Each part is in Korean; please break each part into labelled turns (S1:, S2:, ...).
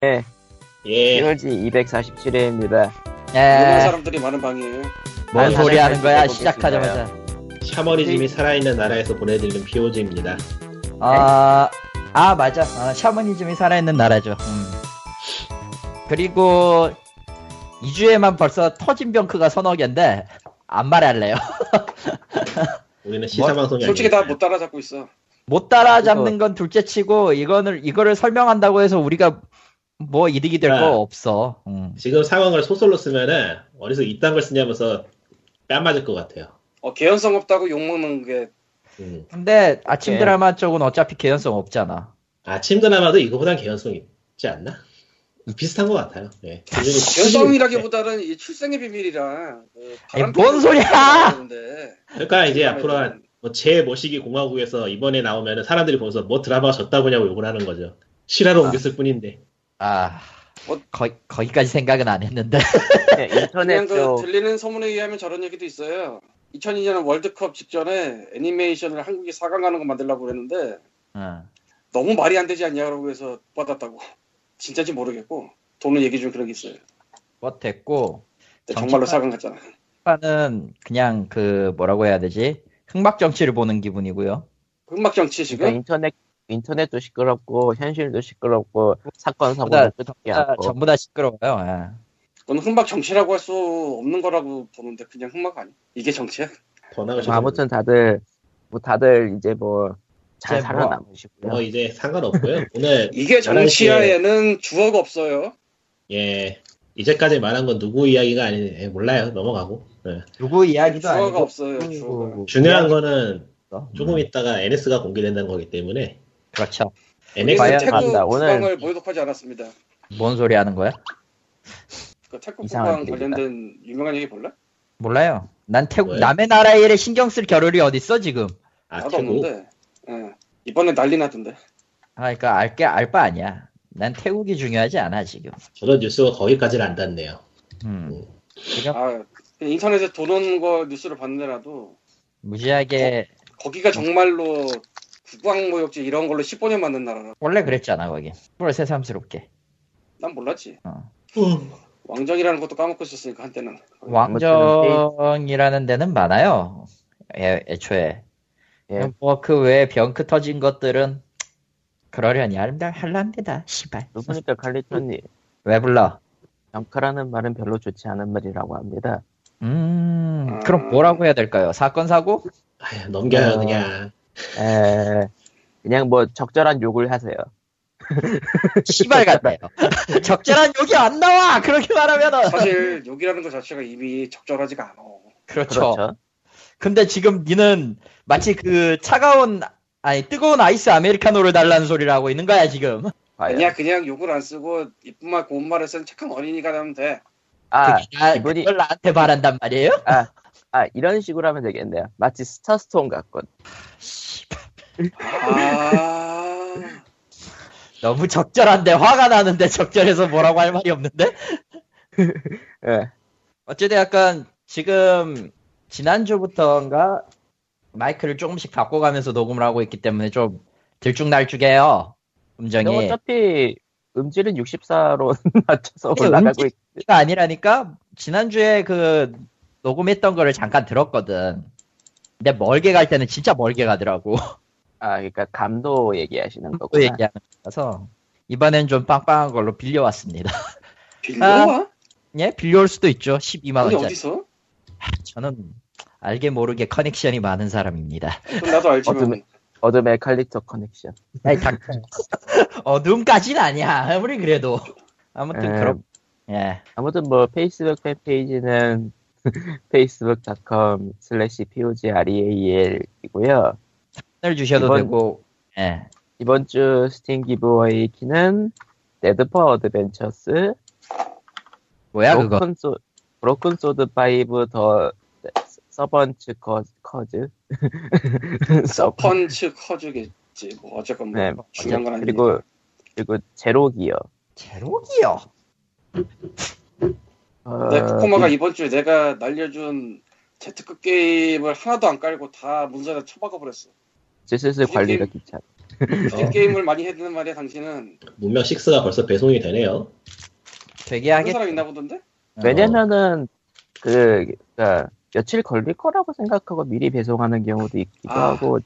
S1: 네,
S2: 예.
S1: 1월지 247회입니다.
S2: 유명한
S3: 예.
S2: 사람들이 많은 방이에요.
S3: 뭔
S1: 아니,
S3: 소리 하는 거야,
S1: 보겠습니다.
S3: 시작하자마자.
S4: 샤머니즘이
S2: 네.
S4: 살아있는 나라에서 보내드리는 POG입니다.
S3: 아, 아, 맞아. 아, 샤머니즘이 살아있는 나라죠. 음. 그리고 2주에만 벌써 터진 병크가 서너 개인데, 안 말할래요.
S4: 우리는 시사방송이
S2: 뭐, 솔직히 다 뭐-
S4: 아니에요.
S2: 못 따라잡고 있어.
S3: 못 따라잡는 건 둘째 치고, 이거를, 이거를 설명한다고 해서 우리가 뭐 이득이 될 거
S4: 아.
S3: 없어. 음.
S4: 지금 상황을 소설로 쓰면은 어디서 이딴 걸 쓰냐면서 뺨 맞을 것 같아요.
S2: 어, 개연성 없다고 욕먹는 게
S4: 음.
S3: 근데 아침
S1: 예.
S3: 드라마 쪽은 어차피 개연성 없잖아.
S4: 아침 드라마도 이거보단 개연성이 있지 않나? 비슷한 것 같아요. 예.
S2: 개연성이라기보다는 이 출생의 비밀이라. 그 바람
S3: 아니, 뭔 소리야!
S2: 그러는데.
S4: 그러니까 이제 앞으로 한제 모시기 공화국에서 이번에 나오면은 사람들이 보면서 뭐 드라마가 졌다고냐고 욕을 하는 거죠. 실화로 옮겼을 뿐인데.
S3: 아,
S2: 어?
S3: 거, 거기까지 생각은 안 했는데.
S1: 네, 그러니까 인터넷
S2: 그냥 그
S1: 쪽
S2: 들리는 소문에 의하면 저런 얘기도 있어요. 2002년 월드컵 직전에 애니메이션을 한국이 4강 가는 거 만들려고 그랬는데
S3: 응.
S2: 너무 말이 안 되지 않냐 그러고 해서 뻗었다고. 진짜인지 모르겠고 돈을 얘기 좀 그런 게 있어요.
S3: 뭐 됐고,
S2: 근데 정말로
S3: 정치판.
S2: 4강 갔잖아.
S3: 파는 그냥 그 뭐라고 해야 되지? 흑막 정치를 보는 기분이고요.
S2: 흑막 정치
S1: 그러니까
S2: 지금
S1: 인터넷 인터넷도 시끄럽고 현실도 시끄럽고 사건
S3: 보다-
S1: 사고도 뭐 끝없게
S3: 아,
S1: 않고
S3: 전부 다 시끄러워요. 아.
S2: 그건 흑막 정치라고 할 수 없는 거라고 보는데 그냥 흑막 아니야? 이게 정치야?
S4: 더 나가시면
S1: 아무튼 다들 뭐 다들 이제 뭐 잘
S3: 이제 뭐-
S1: 살아남으시고요.
S4: 뭐 이제 상관없고요. 오늘
S2: 이게
S4: 11시 에
S2: 정치야에는 주어가 없어요.
S4: 예. 이제까지 말한 건 누구 이야기가 아니네. 몰라요. 넘어가고. 예.
S3: 누구 이야기도
S2: 주어가
S3: 아니고
S2: 없어요. 주어가.
S1: 뭐
S4: 중요한 거는 조금
S3: 음,
S4: 있다가 NS가 공개된다는 거기 때문에
S3: 그렇죠.
S4: NS
S1: 과연
S2: 우리는 태국
S1: 간다. 오늘-
S2: 국방을 모독하지 않았습니다.
S3: 뭔 소리 하는 거야?
S2: 그 태국
S1: 이상한
S2: 국방 관련된 유명한 얘기 볼래?
S3: 몰라요. 난 태국
S4: 뭐야?
S3: 남의 나라 일에 신경 쓸 겨를이 어디 있어 지금?
S4: 아
S2: 나도
S4: 태국
S2: 없는데. 예. 이번에 난리 났던데.
S3: 아, 그러니까 알게 알 바 아니야. 난 태국이 중요하지 않아 지금.
S4: 저런 뉴스가 거기까지는 안 닿네요.
S3: 음,
S2: 아, 인터넷에 도는 거 뉴스를 봤는데라도
S3: 무지하게
S2: 거기가 정말로 국방 모욕죄 이런 걸로 10번에 맞는 나라라.
S3: 원래 그랬잖아 거기. 뭘 새삼스럽게.
S2: 난 몰랐지.
S4: 음.
S2: 왕정이라는 것도 까먹고 있었으니까 한때는.
S3: 왕정이라는 데는 많아요. 애, 애초에.
S1: 예.
S3: 뭐그 외에 병크 터진 것들은 그러려니 할라 할랍니다. 시발.
S1: 그러니까 칼리턴이
S3: 왜 불러?
S1: 병크라는 말은 별로 좋지 않은 말이라고 합니다.
S3: 음
S2: 아.
S3: 그럼 뭐라고 해야 될까요? 사건 사고?
S4: 아휴, 넘겨요
S1: 어.
S4: 그냥.
S1: 에, 그냥 뭐 적절한 욕을 하세요.
S3: 시발 같아요. 적절한 욕이 안 나와. 그렇게 말하면은
S2: 사실 욕이라는 것 자체가 이미 적절하지가 않아.
S3: 그렇죠.
S1: 그렇죠.
S3: 근데 지금 니는 마치 그 차가운 아니 뜨거운 아이스 아메리카노를 달라는 소리를 하고 있는 거야 지금.
S1: 과연.
S2: 그냥 그냥 욕을 안 쓰고 이쁜 말 고운 말을 쓰는 착한 어린이가 되면 돼.
S1: 아,
S3: 그게 나-
S1: 기분이-
S3: 그걸 나한테 바란단 말이에요?
S1: 아 이런 식으로 하면 되겠네요. 마치 스타스톤 같군.
S2: 아.
S3: 너무 적절한데 화가 나는데 적절해서 뭐라고 할 말이 없는데?
S1: 예.
S3: 어쨌든 약간 지금 지난주부터인가 마이크를 조금씩 바꿔가면서 녹음을 하고 있기 때문에 좀 들쭉날쭉해요
S1: 근데
S3: 음정이
S1: 어차피 음질은 64로 낮춰서
S3: 근데
S1: 올라가고 있...
S3: 이가 아니라니까 지난주에 그 녹음했던 거를 잠깐 들었거든 근데 멀게 갈 때는 진짜 멀게 가더라고
S1: 아 그러니까 감도 얘기하시는
S3: 또
S1: 거구나.
S3: 얘기하는 거라서 이번엔 좀 빵빵한 걸로 빌려왔습니다
S2: 빌려와?
S3: 예 빌려올 수도 있죠 12만
S2: 아니
S3: 원짜리
S2: 어디서?
S3: 저는 알게 모르게 커넥션이 많은 사람입니다
S2: 그럼 나도 알지만
S1: 어둠의- 어둠의 칼리터 커넥션.
S3: 아이, 당... 어둠까진 아니야. 아무리 그래도. 아무튼
S1: 예.
S3: 그런 예.
S1: 아무튼 뭐 페이스북 팬페이지는 facebook.com slash E pogreal이고요.
S3: 을 주셔도
S1: 이번-
S3: 되고. 예.
S1: 이번 주 스팀 기브어웨이 키는 데드퍼 어드벤처스,
S3: 뭐야 그거?
S1: 브로큰, 소, 브로큰 소드 5더 서번츠 거, 커즈 서-
S2: 서펀츠 커주겠지. 뭐 어쨌건 뭐
S1: 네,
S2: 중요한 건 아니고
S1: 그리고 그리고 제로 기어.
S3: 제로기요.
S1: 어,
S2: 내 네, 코코마가 이번 주에 내가 날려준 채트급 게임을 하나도 안 깔고 다 문서에다 쳐박아버렸어.
S1: 이제 슬슬 관리가 귀찮아.
S4: 어,
S2: 게임을 많이 했는 말이야 당신은
S4: 문명 6가 벌써 배송이 되네요.
S3: 되게
S2: 다른
S1: 그렇죠.
S3: 하겠.
S2: 사람 있나 보던데?
S1: 왜냐면은 그 그러니까 며칠 걸릴 거라고 생각하고 미리 배송하는 경우도 있기도
S2: 아.
S1: 하고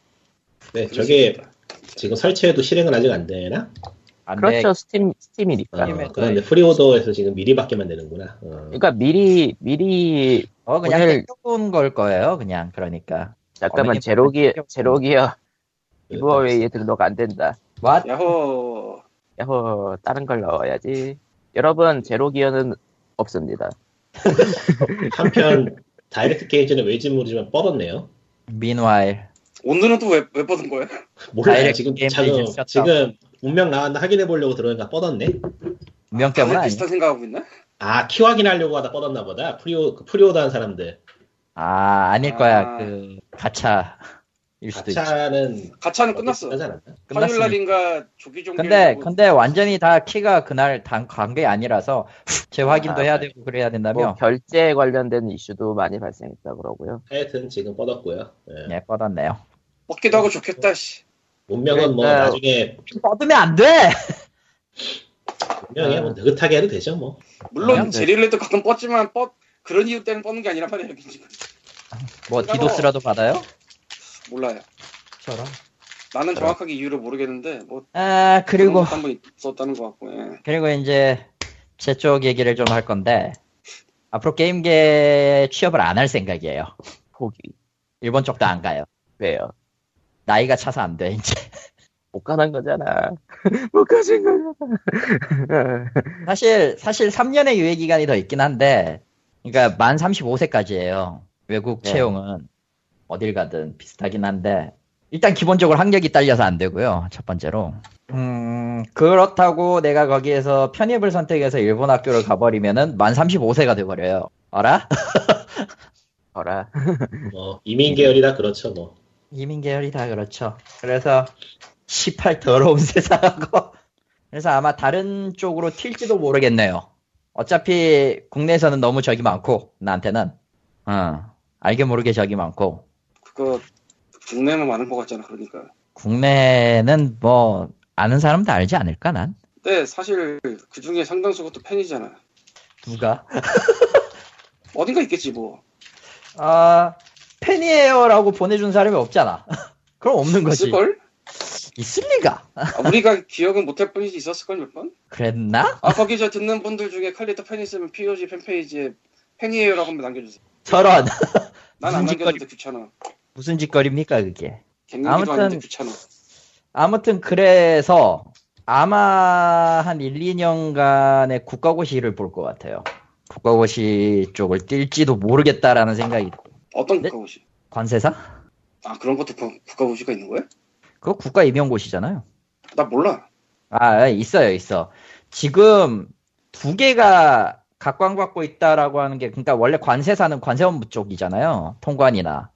S4: 네,
S2: 그럴 수
S4: 저게
S2: 있다.
S4: 지금 설치해도 실행은 아직 안 되나?
S3: 안
S1: 그렇죠
S3: 돼.
S1: 스팀 스팀이니까.
S4: 어,
S2: 네.
S3: 게임에
S4: 그런데 프리오더에서 지금 미리 받게만 되는구나. 어.
S1: 그러니까 미리 미리
S3: 어 그냥
S1: 오늘-
S3: 뺏겨온 걸 거예요. 그냥 그러니까.
S1: 잠깐만
S3: 어머니
S1: 제로기
S3: 뺏겼구나.
S1: 제로기어
S4: 그-
S1: 기브어웨이에 등록 안 된다.
S3: 왓?
S2: 야호
S1: 야호 다른 걸 넣어야지. 여러분 제로기어는 없습니다.
S4: 한편 다이렉트 게이지는 왠지 모르지만 뻗었네요.
S3: Meanwhile.
S2: 오늘은 또 왜 왜 뻗은 거야?
S4: 몰라요.
S3: 다이렉트
S4: 지금
S3: 게임
S4: 지금
S3: 페이지에서
S4: 지금 운명 나왔나 확인해 보려고 들어오니까 뻗었네.
S3: 운명 때문
S2: 다들
S3: 아니.
S2: 비슷한 생각하고 있나?
S4: 아 키 확인하려고 하다 뻗었나 보다. 프리오 그 프리오더한 사람들.
S3: 아 아닐
S2: 아.
S3: 거야. 그 가차. 일그 수도 있지.
S4: 가차는
S2: 가차는 끝났어.
S4: 끝나지 않았나?
S2: 화요일
S3: 끝났으니까.
S2: 날인가 조기 종료.
S3: 근데 근데 완전히 다 키가 그날 단 관계 아니라서
S1: 아,
S3: 재확인도 해야 되고 그래야
S1: 뭐
S3: 된다며.
S1: 결제에 관련된 이슈도 많이 발생했다 그러고요.
S4: 하여튼 지금 뻗었고요. 예.
S3: 예, 뻗었네요.
S2: 먹기도 하고 좋겠다 씨.
S4: 운명은 뭐
S1: 그러니까요.
S4: 나중에
S3: 뻗으면 안 돼.
S4: 운명이야
S3: 아.
S4: 뭐 느긋하게 해도 되죠 뭐.
S1: 그냥
S2: 물론
S1: 그-
S2: 제릴레도 가끔 뻗지만 뻗 그런 이유 때는 뻗는 게 아니란 말이야 지금.
S3: 뭐
S2: 따로.
S3: 디도스라도 받아요?
S2: 몰라요.
S3: 저런.
S2: 나는 정확하게 이유를 모르겠는데 뭐
S3: 아 그리고
S2: 한번 있었다는 것 같고. 예.
S3: 그리고 이제 제 쪽 얘기를 좀 할 건데 앞으로 게임계 취업을 안 할 생각이에요.
S1: 포기
S3: 일본 쪽도 안 가요.
S1: 왜요?
S3: 나이가 차서 안 돼 이제.
S1: 못 가는 거잖아. 못 가신 거잖아.
S3: 사실 사실 3년의 유예 기간이 더 있긴 한데 그러니까 만 35세까지예요. 외국
S1: 네.
S3: 채용은 어딜 가든 비슷하긴 한데 일단 기본적으로 학력이 딸려서 안 되고요. 첫 번째로. 음, 그렇다고 내가 거기에서 편입을 선택해서 일본 학교를 가버리면은 만 35세가 돼버려요. 알아?
S1: 어라.
S4: 뭐
S3: 음.
S4: 이민 계열이라 그렇죠 뭐.
S3: 이민 계열이다 그렇죠. 그래서 18 더러운 세상하고 그래서 아마 다른 쪽으로 튈지도 모르겠네요. 어차피 국내에서는 너무 적이 많고 나한테는 어, 알게 모르게 적이 많고
S2: 그거 국내만 많은 것 같잖아 그러니까.
S3: 국내는 뭐 아는 사람도 알지 않을까 난
S2: 근데 사실 그 중에 상당수가 또 팬이잖아.
S3: 누가
S2: 어딘가 있겠지 뭐.
S3: 아 팬이에요라고 보내준 사람이 없잖아. 그럼 없는 거지.
S2: 있을걸?
S3: 있을 리가.
S2: 아, 우리가 기억은 못할 뿐이지 있었을걸 몇 번?
S3: 그랬나?
S2: 아 거기 저 듣는 분들 중에 칼리터 팬 있으면 POG 팬페이지에 팬이에요라고 한번 남겨주세요.
S3: 저런
S2: 난 안
S3: 무슨 짓거리-
S2: 남겨도 귀찮아.
S3: 무슨 짓거리입니까 그게?
S2: 갱년기도 아닌데
S3: 아무튼-
S2: 귀찮아.
S3: 아무튼 그래서 아마 한 1, 2년간의 국가고시를 볼 것 같아요. 국가고시 쪽을 뛸지도 모르겠다라는 생각이
S2: 어떤
S3: 네?
S2: 국가고시?
S3: 관세사?
S2: 아 그런 것도 국- 국가고시가 있는 거야?
S3: 그거 국가 임용고시잖아요.
S2: 나 몰라.
S3: 아 있어요 있어. 지금 두 개가 각광받고 있다라고 하는 게 그러니까 원래 관세사는 관세본부 쪽이잖아요. 통관이나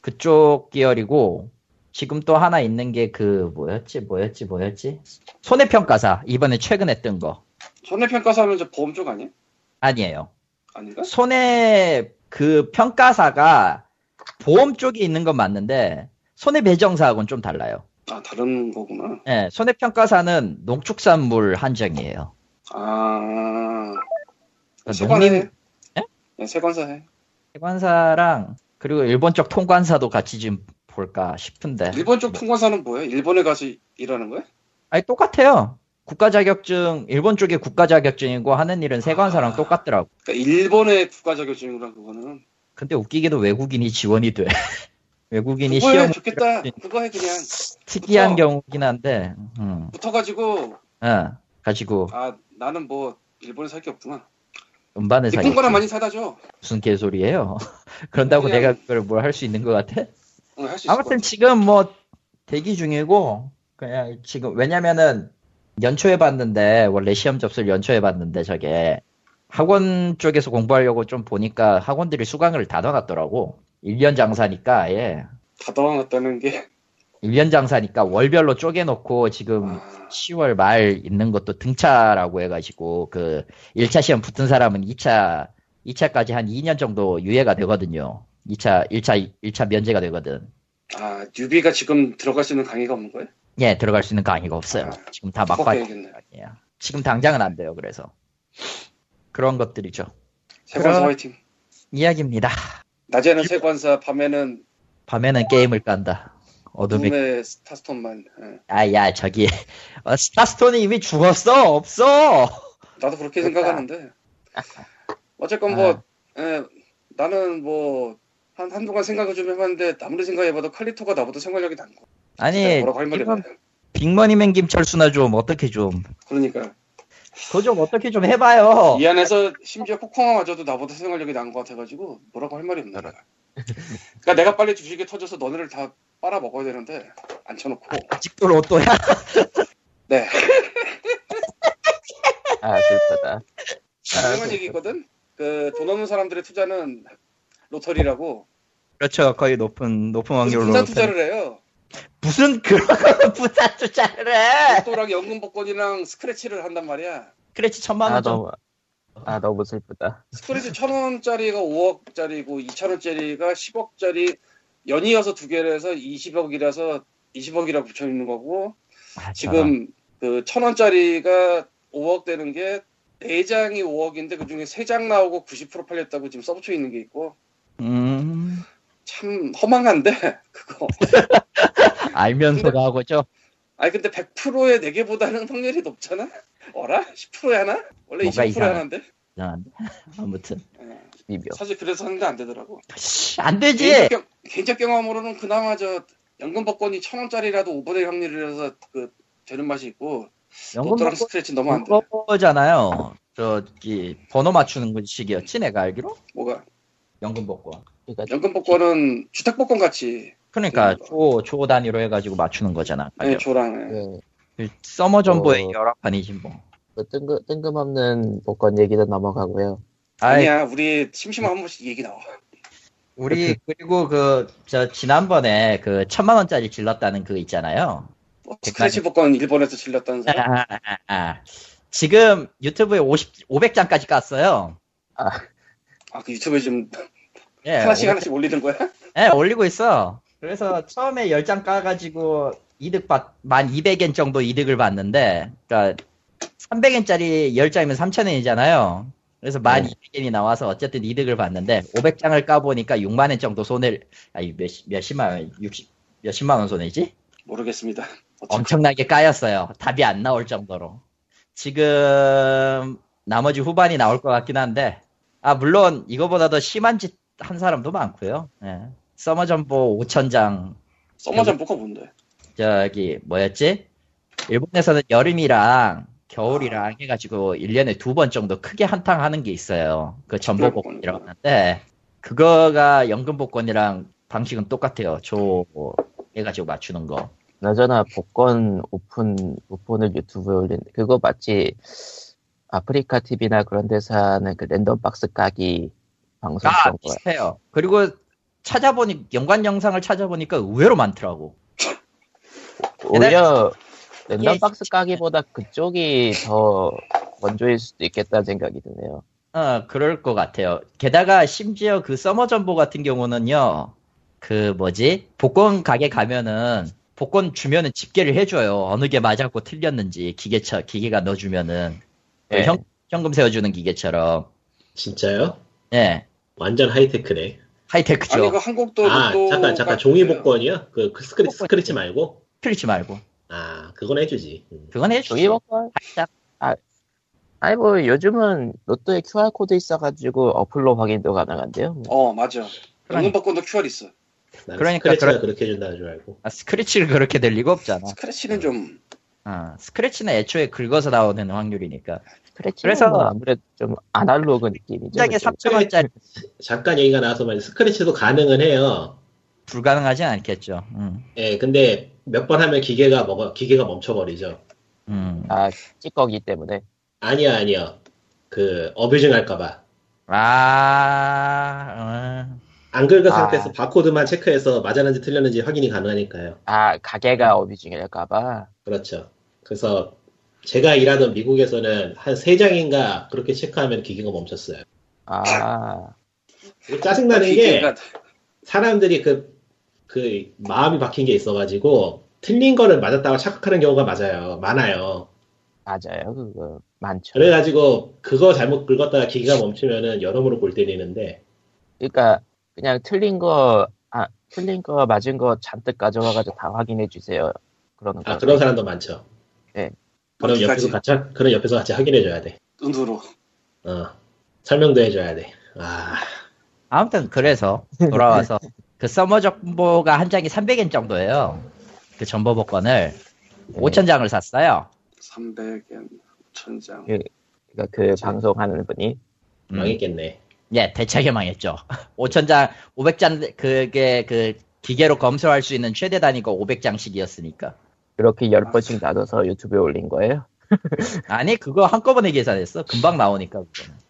S3: 그쪽 계열이고 지금 또 하나 있는 게 그 뭐였지 뭐였지 뭐였지 손해평가사 이번에 최근에 뜬 거.
S2: 손해평가사 하면 저 보험 쪽 아니야?
S3: 아니에요.
S2: 아닌가?
S3: 손해 그 평가사가 보험 쪽에 있는 건 맞는데 손해배정사하고는 좀 달라요.
S2: 아 다른 거구나.
S3: 예, 손해평가사는 농축산물 한정이에요. 그러니까
S2: 아 세관해.
S3: 농림
S2: 예? 네, 세관사 해.
S3: 관사랑 그리고 일본 쪽 통관사도 같이 좀 볼까 싶은데.
S2: 일본 쪽 통관사는 뭐야? 일본에 가서 일하는 거야?
S3: 아니 똑같아요. 국가 자격증 일본 쪽에 국가 자격증이고 하는 일은 세관사랑
S2: 아.
S3: 똑같더라고.
S2: 그러니까 일본의 국가자격증이라 그거는.
S3: 근데 웃기게도 외국인이 지원이 돼. 외국인이
S2: 그거 해
S3: 시험
S2: 좋겠다. 그거 해 그냥
S3: 특이한
S2: 붙어.
S3: 경우긴 한데. 음.
S2: 붙어가지고
S3: 예. 가지고
S2: 아 나는 뭐 일본에 살 게 없구나.
S3: 음반을
S2: 예쁜 거나
S3: 사겠지.
S2: 많이 사다 줘.
S3: 무슨 개소리예요? 그런다고
S2: 그냥-
S3: 내가 그걸 뭘 할 수 있는 것 같아?
S2: 응, 할수 있을
S3: 아무튼 지금 뭐 대기 중이고 그냥 지금 왜냐면은 연초에 봤는데 원래 시험 접수를 연초에 봤는데 저게 학원 쪽에서 공부하려고 좀 보니까 학원들이 수강을 다 넣어놨더라고. 1년 장사니까 아예
S2: 다 넣어놨다는 게
S3: 1년 장사니까 월별로 쪼개놓고 지금
S2: 아,
S3: 10월 말 있는 것도 등차라고 해가지고 그 1차 시험 붙은 사람은 2차 2차까지 한 2년 정도 유예가 되거든요. 2차 1차 1차 면제가 되거든.
S2: 아 뉴비가 지금 들어갈 수 있는 강의가 없는 거예요?
S3: 예, 들어갈 수 있는 강의가 없어요.
S2: 아.
S3: 지금 다 막바지
S2: 해야겠네.
S3: 아니에요. 지금 당장은 안 돼요. 그래서 그런 것들이죠.
S2: 세관사
S3: 그럼-
S2: 화이팅.
S3: 이야기입니다.
S2: 낮에는 세관사, 밤에는
S3: 밤에는 게임을 깐다. 어둠이
S2: 둠의 스타스톤만. 예.
S3: 아야 저기 어, 스타스톤이 이미 죽었어 없어.
S2: 나도 그렇게
S3: 그렇다.
S2: 생각하는데. 어쨌건
S3: 아.
S2: 뭐 예, 나는 뭐. 한, 한동안 생각을 좀 해봤는데 아무리 생각해봐도 칼리토가 나보다 생활력이 낮고
S3: 아니
S2: 뭐라고 할 말이
S3: 이건-
S2: 없네요
S3: 빅머니맨 김철수나 좀 어떻게 좀그좀
S2: 그러니까
S3: 어떻게 좀 해봐요.
S2: 이 안에서 심지어 코코마마저도 나보다 생활력이 난 것 같아가지고 뭐라고 할 말이 없네 그러니까 내가 빨리 주식이 터져서 너네를 다 빨아 먹어야 되는데 안 쳐놓고
S3: 아직도 로또야.
S2: 네
S1: 아 슬프다.
S3: 아, 네.
S2: 유명한 얘기거든. 그 돈 없는 사람들의 투자는 로터리라고
S3: 그렇죠. 거의 높은 높은 확률로
S2: 분산
S3: 로또를-
S2: 투자를 해요.
S3: 무슨 그런 걸 분산 투자를 해.
S2: 로또랑 연금 복권이랑 스크래치를 한단 말이야.
S3: 크레치 천만
S1: 아
S3: 원 좀.
S1: 너무 아 너무 슬프다.
S2: 스크래치 천 원짜리가 5억짜리고 2천 원짜리가 10억짜리 연이어서 두 개를 해서 20억이라서 20억이라고 붙여 있는 거고
S3: 아,
S2: 지금 그 천 원짜리가 5억 되는 게 4장이 5억인데 그 중에 3장 나오고 90% 팔렸다고 지금 써붙여 있는 게 있고
S3: 음
S2: 참 허망한데 그거
S3: 알면서도 하고죠.
S2: 아니 근데 100%의 4개보다는 확률이 높잖아? 어라? 10%에 하나? 원래
S3: 뭔가
S2: 20%에
S3: 이상해.
S2: 하나인데?
S3: 이상한데 아, 아무튼
S1: 비벼.
S2: 사실 그래서 하는데 안 되더라고
S3: 안 되지.
S2: 개인적, 경, 개인적 경험으로는 그나마 저 연금 복권이 천원짜리라도 5분의 확률이라서 그 되는 맛이 있고
S3: 연금
S2: 로또랑 스크래치 너무 안돼
S3: 그거잖아요. 저기 번호 맞추는 거 식이었지 내가 알기로
S2: 뭐가
S3: 연금 복권.
S1: 그러니까
S2: 연금 복권은 주택 복권 같이
S3: 그러니까
S2: 그런
S3: 조조 단위로 해가지고 맞추는 거잖아.
S2: 네,
S3: 가격.
S2: 조랑 네.
S1: 그,
S3: 그 서머 전보의
S1: 어.
S3: 열화판이지 뭐.
S1: 그 뜬금 뜬금없는 복권 얘기는 넘어가고요.
S3: 아이,
S2: 아니야 우리 심심한 한 번씩 얘기 나와
S3: 우리 그리고 그 저 지난번에 그 천만 원짜리 질렀다는 그 네, 있잖아요.
S2: 뭐 스크래치 복권 일본에서 질렀다는 사람
S3: 아, 아, 아. 지금 유튜브에 50 500장까지 깠어요. 네.
S2: 아그 유튜브에 지금
S3: 예,
S2: 하나씩
S3: 500
S2: 하나씩 올리는 거야?
S3: 예, 올리고 있어. 그래서 처음에 10장 까가지고 이득 받, 만 200엔 정도 이득을 봤는데, 그니까, 300엔짜리 10장이면 3,000엔이잖아요. 그래서 만 200엔이 나와서 어쨌든 이득을 봤는데, 500장을 까보니까 6만엔 정도 손해를, 아니, 몇, 몇십만원, 60, 몇십만원 손해지?
S2: 모르겠습니다 어쨌건
S3: 엄청나게 까였어요. 답이 안 나올 정도로. 지금, 나머지 후반이 나올 것 같긴 한데, 아, 물론, 이거보다 더 심한 짓 한 사람도 많고요. 예. 서머점보 5천장,
S2: 써머잠보가 뭔데
S3: 저기, 뭐였지? 일본에서는 여름이랑 겨울이랑 해가지고 1년에 두 번 정도 크게 한탕 하는 게 있어요. 그 전보복권이라고 하는데, 그거가 연금복권이랑 방식은 똑같아요. 조, 해가지고 맞추는 거.
S1: 나저나 복권 오픈 오픈을 유튜브에 올린 그거 마치 아프리카 TV나 그런 데서 하는 그 랜덤 박스 까기 방송
S3: 아,
S1: 그런 거야.
S3: 비슷해요. 그리고 찾아보니 연관 영상을 찾아보니까 의외로 많더라고.
S1: 오히려 랜덤
S3: 예,
S1: 박스 까기보다 그쪽이 더 먼저일 수도 있겠다는 생각이 드네요.
S3: 어, 그럴 것 같아요. 게다가 심지어 그 서머 전보 같은 경우는요. 그 뭐지? 복권 가게 가면은 복권 주면은 집계를 해줘요. 어느 게 맞았고 틀렸는지 기계차 기계가 넣어주면은 그
S1: 예.
S3: 현, 현금 세워주는 기계처럼.
S4: 진짜요?
S3: 예,
S4: 완전 하이테크네.
S3: 하이테크죠.
S2: 아니 그 한국도
S4: 아
S2: 로또
S4: 잠깐 잠깐 종이 복권이요? 그, 그 스크래, 스크래치 말고?
S3: 틀리지 말고
S4: 아 그건 해주지. 음.
S3: 그건
S1: 종이
S3: 해주죠.
S1: 복권?
S3: 살짝.
S1: 아, 아니 뭐 요즘은 로또에 QR 코드 있어가지고 어플로 확인도 가능한데요. 뭐.
S2: 어 맞아 연금
S3: 그러니까.
S2: 복권도 QR 있어
S4: 나는
S3: 그러니까
S4: 스크래치가
S3: 그런-
S4: 그렇게 해준다는 줄 알고.
S3: 아, 스크래치를 그렇게 될 리가 없잖아.
S2: 스크래치는 좀
S3: 아, 스크래치는 애초에 긁어서 나오는 확률이니까.
S1: 그래서
S3: 그래서-
S1: 뭐 아무래도 좀 아날로그 느낌이죠.
S3: 시작에
S1: 그죠?
S3: 3천 원짜리
S4: 잠깐 얘기가 나와서 말인데 스크래치도 가능은 해요.
S3: 불가능하진 않겠죠. 음.
S4: 예, 근데 몇 번 하면 기계가 먹어 기계가 멈춰버리죠.
S3: 음.
S1: 아 찌꺼기 때문에
S4: 아니요 아니요. 그 어뷰징 할까봐.
S3: 아, 음.
S4: 안 긁은
S1: 아.
S4: 상태에서 바코드만 체크해서 맞았는지 틀렸는지 확인이 가능하니까요.
S1: 아
S3: 네.
S1: 가게가 어비중일까봐
S4: 그렇죠. 그래서 제가 일하던 미국에서는 한 세 장인가 그렇게 체크하면 기계가 멈췄어요.
S1: 아
S4: 짜증나는 게
S2: 아, 기계가
S4: 사람들이 그 그 마음이 박힌 게 있어가지고 틀린 거를 맞았다고 착각하는 경우가 맞아요. 많아요.
S1: 맞아요. 그거 많죠.
S4: 그래가지고 그거 잘못 긁었다가 기기가 멈추면은 여러모로 골 때리는데
S1: 그러니까 그냥 틀린 거, 아, 틀린 거 맞은 거 잔뜩 가져와가지고 다 확인해 주세요. 그러는 거.
S4: 아 그런 사람도 많죠.
S1: 예.
S4: 그럼 옆에서
S2: 네. 어디까지?
S4: 같이 하- 그럼 옆에서 같이 확인해줘야 돼.
S2: 눈으로
S4: 어 설명도 해줘야 돼. 아
S3: 아무튼 그래서 돌아와서 그 서머 정보가 한 장이 300엔 정도예요. 그 정보 복권을 5천 장을 샀어요.
S2: 300엔 1000장.
S1: 그러니까 그 방송하는 분이
S3: 음.
S4: 망했겠네.
S3: 예, 대차게 망했죠. 5천장, 500장, 그게 그 기계로 검수할 수 있는 최대 단위가 500장씩이었으니까.
S1: 이렇게 열 번씩 나눠서 유튜브에 올린 거예요.
S3: 아니, 그거 한꺼번에 계산했어. 금방 나오니까. 그거는.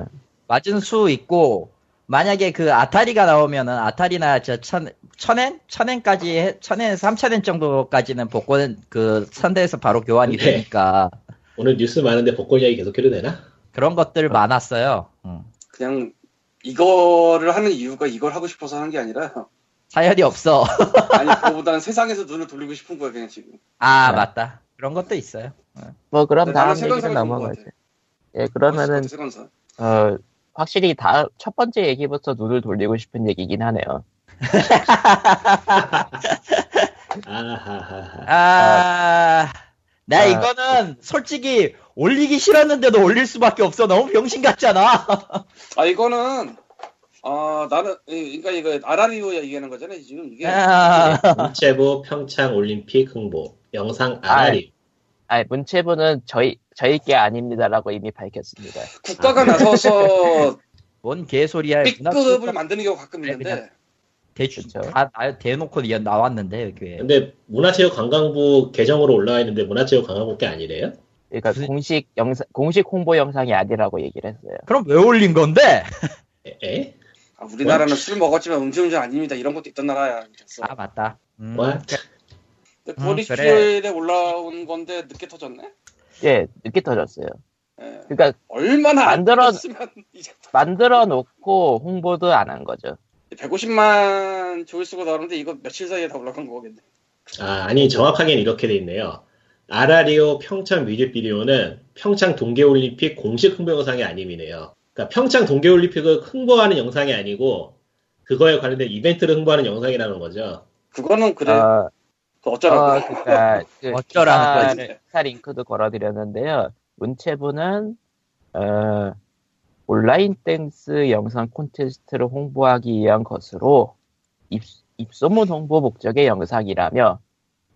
S1: 예.
S3: 맞은 수 있고, 만약에 그 아타리가 나오면은 아타리나 저 천, 천엔? 천엔까지, 해- 천엔에서 삼천엔 정도까지는 복권 그 선대에서 바로 교환이
S4: 네.
S3: 되니까
S4: 오늘 뉴스 많은데 복권 이야기 계속 해도 되나?
S3: 그런 것들 많았어요. 음.
S2: 그냥 이거를 하는 이유가 이걸 하고 싶어서 하는 게 아니라
S3: 사연이 없어.
S2: 아니 그거보다는 세상에서 눈을 돌리고 싶은 거야 그냥 지금.
S3: 아,
S1: 네.
S3: 맞다. 그런 것도 있어요.
S1: 뭐 그럼
S2: 네,
S1: 다음
S2: 나는
S1: 얘기로
S2: 생각이 좋은 것 아,
S1: 넘어가죠. 예, 그러면은
S2: 세관사.
S1: 어, 확실히 다, 첫 번째 얘기부터 눈을 돌리고 싶은 얘기긴 하네요.
S4: 아하하하.
S3: 아, 나
S1: 아.
S3: 이거는 솔직히 올리기 싫었는데도 올릴 수밖에 없어. 너무 병신 같잖아.
S2: 아 이거는 아 나는 이- 그러니까 이거 아라리오 얘기하는 거잖아요 지금 이게.
S3: 아,
S4: 네. 문체부 평창 올림픽 흥보 영상 아라리.
S1: 아, 문체부는 저희, 저희 게 아닙니다라고 이미 밝혔습니다.
S2: 국가가 나서서
S3: 뭔
S1: 네,
S3: 개소리야.
S2: B급을 만드는 경우가 가끔
S3: 그냥
S2: 있는데
S3: 대충
S1: 그쵸.
S3: 다 나- 대놓고 이- 나왔는데 그 여기.
S4: 근데 문화체육관광부 계정으로 올라와 있는데 문화체육관광부 게 아니래요?
S1: 그러니까
S3: 무슨-
S1: 공식 영상, 공식 홍보 영상이 아니라고 얘기를 했어요.
S3: 그럼 왜 올린 건데?
S4: 에? 에?
S2: 아, 우리나라는
S1: 뭐?
S2: 술 먹었지만 음주운전 아닙니다 이런 것도 있던 나라야. 그래서.
S3: 아 맞다. 음,
S4: 뭐야?
S2: 근데
S3: 음,
S2: 보리
S3: 그래.
S2: 수요일에 올라온 건데 늦게 터졌네.
S1: 예, 늦게 터졌어요.
S2: 예.
S1: 그러니까
S2: 얼마나 안
S1: 만들어-
S2: 터졌으면 이제
S1: 만들어 놓고 홍보도 안 한 거죠.
S2: 150만 조회수가 나오는데 이거 며칠 사이에 다 올라간 거겠네.
S4: 아, 아니 정확하게는 이렇게 돼 있네요. 아라리오 평창 뮤직비디오는 평창 동계올림픽 공식 흥보 영상이 아님이네요. 그러니까 평창 동계올림픽을 흥보하는 영상이 아니고 그거에 관련된 이벤트를 흥보하는 영상이라는 거죠.
S2: 그거는 그래.
S1: 어,
S2: 그
S1: 어,
S2: 어쩌라고.
S1: 그러니까 그
S3: 어쩌라는
S1: 기사-
S2: 거지.
S1: 기사 링크도 걸어드렸는데요. 문체부는 어, 온라인 댄스 영상 콘테스트를 홍보하기 위한 것으로 입, 입소문 홍보 목적의 영상이라며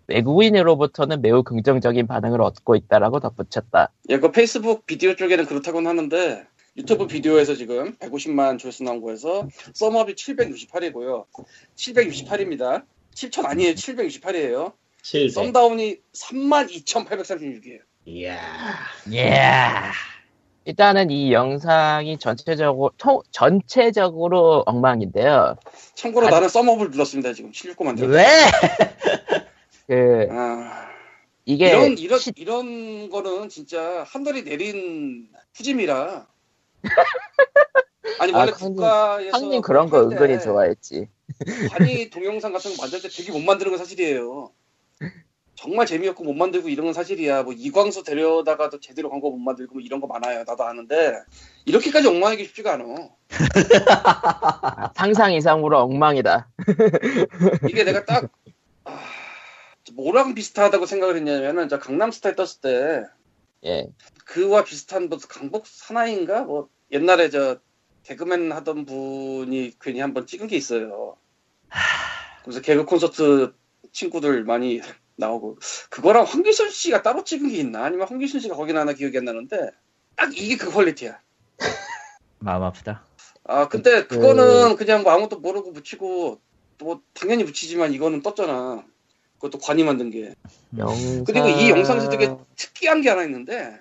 S1: 외국인으로부터는 매우 긍정적인 반응을 얻고 있다라고 덧붙였다.
S2: 예, 그 페이스북 비디오 쪽에는 그렇다고는 하는데 유튜브 비디오에서 지금 150만 조회수 나온 거에서 썸업이 768이고요. 768입니다. 7천 아니에요. 768이에요.
S4: 7세.
S2: 썸다운이 32,836이에요.
S4: 이야.
S3: 예.
S1: 일단은 이 영상이 전체적으로 통- 전체적으로 엉망인데요.
S2: 참고로
S1: 아니-
S2: 나는 썸업을 눌렀습니다. 지금 769만 대.
S3: 왜?
S1: 그
S2: 아,
S1: 이게
S2: 이런 이런
S1: 예, 시-
S2: 이런 거는 진짜 하늘이 내린 후짐이라. 아니
S1: 아,
S2: 원래
S1: 형님,
S2: 국가에서
S1: 형님 그런 거
S2: 할 때-
S1: 은근히 좋아했지.
S2: 관이 동영상 같은 거 만들 때 되게 못 만드는 건 사실이에요. 정말 재미없고 못 만들고 이런 건 사실이야. 뭐 이광수 데려다가도 제대로 광고 못 만들고 뭐 이런 거 많아요. 나도 아는데 이렇게까지 엉망이기 쉽지가 않아.
S1: 아, 상상 이상으로 엉망이다.
S2: 이게 내가 딱 아, 뭐랑 비슷하다고 생각을 했냐면은 저 강남스타일 떴을 때
S1: 예.
S2: 그와 비슷한 뭐 강북 사나이인가 뭐 옛날에 저 개그맨 하던 분이 괜히 한번 찍은 게 있어요. 그래서 개그 콘서트 친구들 많이 나오고 그거랑 황기순 씨가 따로 찍은 게 있나 아니면 황기순 씨가 거기 나나 기억이 안 나는데 딱 이게 그 퀄리티야.
S3: 마음 아프다.
S2: 아 근데 그거는 그냥 뭐 아무것도 모르고 붙이고 뭐 당연히 붙이지만 이거는 떴잖아. 그것도 관이 만든 게.
S4: 음.
S1: 영상...
S2: 그리고 이 영상에서 되게 특이한 게 하나 있는데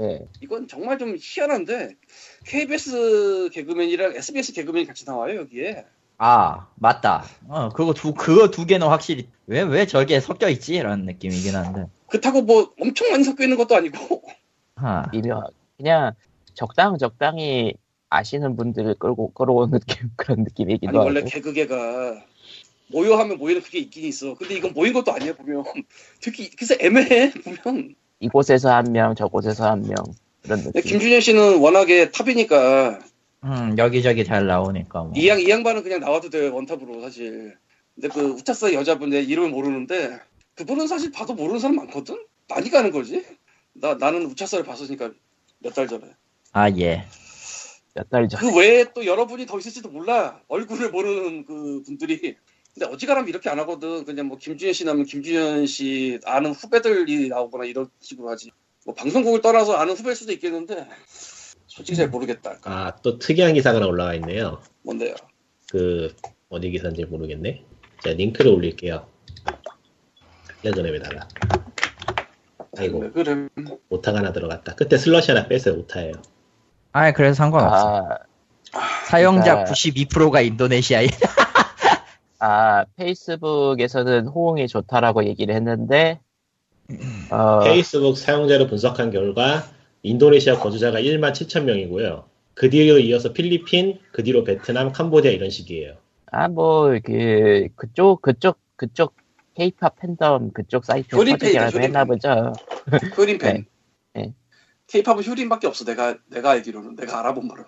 S1: 예.
S2: 이건 정말 좀 희한한데 KBS 개그맨이랑 SBS 개그맨이 같이 나와요 여기에
S3: 아 맞다. 어 그거 두 그거 두 개는 확실히 왜 왜 저게 섞여 있지? 이런 느낌이긴 한데.
S2: 그렇다고 뭐 엄청 많이 섞여 있는 것도 아니고
S3: 하.
S1: 미묘. 그냥 적당 적당히 아시는 분들을 끌고 끌어오는 느낌 그런 느낌이기도
S2: 아니 원래
S1: 하고.
S2: 개그계가 모여하면 모이는 그게 있긴 있어. 근데 이건 모인 것도 아니야 보면. 특히 그래서 애매해 보면.
S1: 이곳에서 한 명, 저곳에서 한 명. 이런
S2: 근데
S1: 느낌.
S2: 김준현 씨는 워낙에 탑이니까
S3: 음, 여기저기 잘 나오니까 뭐.
S2: 이, 양, 이 양반은 그냥 나와도 돼 원탑으로 사실. 근데 그 우차사 여자분 내 이름을 모르는데 그분은 사실 봐도 모르는 사람 많거든. 많이 가는 거지. 나 나는 우차사를 봤으니까 몇 달 전에.
S3: 아, 예.
S1: 몇 달 전.
S2: 그 외에 또 여러분이 더 있을지도 몰라. 얼굴을 모르는 그 분들이. 근데 어지간하면 이렇게 안 하거든. 그냥 뭐 김준현 씨 나면 김준현 씨 아는 후배들이 나오거나 이런 식으로 하지. 뭐 방송국을 떠나서 아는 후배일 수도 있겠는데 솔직히 잘 모르겠다.
S4: 아 또 특이한 기사가 하나 올라와 있네요.
S2: 뭔데요?
S4: 그 어디 기사인지 모르겠네. 자 링크를 올릴게요. 레전앱에다가.
S3: 네.
S4: 아이고
S2: 네, 그래.
S4: 오타가 하나 들어갔다. 그때 슬러시 하나 뺐어요 오타예요.
S3: 아, 그래서 상관없어.
S1: 아,
S3: 사용자
S1: 그러니까-
S3: 92%가 인도네시아인.
S1: 아, 페이스북에서는 호응이 좋다라고 얘기를 했는데,
S3: 아.
S1: 어,
S4: 페이스북 사용자를 분석한 결과 인도네시아 거주자가 1만 7천 명이고요. 그 뒤로 이어서 필리핀, 그 뒤로 베트남, 캄보디아 이런 식이에요.
S1: 아, 뭐, 그, 그쪽, 그쪽, 그쪽, 케이팝 팬덤 그쪽 사이트
S2: 효린 페이지,
S1: 퍼지기라도
S2: 효린
S1: 했나
S2: 페이지.
S1: 보죠.
S2: 효린 팬.
S1: 네. 네.
S2: 케이팝은 효린밖에 없어. 내가 내가 알기로는 내가 알아본 바로.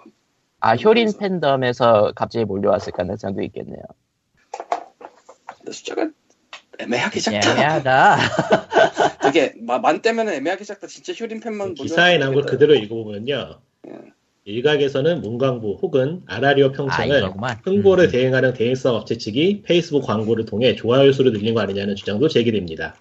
S1: 아, 효린
S2: 그래서.
S1: 팬덤에서 갑자기 몰려왔을까 하는 생각도 있겠네요.
S2: 근데 숫자가 애매하게 작다.
S3: 애매하다.
S2: 되게 마- 만 때면 애매하게 작다. 진짜 효린 팬만 보면
S4: 기사에 나온 걸
S3: 네.
S2: 모르겠다.
S4: 그대로 읽어보면요. 일각에서는 문광부 혹은 아라리오
S3: 아,
S4: 평창을
S3: 이거구만.
S4: 홍보를
S3: 음.
S4: 대행하는 대행성 업체 측이 페이스북 광고를 통해 좋아요 수를 늘린 거 아니냐는 주장도 제기됩니다.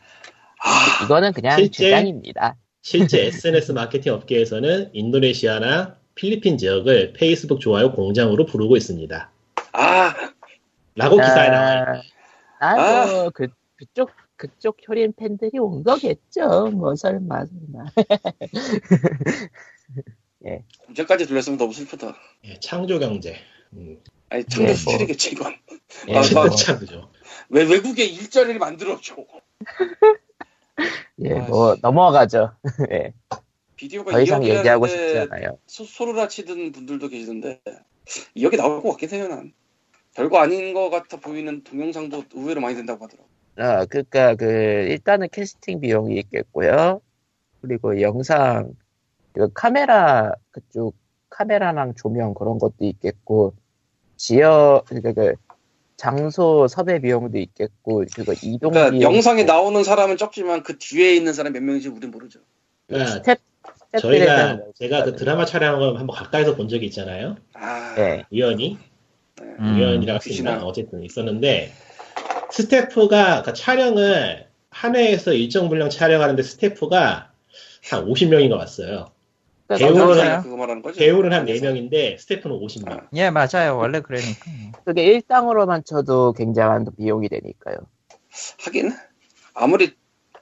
S2: 아,
S1: 이거는 그냥
S4: 실제-
S1: 주장입니다.
S4: 실제 SNS 마케팅 업계에서는 인도네시아나 필리핀 지역을 페이스북 좋아요 공장으로 부르고 있습니다.
S2: 아,
S4: 라고 기사에 나와요.
S1: 아, 뭐, 그, 그쪽, 그쪽 효린 팬들이 온 거겠죠. 뭐, 설마, 설마.
S2: 공장까지 돌렸으면 너무 슬프다.
S4: 예, 창조 경제. 음,
S2: 아니 창조
S1: 네, 뭐.
S2: 수출이겠지 이건
S1: 예,
S2: 아,
S1: 뭐,
S4: 실제 창조.
S2: 왜 외국에 일자리를 만들어줘
S1: 예, 뭐, 넘어가죠. 예.
S2: 비디오가
S1: 더 이상
S2: 뭐 2억이라는데
S1: 얘기하고 싶지 않아요.
S2: 소로라 치던 분들도 계시던데 2억이 나올 것 같긴 해요 난 별거 아닌 것 같아 보이는 동영상도 의외로 많이 된다고 하더라고
S1: 아, 그러니까 그 일단은 캐스팅 비용이 있겠고요. 그리고 영상 그 카메라 그쪽 카메라랑 조명 그런 것도 있겠고 지역 그러니까 그 장소 섭외 비용도 있겠고 그리고 이동 네.
S2: 그러니까
S1: 비용
S2: 영상에 나오는 사람은 적지만 그 뒤에 있는 사람 몇 명인지 우린 모르죠
S4: 그러니까
S1: 스텝 스텝들에 대한
S4: 저희가 제가 그 드라마 촬영을 한번 가까이서 본 적이 있잖아요.
S2: 아
S1: 예.
S4: 우연히
S3: 음.
S4: 우연이라고 할수 있나
S2: 귀신아.
S4: 어쨌든 있었는데 스태프가 그 촬영을 한 해에서 일정 분량 촬영하는데 스태프가 한 50명인가 왔어요. 배우는
S1: 그러니까
S4: 하나?
S2: 그거 말하는 거지
S4: 배우는 한 4명인데 스태프는 50명.
S3: 예, 맞아요. 원래 그러니까.
S1: 그게 일당으로만 쳐도 굉장한 비용이 되니까요.
S2: 하긴 아무리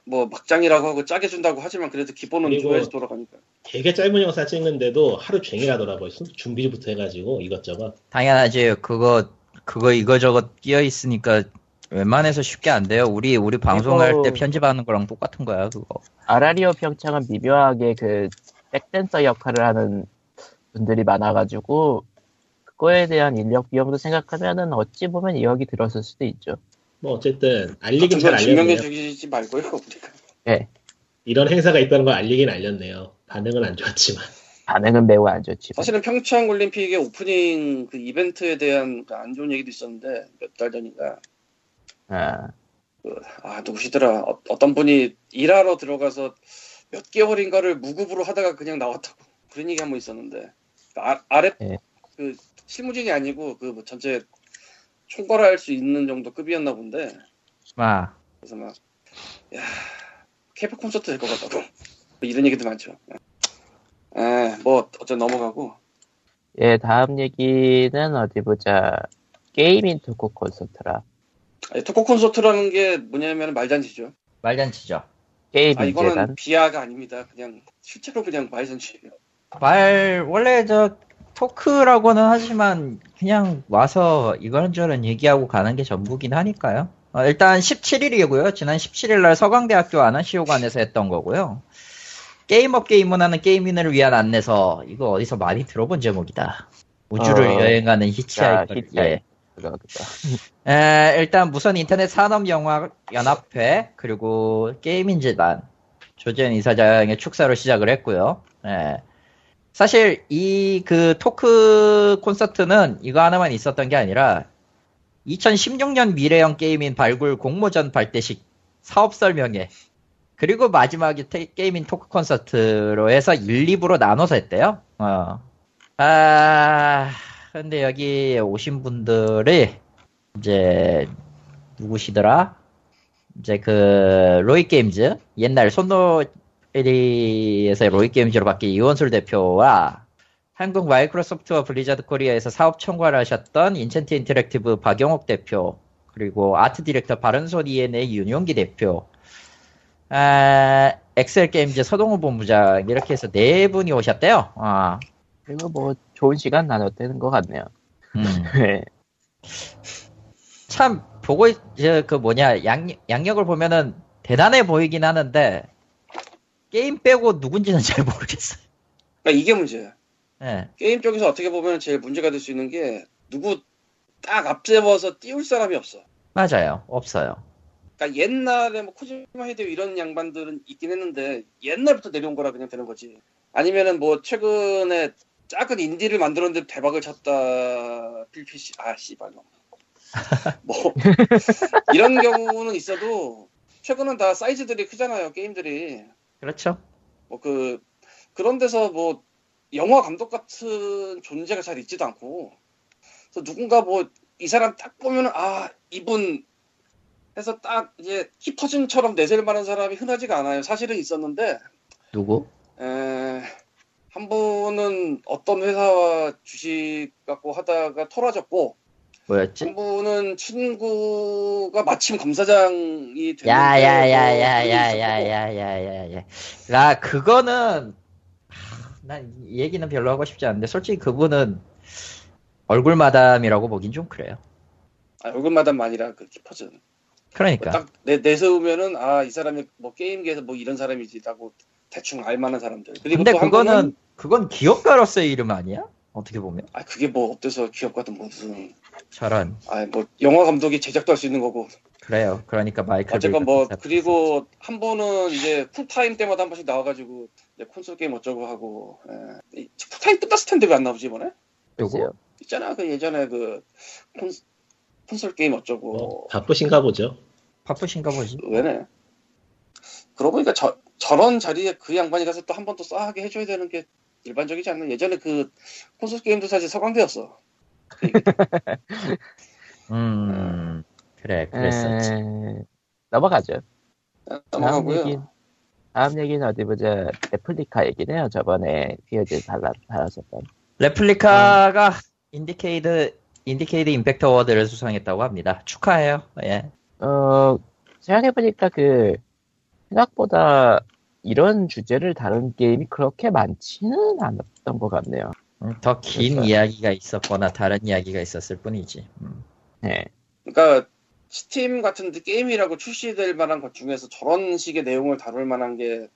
S2: 뭐 막장이라고 하고 짜게 준다고 하지만 그래도 기본은
S4: 그리고-
S2: 줘야지 돌아가니까
S4: 되게 짧은 영상 찍는데도 하루 종일 하더라고요. 준비부터 해가지고 이것저것.
S3: 당연하지. 그거, 그거 이거저것 끼어 있으니까 웬만해서 쉽게 안 돼요. 우리, 우리 방송할
S1: 이거-
S3: 때 편집하는 거랑 똑같은 거야, 그거.
S1: 아라리오 평창은 미묘하게 그 백댄서 역할을 하는 분들이 많아가지고 그거에 대한 인력 비용도 생각하면은 어찌 보면 2억이 들었을 수도 있죠.
S4: 뭐 어쨌든 알리긴 잘
S2: 그건 증명해
S4: 알렸네요.
S2: 주지 말고요 우리가
S4: 이런 행사가 있다는 걸 알리긴 알렸네요. 반응은 안 좋았지만.
S1: 반응은 매우 안 좋지만
S2: 사실은 평창 올림픽의 오프닝 그 이벤트에 대한 그안 좋은 얘기도 있었는데 몇 달 전인가
S1: 아,
S2: 아 누구시더라 어, 떤 분이 일하러 들어가서 몇 개월인가를 무급으로 하다가 그냥 나왔다고 그런 얘기 한 번 있었는데 아, 아래
S1: 예.
S2: 그 실무진이 아니고 그뭐 전체 총괄할 수 있는 정도 급이었나 본데
S3: 아,
S2: 그래서 막 야, 케이팝 콘서트 될 것 같다고 뭐 이런 얘기도 많죠 예, 에뭐 어쨌든 넘어가고
S1: 예 다음 얘기는 어디 보자 게임 인토크 콘서트라
S2: 아니, 토크 콘서트라는 게 뭐냐면 말잔치죠
S3: 말잔치죠.
S1: 게임
S2: 아 이거는
S1: 인재단
S2: 비하가 아닙니다. 그냥 실제로 그냥 말전치예요.
S3: 말, 원래 저, 토크라고는 하지만, 그냥 와서 이런저런 얘기하고 가는 게 전부긴 하니까요. 어, 일단 17일이고요. 지난 17일날 서강대학교 아나시오관에서 했던 거고요. 게임업계 입문하는 게이민을 위한 안내서, 이거 어디서 많이 들어본 제목이다. 우주를
S1: 어,
S3: 여행하는 예.
S1: 자,
S3: 히치하이커.
S1: 예.
S2: 네.
S1: 히치하이커. 들어가겠다.
S3: 에, 일단 무선 인터넷 산업 영화 연합회 그리고 게이밍 재단 조재현 이사장의 축사로 시작을 했고요. 예. 사실 이 그 토크 콘서트는 이거 하나만 있었던 게 아니라 2016년 미래형 게임인 발굴 공모전 발대식 사업 설명회 그리고 마지막에 테- 게이밍 토크 콘서트로 해서 1, 2부로 나눠서 했대요. 어. 아 근데 여기 오신 분들이 이제 누구시더라? 이제 그 로이 게임즈 옛날 손노리에서 로이 게임즈로 바뀐 이원술 대표와 한국 마이크로소프트와 블리자드 코리아에서 사업 총괄을 하셨던 인첸트 인터랙티브 박영옥 대표 그리고 아트 디렉터 바른손 E&A 윤용기 대표 아, 엑셀 게임즈 서동호 본부장 이렇게 해서 네 분이 오셨대요. 아,
S1: 그리고 뭐 좋은 시간 나눴다는 것 같네요.
S3: 음.
S1: 예.
S3: 참 보고 있- 이제 그 뭐냐 양, 양력을 보면은 대단해 보이긴 하는데 게임 빼고 누군지는 잘 모르겠어요.
S2: 그러니까 이게 문제야.
S3: 예.
S2: 게임 쪽에서 어떻게 보면 제일 문제가 될 수 있는 게 누구 딱 앞세워서 띄울 사람이 없어.
S3: 맞아요. 없어요.
S2: 그러니까 옛날에 뭐 코지마 헤데오 이런 양반들은 있긴 했는데 옛날부터 내려온 거라 그냥 되는 거지. 아니면은 뭐 최근에 작은 인디를 만들었는데 대박을 쳤다. 필피시 아 씨발 놈. 뭐 이런 경우는 있어도 최근은 다 사이즈들이 크잖아요 게임들이.
S3: 그렇죠.
S2: 뭐 그 그런 데서 뭐 영화 감독 같은 존재가 잘 있지도 않고 그래서 누군가 뭐 이 사람 딱 보면은 아 이분 해서 딱 이제 키퍼진처럼 내세울 만한 사람이 흔하지가 않아요. 사실은 있었는데
S3: 누구?
S2: 에, 한 분은 어떤 회사와 주식 갖고 하다가 털어졌고
S3: 뭐였지?
S2: 한 분은 친구가 마침 검사장이 됐는데
S3: 야야야야야야야야야. 나 아, 그거는 하, 난이 얘기는 별로 하고 싶지 않은데 솔직히 그분은 얼굴 마담이라고 보긴 좀 그래요.
S2: 아, 얼굴마담 아니라 그 키퍼진
S3: 그러니까.
S2: 딱 내, 내세우면은 아 이 사람이 뭐 게임계에서 뭐 이런 사람이지라고 대충 알만한 사람들 그리고
S3: 근데
S2: 또한
S3: 그거는
S2: 분은,
S3: 그건 기업가로서의 이름 아니야? 어떻게 보면
S2: 아 그게 뭐 어때서 기업과도 무슨
S3: 저런.
S2: 아 뭐 영화 감독이 제작도 할 수 있는 거고
S3: 그래요. 그러니까 마이클.
S2: 어쨌건
S3: 베이
S2: 뭐
S3: 같은
S2: 그리고 한 분은 이제 쿨타임 때마다 한 번씩 나와가지고 이제 콘솔 게임 어쩌고 하고 예. 이 쿨타임 끝났을 텐데 왜 안 나오지 이번에
S3: 누구?
S2: 있잖아 그 예전에 그 콘, 콘솔 게임 어쩌고
S4: 뭐, 바쁘신가 보죠.
S3: 바쁘신가 보지.
S2: 왜네 그러고 보니까 저, 저런 자리에 그 양반이 가서 또 한 번 더 싸하게 해줘야 되는 게 일반적이지 않나 예전에 그 콘솔 게임도 사실 서강대였어
S3: 음. 그래,
S2: 네,
S3: 그랬었지.
S1: 에, 넘어가죠. 다음
S2: 넘어가고요
S1: 얘기. 다음 얘기는 어디 보자. 레플리카 얘기네요. 저번에 피어즈 달라 달았었던.
S3: 레플리카가 인디케이드 인디케이드 임팩트 어워드를 수상했다고 합니다. 축하해요. 예.
S1: 어 생각해보니까 그 생각보다 이런 주제를 다룬 게임이 그렇게 많지는 않았던 것 같네요.
S3: 음, 더 긴
S1: 그래서-
S3: 이야기가 있었거나 다른 이야기가 있었을 뿐이지. 음.
S1: 네.
S2: 그러니까 스팀 같은 데 게임이라고 출시될 만한 것 중에서 저런 식의 내용을 다룰 만한 게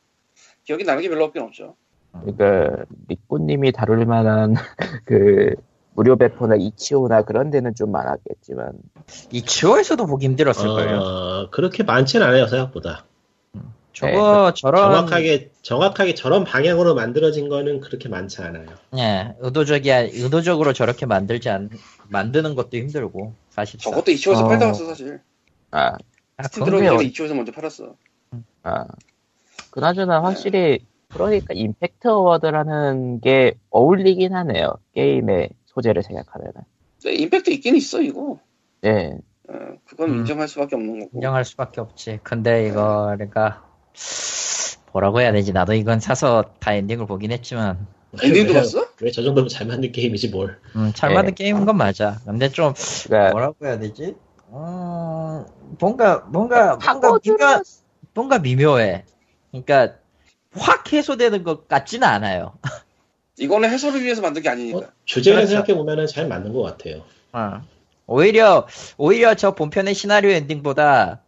S2: 기억이 나는 게 별로 없긴 없죠
S1: 그러니까 리꾸님이 다룰 만한 그 무료 배포나 이치오나 그런 데는 좀 많았겠지만
S3: 이 주어에서도 보기 힘들었을걸요.
S4: 어, 그렇게 많진 않아요 생각보다.
S3: 저거
S4: 아,
S3: 저런
S4: 네, 그 정확하게 정확하게 저런 방향으로 만들어진 거는 그렇게 많지 않아요.
S3: 예, 의도적이 야 의도적으로 저렇게 만들지 않 만드는 것도 힘들고 사실.
S2: 저것도 이치오에서
S1: 어.
S2: 팔다 갔어 사실
S1: 아,
S3: 아, 그건
S2: 스팀
S1: 근데
S2: 들어오기
S1: 어-
S2: 전에 이치오에서 먼저 팔았어
S1: 아 그나저나 확실히 그러니까 임팩트 어워드라는 게 어울리긴 하네요. 게임의 소재를 생각하면.
S2: 근데 임팩트 있긴 있어 이거
S1: 예.
S2: 어, 그건
S3: 음.
S2: 인정할 수밖에 없는 거고
S3: 인정할 수밖에 없지. 근데 이거 그러니까 뭐라고 해야 되지? 나도 이건 사서 다 엔딩을 보긴 했지만
S2: 엔딩도
S4: 왜-
S2: 봤어?
S4: 뭐 왜 저 정도면 잘 만든 게임이지 뭘. 어,
S3: 음, 잘
S1: 예.
S3: 만든 게임인 건 맞아. 근데 좀
S1: 그러니까
S3: 뭐라고 해야 되지? 음, 뭔가
S1: 아,
S3: 뭔가 뭔가
S1: 파고들어
S3: 미묘 뭔가 미묘해. 그러니까 확 해소되는 것 같지는 않아요.
S2: 이거는 해설을 위해서 만든 게 아니니까
S4: 어, 주제를
S3: 그렇죠.
S4: 생각해 보면은 잘 맞는 것 같아요.
S3: 어. 오히려 오히려 저 본편의 시나리오 엔딩보다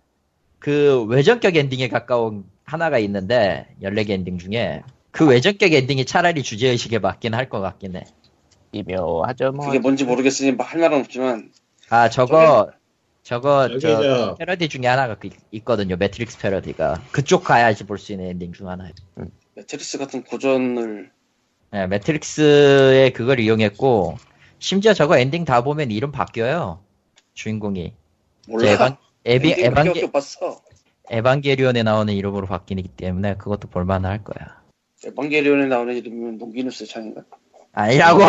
S3: 그 외전격 엔딩에 가까운 하나가 있는데 14개 엔딩 중에 그 외전격 엔딩이 차라리 주제의식에 맞긴 할 것 같긴 해.
S1: 미묘하죠 뭐.
S2: 그게 뭔지 모르겠으니 뭐할 뭐 말은 없지만
S3: 아 저거 저거
S4: 저기
S3: 저
S4: 저
S3: 패러디 중에 하나가 그- 있거든요. 매트릭스 패러디가 그쪽 가야지 볼 수 있는 엔딩 중 하나예요.
S2: 매트리스 같은 고전을
S3: 네, 매트릭스의 그걸 이용했고 심지어 저거 엔딩 다 보면 이름 바뀌어요. 주인공이
S2: 몰라.
S3: 에반 에비,
S2: 엔딩밖에
S3: 에반게,
S2: 못 봤어.
S3: 에반게리온에 나오는 이름으로 바뀌기 때문에 그것도 볼만할 거야.
S2: 에반게리온에 나오는 이름이면 농기누스 창인가?
S3: 아니라고.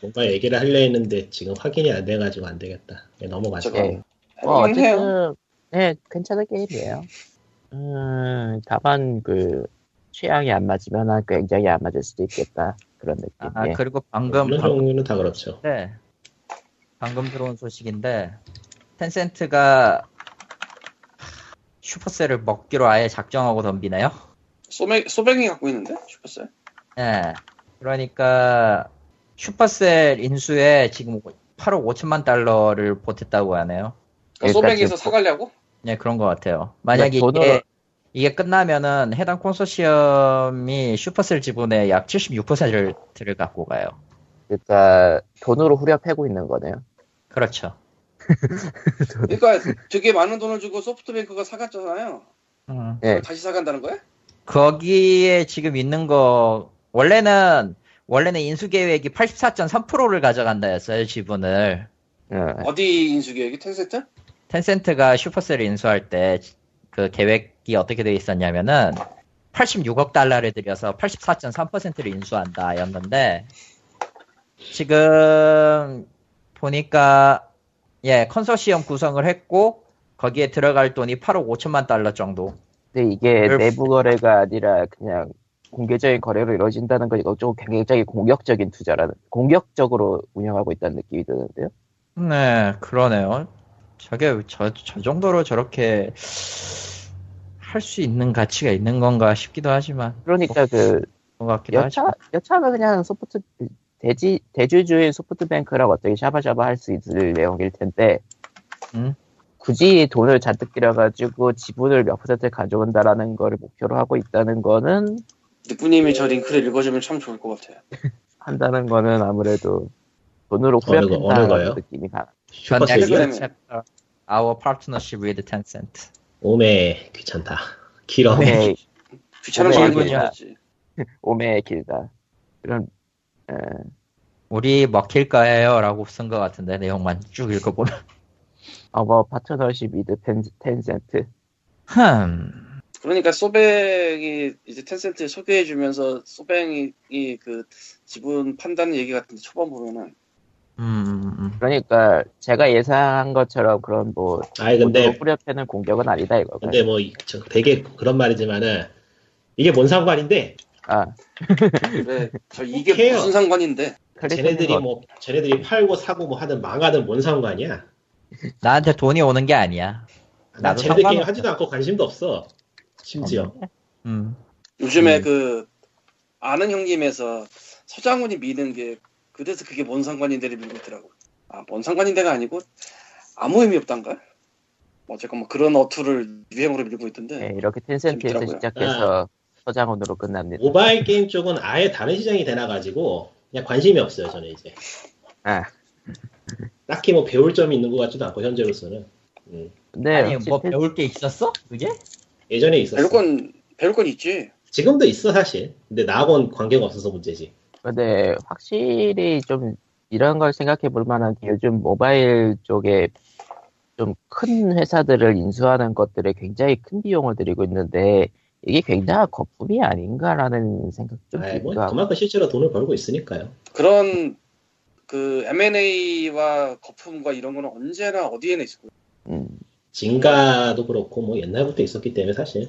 S4: 뭔가 얘기를 하려 했는데 지금 확인이 안 돼가지고 안 되겠다. 예, 넘어가죠.
S2: 저거.
S1: 예. 뭐 어쨌든 네 괜찮은 게임이에요. 음 다만 그 취향이 안 맞으면 은 굉장히 안 맞을 수도 있겠다 그런 느낌.
S3: 아
S1: 예.
S3: 그리고 방금
S4: 이런
S3: 방-
S4: 종류는 다 그렇죠.
S3: 네. 방금 들어온 소식인데 텐센트가 슈퍼셀을 먹기로 아예 작정하고 덤비네요.
S2: 소맥 소백이 갖고 있는데 슈퍼셀.
S3: 예. 그러니까 슈퍼셀 인수에 지금 8억 5천만 달러를 보탰다고 하네요.
S2: 그러니까
S1: 지금
S2: 소백에서 사가려고?
S3: 네, 그런 것 같아요. 만약에
S1: 돈으로-
S3: 이게, 이게 끝나면은 해당 콘소시엄이 슈퍼셀 지분의 약 76%를 갖고 가요.
S1: 그러니까 돈으로 후려 패고 있는 거네요.
S3: 그렇죠.
S2: 그러니까 되게 많은 돈을 주고 소프트뱅크가 사갔잖아요.
S3: 음.
S1: 예.
S2: 다시 사간다는 거야?
S3: 거기에 지금 있는 거 원래는 원래는 인수 계획이 84.3%를 가져간다였어요 지분을
S1: 예.
S2: 어디 인수계획이 텐센트?
S3: 텐센트가 슈퍼셀을 인수할 때 그 계획이 어떻게 돼 있었냐면은 86억 달러를 들여서 84.3%를 인수한다였는데 지금 보니까 예 컨소시엄 구성을 했고 거기에 들어갈 돈이 8억 5천만 달러 정도
S1: 근데 이게
S4: 네.
S3: 별-
S1: 내부 거래가 아니라 그냥 공개적인 거래로 이루어진다는 건 이거 좀 굉장히 공격적인 투자라는 공격적으로 운영하고 있다는 느낌이 드는데요.
S3: 네, 그러네요. 저게 저, 저 정도로 저렇게 할 수 있는 가치가 있는 건가 싶기도 하지만
S1: 그러니까
S4: 어,
S1: 그
S3: 그런 것 같기도
S1: 여차
S3: 하지만
S1: 여차하면 그냥 소프트 대지 대주주인 소프트뱅크랑 어떻게 샤바샤바 할 수 있을 내용일 텐데
S3: 음.
S1: 굳이 돈을 잔뜩 들여가지고 지분을 몇 퍼센트 가져온다라는 거를 목표로 하고 있다는 거는
S2: 닉부님이 저 링크를 읽어주면 참 좋을 것 같아요.
S1: 한다는 거는 아무래도 돈으로
S4: 어느 거- 어느
S1: 후려핀다는
S4: 거예요?
S1: 느낌이 강.
S4: 슈퍼셀이요?
S2: 넥슨.
S3: 전 챕터 네, 아, Our Partnership with Tencent
S4: 오메 귀찮다. 길어.
S1: 오메
S2: 귀찮은 거
S1: 오메
S2: 알고
S3: 일본이야.
S2: 있지.
S1: 오메 길다. 그런 에,
S3: 우리 먹힐 거예요 라고 쓴 것 같은데 내용만 쭉 읽어보면
S1: 어버 파트너십 미드 펜- 텐센트.
S3: 흠
S2: 그러니까 소백이 이제 텐센트 소개해주면서 소백이 그 지분 판단 얘기 같은데 초반 보면은
S3: 음, 음,
S1: 그러니까 제가 예상한 것처럼 그런 뭐
S4: 아니
S1: 돈으로
S4: 근데
S1: 후려패는 공격은 아니다 이거.
S4: 근데 뭐 이- 저 되게 그런 말이지만은 이게 뭔 상관인데
S1: 아
S2: 그래 네, 저 이게
S4: 해요.
S2: 무슨 상관인데
S4: 쟤네들이
S1: 클래식은
S4: 뭐 쟤네들이 팔고 사고 뭐 하든 망하든 뭔 상관이야?
S3: 나한테 돈이 오는 게 아니야
S4: 나
S3: 나도
S4: 쟤네들 게임
S3: 상관없어.
S4: 하지도 않고 관심도 없어. 심지어
S3: 음.
S2: 요즘에
S1: 음.
S2: 그 아는 형님에서 서장훈이 미는 게 그래서 그게 뭔 상관인데를 밀고 있더라고. 아 뭔 상관인데가 아니고 아무 의미 없단가? 어쨌건 뭐 그런 어투를 유행으로
S1: 예,
S2: 밀고
S4: 네,
S2: 있던데
S1: 이렇게 텐센트에서
S4: 아.
S2: 재밌더라고요.
S1: 시작해서 서장훈으로 끝납니다.
S4: 모바일 게임 쪽은 아예 다른 시장이 되나가지고 그냥 관심이 없어요 저는 이제.
S1: 아.
S4: 딱히 뭐 배울 점이 있는 것 같지도 않고 현재로서는. 음.
S1: 근데
S3: 아니
S1: 역시
S3: 뭐
S1: 네, 텐-
S3: 배울 게 있었어? 그게?
S4: 예전에 있었어.
S2: 배울 건 배울 건 있지.
S4: 지금도 있어 사실. 근데 나하고는 관계가 없어서 문제지.
S1: 근데 확실히 좀 이런 걸 생각해 볼 만한 게 요즘 모바일 쪽에 좀 큰 회사들을 인수하는 것들에 굉장히 큰 비용을 들이고 있는데 이게 굉장한 거품이 아닌가라는 생각 좀
S4: 아이, 뭐
S1: 들기도 하고
S4: 그만큼 실제로 돈을 벌고 있으니까요.
S2: 그런 그 M&A와 거품과 이런 거는 언제나 어디에나 있을 거예요.
S1: 음,
S4: 진가도 그렇고 뭐 옛날부터 있었기 때문에 사실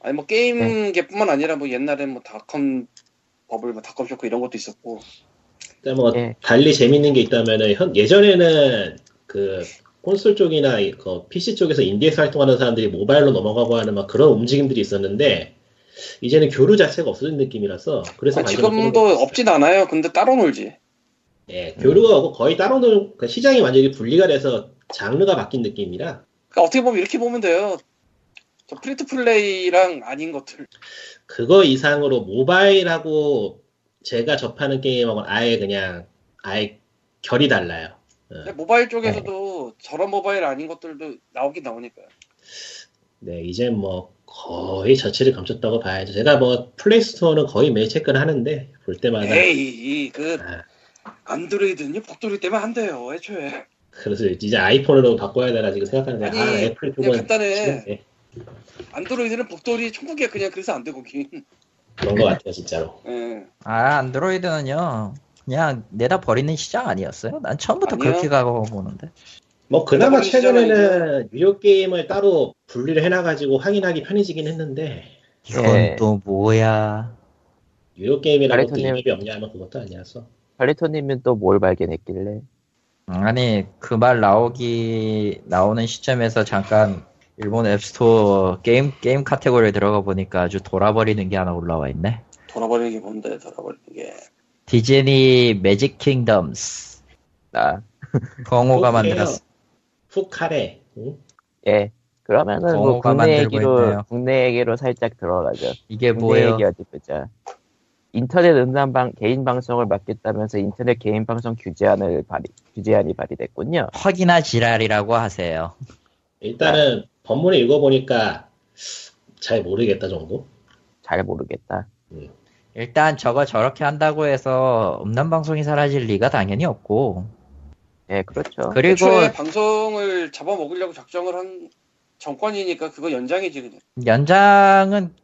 S2: 아니 뭐
S4: 네.
S2: 게임계뿐만 아니라 뭐 옛날에 뭐 닷컴 버블, 뭐 닷컴 쇼크 이런 것도 있었고
S4: 일단 뭐
S1: 예.
S4: 달리 재밌는 게 있다면은 현- 예전에는 그 콘솔 쪽이나 이- 그 PC 쪽에서 인디에서 활동하는 사람들이 모바일로 넘어가고 하는 막 그런 움직임들이 있었는데 이제는 교류 자체가 없어진 느낌이라서 그래서
S2: 아니,
S4: 관심을 끌고
S2: 지금도
S4: 있어요.
S2: 없진 않아요. 근데 따로 놀지.
S4: 예, 교류가 없고 거의 따로 노는- 그 시장이 완전히 분리가 돼서 장르가 바뀐 느낌이라
S2: 그러니까 어떻게 보면 이렇게 보면 돼요. 저 프리트 플레이랑 아닌
S4: 네.
S2: 것들.
S4: 그거 이상으로 모바일하고 제가 접하는 게임하고는 아예 그냥 아예 결이 달라요.
S2: 근데 모바일 쪽에서도 저런 모바일 아닌 것들도 나오긴 나오니까.
S4: 네, 이제 뭐 거의 저치를 감췄다고 봐야죠. 제가 뭐 플레이스토어는 거의 매일 체크를 하는데 볼 때마다
S2: 에이, 그
S4: 아.
S2: 안드로이드는요 복돌이 때문에 안 돼요. 애초에
S4: 그래서 이제 아이폰으로 바꿔야 되나 지금 생각하는데
S2: 아니,
S4: 아 애플
S2: 그냥
S4: 쪽은 네,
S2: 간단해.
S4: 싫은데.
S2: 안드로이드는 복돌이 천국이야 그냥 그래서 안 되고 긴.
S4: 그런 것 같아요 진짜로.
S2: 예.
S3: 아 안드로이드는요 그냥 내다 버리는 시장 아니었어요? 난 처음부터
S2: 아니요.
S3: 그렇게 가고 보는데
S4: 뭐 그나마
S2: 그나마
S4: 최근에는 유료 게임을 따로 분리를 해놔가지고 확인하기 편해지긴 했는데
S3: 이건
S1: 예.
S3: 또 뭐야?
S4: 유료 게임이라고 또
S1: 아래서는-
S4: 인입이 없냐 하면 그것도 아니라서
S1: 발리토님은 또 뭘 발견했길래?
S3: 아니 그 말 나오기 나오는 시점에서 잠깐 일본 앱스토어 게임 게임 카테고리에 들어가 보니까 아주 돌아버리는 게 하나 올라와 있네.
S2: 돌아버리는 게 뭔데 돌아버리는 게.
S3: 디즈니 매직 킹덤스
S1: 아,
S3: 경호가
S4: 또 그래요.
S3: 만들었어.
S4: 푸카레 응?
S1: 예. 그러면은 뭐
S3: 동호가
S1: 국내
S3: 만들고
S1: 얘기로
S3: 있네요.
S1: 국내 얘기로 살짝 들어가죠.
S3: 이게
S1: 국내
S3: 뭐예요?
S1: 얘기 어디 보자. 인터넷 음란방 개인 방송을 막겠다면서 인터넷 개인 방송 규제안을 발의 규제안이 발의됐군요.
S3: 확이나 지랄이라고 하세요.
S4: 일단은 법문을 읽어보니까 잘 모르겠다 정도.
S1: 잘 모르겠다.
S3: 일단 저거 저렇게 한다고 해서 음란 방송이 사라질 리가 당연히 없고
S1: 예, 그렇죠.
S3: 그리고
S2: 애초에 방송을 잡아먹으려고 작정을 한 정권이니까 그거 연장이지 그냥.
S3: 연장은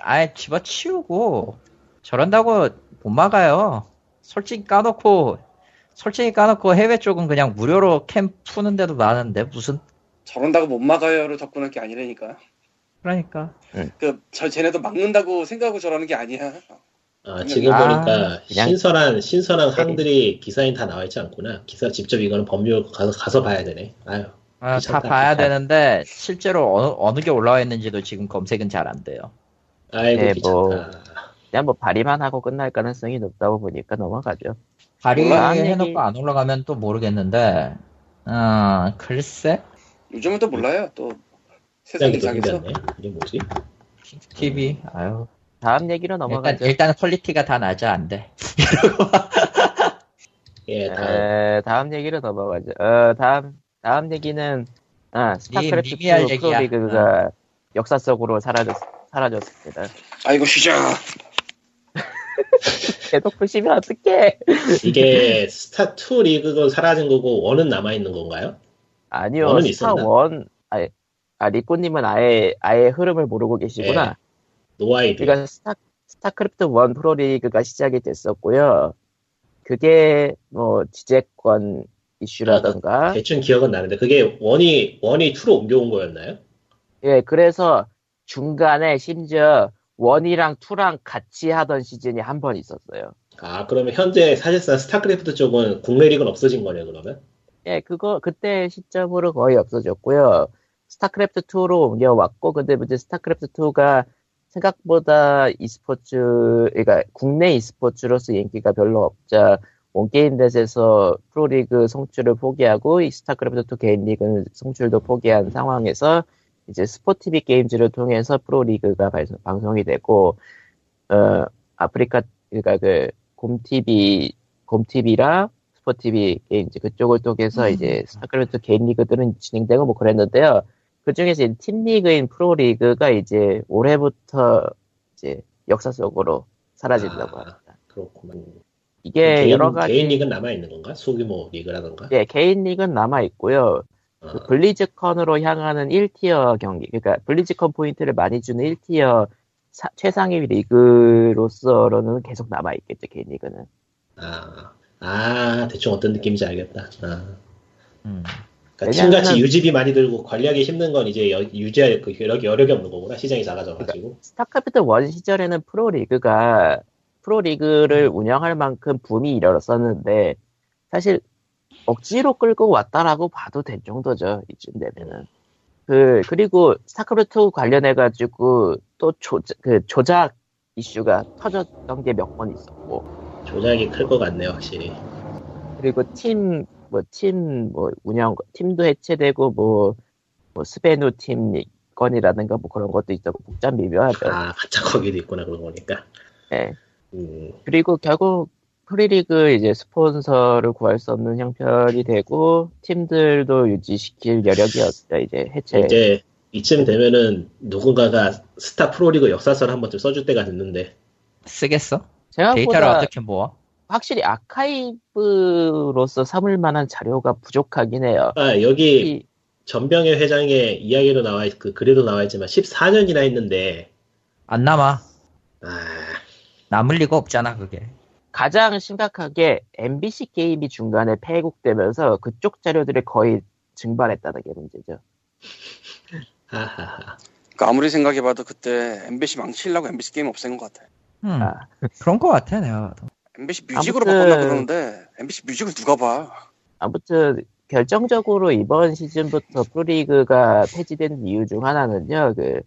S3: 아예 집어치우고 저런다고 못 막아요. 솔직히 까놓고 솔직히 까놓고 해외 쪽은 그냥 무료로 캠 푸는데도 많은데 무슨
S2: 저런다고 못 막아요로 접근할 게 아니라니까.
S3: 그러니까
S2: 그 저 쟤네도 막는다고 생각하고 저러는 게 아니야.
S4: 아, 지금
S3: 아,
S4: 보니까
S1: 그냥- 네.
S4: 신선한 신선한 항들이 기사에 다 나와 있지 않구나. 기사 직접 이거는 법률 가서 가서 봐야 되네. 아유.
S3: 아, 다
S4: 귀찮다,
S3: 봐야
S4: 귀찮다.
S3: 되는데 실제로 어느 어느 게 올라와 있는지도 지금 검색은 잘 안 돼요.
S4: 아이고
S1: 네,
S4: 귀찮다.
S1: 뭐. 그냥 뭐 발의만 하고 끝날 가능성이 높다고 보니까 넘어가죠. 올라간 얘기-
S3: 발의해놓고 안 올라가면 또 모르겠는데 아 글쎄
S2: 요즘은 또 몰라요. 또 세상이
S4: 굉장히
S2: 이상해서.
S4: 높이겠네. 이게 뭐지?
S3: TV 아유
S1: 다음 얘기로
S3: 일단
S1: 음. 넘어가죠.
S3: 일단 퀄리티가 다 낮아 안돼
S1: 네.
S4: 예, 다
S1: 에, 다음 얘기로 넘어가죠. 어, 다음 다음 얘기는 아, 스타크래프트
S3: 미- 미미할 얘기야. 어.
S1: 프로리그가 역사 속으로 사라졌 사라졌습니다.
S2: 아이고 쉬자.
S1: 계속 부시면 어떡해?
S4: 이게 스타 2 리그도 사라진 거고 원은 남아 있는 건가요?
S1: 아니요,
S4: 원은
S1: 스타
S4: 있었나?
S1: 원 아, 아 리코님은 아예 아예 흐름을 모르고 계시구나.
S4: 노아이드.
S1: 그러니까 스타 스타크래프트 원 프로리그가 시작이 됐었고요. 그게 뭐 지재권 이슈라던가
S4: 대충 기억은 나는데 그게 원이 원이 2로 옮겨온 거였나요?
S1: 예, 그래서 중간에 심지어 원이랑 투랑 같이 하던 시즌이 한 번 있었어요.
S4: 아 그러면 현재 사실상 스타크래프트 쪽은 국내 리그는 없어진 거네요 그러면?
S1: 예, 그거 그때 시점으로 거의 없어졌고요. 스타크래프트 2로 옮겨왔고, 근데 이제 스타크래프트 2가 생각보다 e스포츠, 그러니까 국내 e스포츠로서 인기가 별로 없자 뭐 원게임넷에서 프로리그 송출을 포기하고 이 스타크래프트 2 개인 리그 송출도 포기한 상황에서 이제 스포티비 게임즈를 통해서 프로리그가 발- 방송이 되고 어 아프리카 그러니까 그 곰티비 곰티비랑 스포티비 게임즈 그쪽을 통해서
S4: 음.
S1: 이제 스타크래프트 개인 리그들은 진행되고 뭐 그랬는데요. 그 중에서 팀 리그인 프로리그가 이제 올해부터 이제 역사 속으로 사라진다고
S4: 아.
S1: 합니다.
S4: 그렇구만.
S1: 이게
S4: 개인,
S1: 예, 여러 가지
S4: 개인 리그는 남아 있는 건가? 소규모 리그라던가?
S1: 예, 개인 리그는 남아 있고요.
S4: 아,
S1: 그 블리즈컨으로 향하는 1티어 경기, 그러니까 블리즈컨 포인트를 많이 주는 1티어 사- 최상위 리그로서로는 계속 남아 있겠죠 개인 리그는.
S4: 아, 아, 대충 어떤 느낌인지 알겠다. 아.
S3: 음.
S4: 그러니까 팀같이
S1: 왜냐면은-
S4: 유지비 많이 들고 관리하기 힘든 건 이제 여- 유지할 그 여력이, 여력이 없는 거구나. 시장이 작아져가지고.
S1: 스타크래프트 원 시절에는 프로 리그가 프로 리그를 운영할 만큼 붐이 일어났었는데 사실 억지로 끌고 왔다라고 봐도 될 정도죠 이쯤 되면은. 그 그리고 스타크래프트 관련해 가지고 또 조작 그 조작 이슈가 터졌던 게 몇 번 있었고. 그러니까.
S4: 조작이 클 것 같네요, 확실히.
S1: 그리고 팀, 뭐, 팀, 뭐, 운영, 팀도 해체되고, 뭐, 뭐, 스베누 팀 건이라든가 뭐 그런 것도 있었고, 복잡 미묘하죠.
S4: 아, 가짜 거기도 있구나, 그러고 보니까.
S1: 예.
S4: 음,
S1: 그리고 결국 프리리그 이제 스폰서를 구할 수 없는 형편이 되고 팀들도 유지시킬 여력이 없다 이제 해체.
S4: 이제 이쯤 되면은 누군가가 스타 프로리그 역사서를 한 번쯤 써줄 때가 됐는데
S3: 쓰겠어? 데이터를
S1: 생각보다
S3: 어떻게 모아?
S1: 확실히 아카이브로서 삼을 만한 자료가 부족하긴 해요.
S4: 아 여기
S3: 예.
S1: 이-
S4: 전병의 회장의 이야기도 나와 있, 그 글에도 나와 있지만 14년이나 했는데
S3: 안 남아.
S4: 아
S3: 남을 리가 없잖아 그게.
S1: 가장 심각하게 MBC 게임이 중간에 폐국되면서 그쪽 자료들이 거의 증발했다는 게 문제죠.
S4: 하하하.
S2: 그러니까 아무리 생각해봐도 그때 MBC 망치려고 MBC 게임 없앤 것 같아.
S3: 음,
S1: 아.
S3: 그런 거 같아 내가 봐도.
S2: MBC 뮤직으로
S1: 아무튼-
S2: 바꿨나 그러는데 MBC 뮤직을 누가 봐?
S1: 아무튼 결정적으로 이번 시즌부터 프로리그가 폐지된 이유 중 하나는요. 그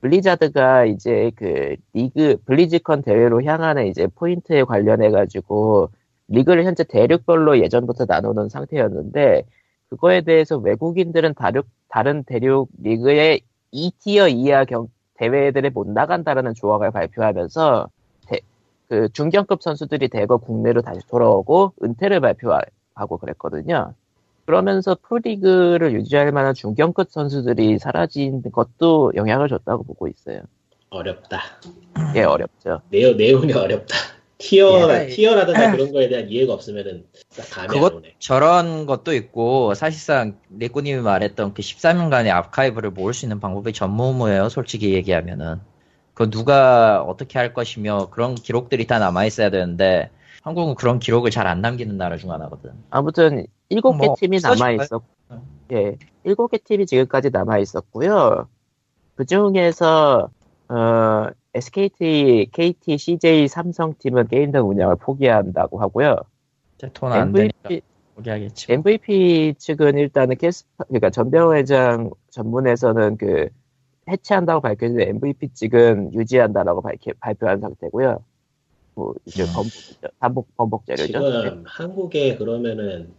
S1: 블리자드가 이제 그 리그 블리즈컨 대회로 향하는 이제 포인트에 관련해 가지고 리그를 현재 대륙별로 예전부터 나누는 상태였는데 그거에 대해서 외국인들은 다른 다른 대륙 리그의 2티어 이하 경- 대회들에 못 나간다라는 조항을 발표하면서 대- 그 중견급 선수들이 대거 국내로 다시 돌아오고 은퇴를 발표할 하고 그랬거든요. 그러면서 프로리그를 유지할 만한 중견급 선수들이 사라진 것도 영향을 줬다고 보고 있어요.
S4: 어렵다
S1: 예,
S3: 음.
S1: 어렵죠.
S4: 내용 내용이 어렵다 티어나
S3: 예.
S4: 티어라든가 그런 거에 대한 이해가 없으면은 딱 감이
S3: 그것-
S4: 안 오네
S3: 저런 것도 있고 사실상 레코님이 말했던 그 13년간의 아카이브를 모을 수 있는 방법이 전무후무해요. 솔직히 얘기하면은 그 누가 어떻게 할 것이며 그런 기록들이 다 남아 있어야 되는데 한국은 그런 기록을 잘 안 남기는 나라 중 하나거든.
S1: 아무튼 일곱 개
S3: 뭐, 음.
S1: 팀이
S3: 없어질
S1: 남아 있었 예, 일곱 개 팀이 지금까지 남아 있었고요. 그 중에서 어, SKT, KT, CJ, 삼성 팀은 게임당 운영을 포기한다고 하고요.
S3: 돈안 되니까
S1: MVP,
S3: 포기하겠지.
S1: MVP 측은 일단은 캐스파, 그러니까 전병 회장 전문에서는 그 해체한다고 밝혔는데 MVP 측은 유지한다라고 밝히, 발표한 상태고요. 뭐 이제
S3: 음.
S1: 번복, 반복 번복 자료죠. 네.
S4: 지금 한국에 그러면은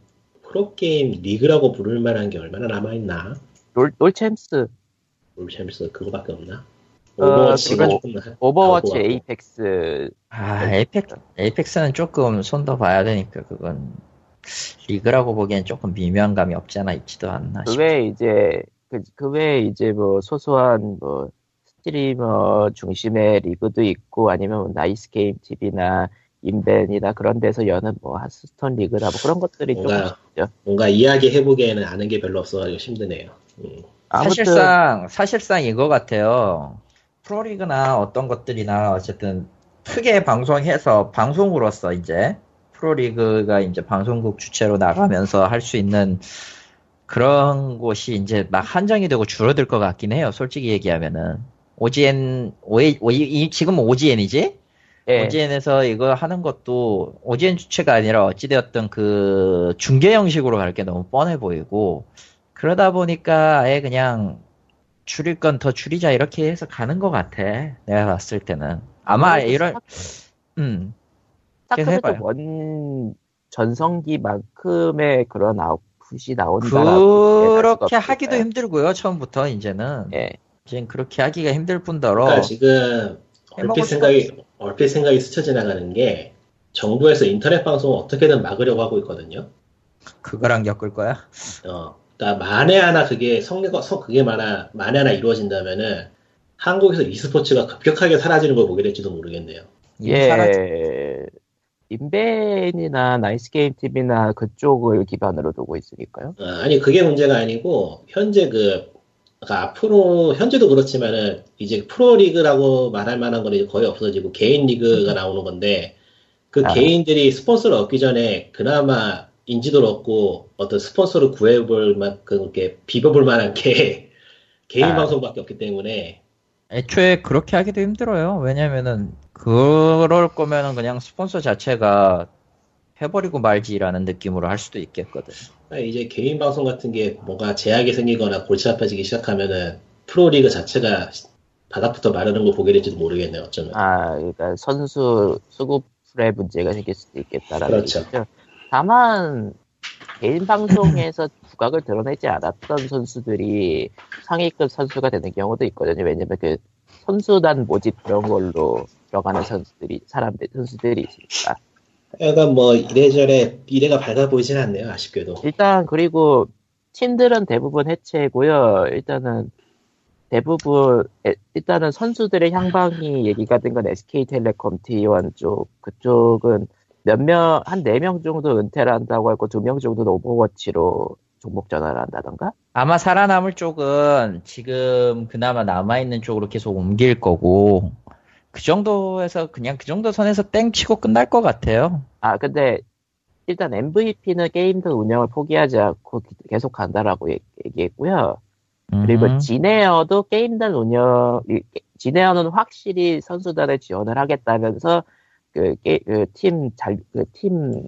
S4: 프로게임 리그라고 부를 만한 게 얼마나 남아있나
S1: 롤, 롤챔스,
S4: 롤챔스 그거밖에 없나
S1: 어,
S4: 오버워치가
S1: 그거-
S4: 조금 나-
S1: 오버워치,
S4: 나오고 하고.
S1: 에이펙스 그
S3: 아 에이펙 에이펙스는 조금 손더 봐야 되니까 그건 리그라고 보기엔 조금 미묘한 감이 없지 않아 있지도 않나.
S1: 그
S3: 싶어.
S1: 외에 이제 그, 그 외에 이제 뭐 소소한 뭐 스트리머 중심의 리그도 있고 아니면 뭐 나이스 게임 TV나 인벤이나 그런 데서 여는 뭐 하스톤 리그나 뭐 그런 것들이 좀
S4: 뭔가-
S1: 있죠.
S4: 뭔가 이야기 해보기에는 아는 게 별로 없어가지고 힘드네요 음.
S1: 아무튼
S3: 사실상 사실상 이거 같아요. 프로리그나 어떤 것들이나 어쨌든 크게 방송해서 방송으로서 이제 프로리그가 이제 방송국 주체로 나가면서 할 수 있는 그런 곳이 이제 막 한정이 되고 줄어들 것 같긴 해요. 솔직히 얘기하면은 OGN 오 지금 OGN이지?
S1: 예.
S3: OGN에서 이거 하는 것도 OGN 주체가 아니라 어찌되었던 그 중계 형식으로 갈 게 너무 뻔해 보이고 그러다 보니까 아예 그냥 줄일 건 더 줄이자 이렇게 해서 가는 것 같아 내가 봤을 때는 아마
S1: 아무래도
S3: 이런
S1: 스타-
S3: 음 계속
S1: 스타크래프트
S3: 해봐요.
S1: 원 전성기만큼의 그런 아웃풋이 나온다라고 얘기할 수가
S3: 그렇게 하기도
S1: 없으니까요.
S3: 힘들고요 처음부터 이제는
S1: 예.
S3: 이젠 그렇게 하기가 힘들뿐더러
S1: 어.
S4: 그러니까 지금 얼핏
S3: 해먹을 수가
S4: 생각이 얼핏 생각이 스쳐 지나가는 게 정부에서 인터넷 방송을 어떻게든 막으려고 하고 있거든요.
S3: 그거랑 엮을 거야
S4: 어, 그러니까 만에 하나 그게 성리가 성 그게 만에 만에 하나 이루어진다면은 한국에서 e스포츠가 급격하게 사라지는 걸 보게 될지도 모르겠네요.
S3: 이미 사라지-
S1: 예. 인벤이나 나이스 게임 TV나 그쪽을 기반으로 두고 있으니까요.
S4: 어, 아니 그게 문제가 아니고 현재 그 그러니까 앞으로 현재도 그렇지만은 이제 프로리그라고 말할 만한 건 이제 거의 없어지고 개인 리그가 나오는 건데 그
S1: 아.
S4: 개인들이 스폰서를 얻기 전에 그나마 인지도를 얻고 어떤 스폰서를 구해볼 만큼 게 비벼볼 만한 게 개인
S1: 아.
S4: 방송밖에 없기 때문에
S3: 애초에 그렇게 하기도 힘들어요 왜냐면은 그럴 거면은 그냥 스폰서 자체가 해버리고 말지라는 느낌으로 할 수도 있겠거든
S4: 아, 이제 개인 방송 같은 게 뭔가 제약이 생기거나 골치 아파지기 시작하면은 프로리그 자체가 바닥부터 마르는 걸 보게 될지도 모르겠네요 어쩌면
S1: 아, 그러니까 선수 수급 풀의 문제가 생길 수도 있겠다라는
S4: 그렇죠.
S1: 얘기죠. 다만 개인 방송에서 부각을 드러내지 않았던 선수들이 상위급 선수가 되는 경우도 있거든요. 왜냐면 그 선수단 모집 그런 걸로 들어가는 선수들이 사람들 선수들이 있으니까.
S4: 약간 뭐 이래저래 미래가 밝아 보이진 않네요 아쉽게도
S3: 그러니까
S1: 일단 그리고 팀들은 대부분 해체고요. 일단은 대부분 에- 일단은 선수들의 향방이 얘기가 된 건 SK텔레콤 T1 쪽 그쪽은 몇 명 한 네 명 정도 은퇴를 한다고 했고 두 명 정도는 오버워치로 종목 전환을 한다던가
S3: 아마 살아남을 쪽은 지금 그나마 남아있는 쪽으로 계속 옮길 거고, 그 정도에서, 그냥 그 정도 선에서 땡치고 끝날 것 같아요.
S1: 아 근데 일단 MVP는 게임들 운영을 포기하지 않고 기- 계속 간다라고 얘- 얘기했고요. 그리고
S3: 음.
S1: 지네어도 게임단 운영, 이- 지네어는 확실히 선수단에 지원을 하겠다면서 그, 게, 그 팀, 잘, 그 팀,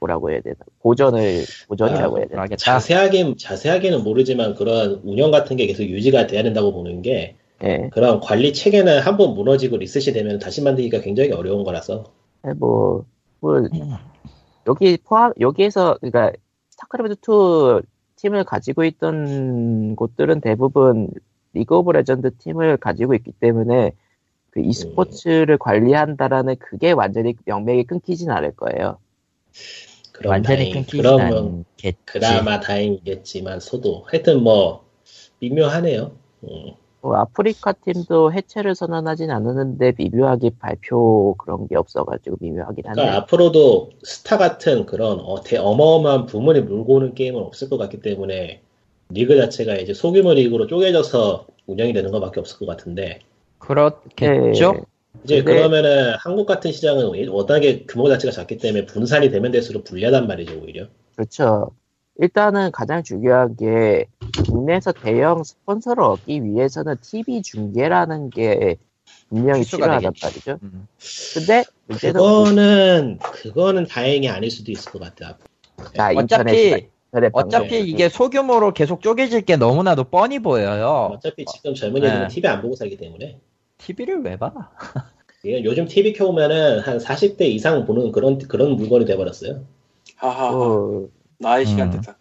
S1: 뭐라고 해야 되나, 고전을, 고전이라고 해야 되나.
S3: 하겠다.
S4: 자세하게 자세하게는 모르지만 그런 운영 같은 게 계속 유지가 돼야 된다고 보는 게
S1: 예.
S4: 그런 관리 체계는 한번 무너지고 리셋이 되면 다시 만들기가 굉장히 어려운 거라서
S1: 뭐, 뭐, 여기 포함, 여기에서, 그니까, 스타크래프트2 팀을 가지고 있던 곳들은 대부분 리그 오브 레전드 팀을 가지고 있기 때문에 그 e스포츠를 관리한다라는 그게 완전히 명맥이 끊기진 않을 거예요.
S4: 그럼
S3: 완전히
S4: 다행,
S3: 끊기진
S4: 그러면
S3: 않겠지.
S4: 그나마 다행이겠지만 소도 하여튼 뭐 미묘하네요. 음.
S1: 뭐 아프리카 팀도 해체를 선언하진 않았는데 미묘하게 발표 그런 게 없어가지고 미묘하긴 한데
S4: 그러니까 앞으로도 스타 같은 그런 어, 대- 어마어마한 부문에 물고 오는 게임은 없을 것 같기 때문에 리그 자체가 이제 소규모 리그로 쪼개져서 운영이 되는 것밖에 없을 것 같은데
S3: 그렇겠죠?
S1: 네.
S4: 이제
S1: 근데-
S4: 그러면은 한국 같은 시장은 워낙에 규모 자체가 작기 때문에 분산이 되면 될수록 불리하단 말이죠 오히려
S1: 그렇죠. 일단은 가장 중요한 게 국내에서 대형 스폰서를 얻기 위해서는 TV 중계라는 게 분명히
S3: 필수가
S1: 필요하단
S3: 되겠죠.
S1: 말이죠.
S3: 음.
S1: 근데 문제는
S4: 그거는 그거는 다행이 아닐 수도 있을 것 같아요
S1: 아, 인터넷,
S3: 어차피,
S1: 인터넷
S3: 어차피
S1: 방송.
S3: 이게 소규모로 계속 쪼개질 게 너무나도 뻔히 보여요.
S4: 어차피 지금 젊은이들은
S3: 네.
S4: TV 안 보고 살기 때문에
S3: TV를 왜 봐?
S4: 예, 요즘 TV 켜보면은 한 40대 이상 보는 그런 그런 물건이 돼버렸어요
S2: 하하.
S1: 어,
S2: 나의
S3: 음.
S2: 시간대다.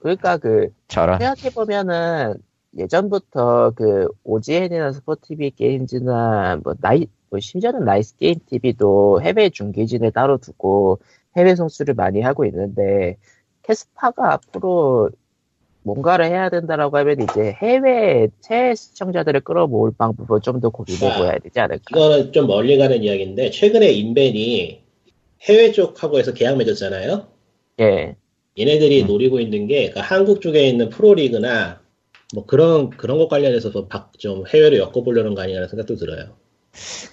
S1: 그러니까 그
S3: 저런.
S1: 생각해 보면은 예전부터 그 OGN이나 스포티비 게임즈나 뭐 나이 뭐 심지어는 나이스 게임 TV도 해외 중계진을 따로 두고 해외 송수를 많이 하고 있는데 캐스파가 앞으로 뭔가를 해야 된다라고 하면 이제 해외 해외 시청자들을 끌어모을 방법을 좀 더 고민해 보야 되지 않을까?
S4: 네. 이거는 좀 멀리 가는 이야기인데 최근에 인벤이 해외 쪽하고 해서 계약 맺었잖아요.
S1: 예,
S4: 얘네들이
S3: 음.
S4: 노리고 있는 게 그러니까 한국 쪽에 있는 프로리그나 뭐 그런 그런 것 관련해서 좀, 박- 좀 해외로 엮어보려는 거 아니냐는 생각도 들어요.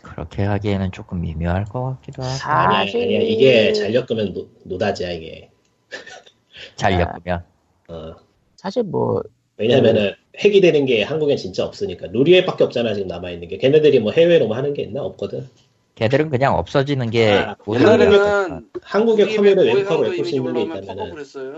S3: 그렇게 하기에는 조금 미묘할 것 같기도 하고.
S1: 아,
S4: 아니야
S1: 아직-
S4: 아니야 이게 잘 엮으면 노, 노다지야 이게.
S3: 잘 엮으면.
S4: 어.
S1: 사실 뭐
S4: 왜냐면은 핵이 되는 게 한국엔 진짜 없으니까 루리에밖에 없잖아 지금 남아 있는 게. 걔네들이 뭐 해외로만 하는 게 있나 없거든.
S3: 걔들은 그냥 없어지는 게.
S4: 아,
S3: 오히려
S2: 옛날에는
S4: 한국의
S2: 누리앱의
S4: 커뮤니를 웹커로
S2: 고해상도
S4: 엮을 수
S2: 이미지
S4: 있는 게
S2: 올라오면 퍼고
S4: 있다면은
S2: 그랬어요.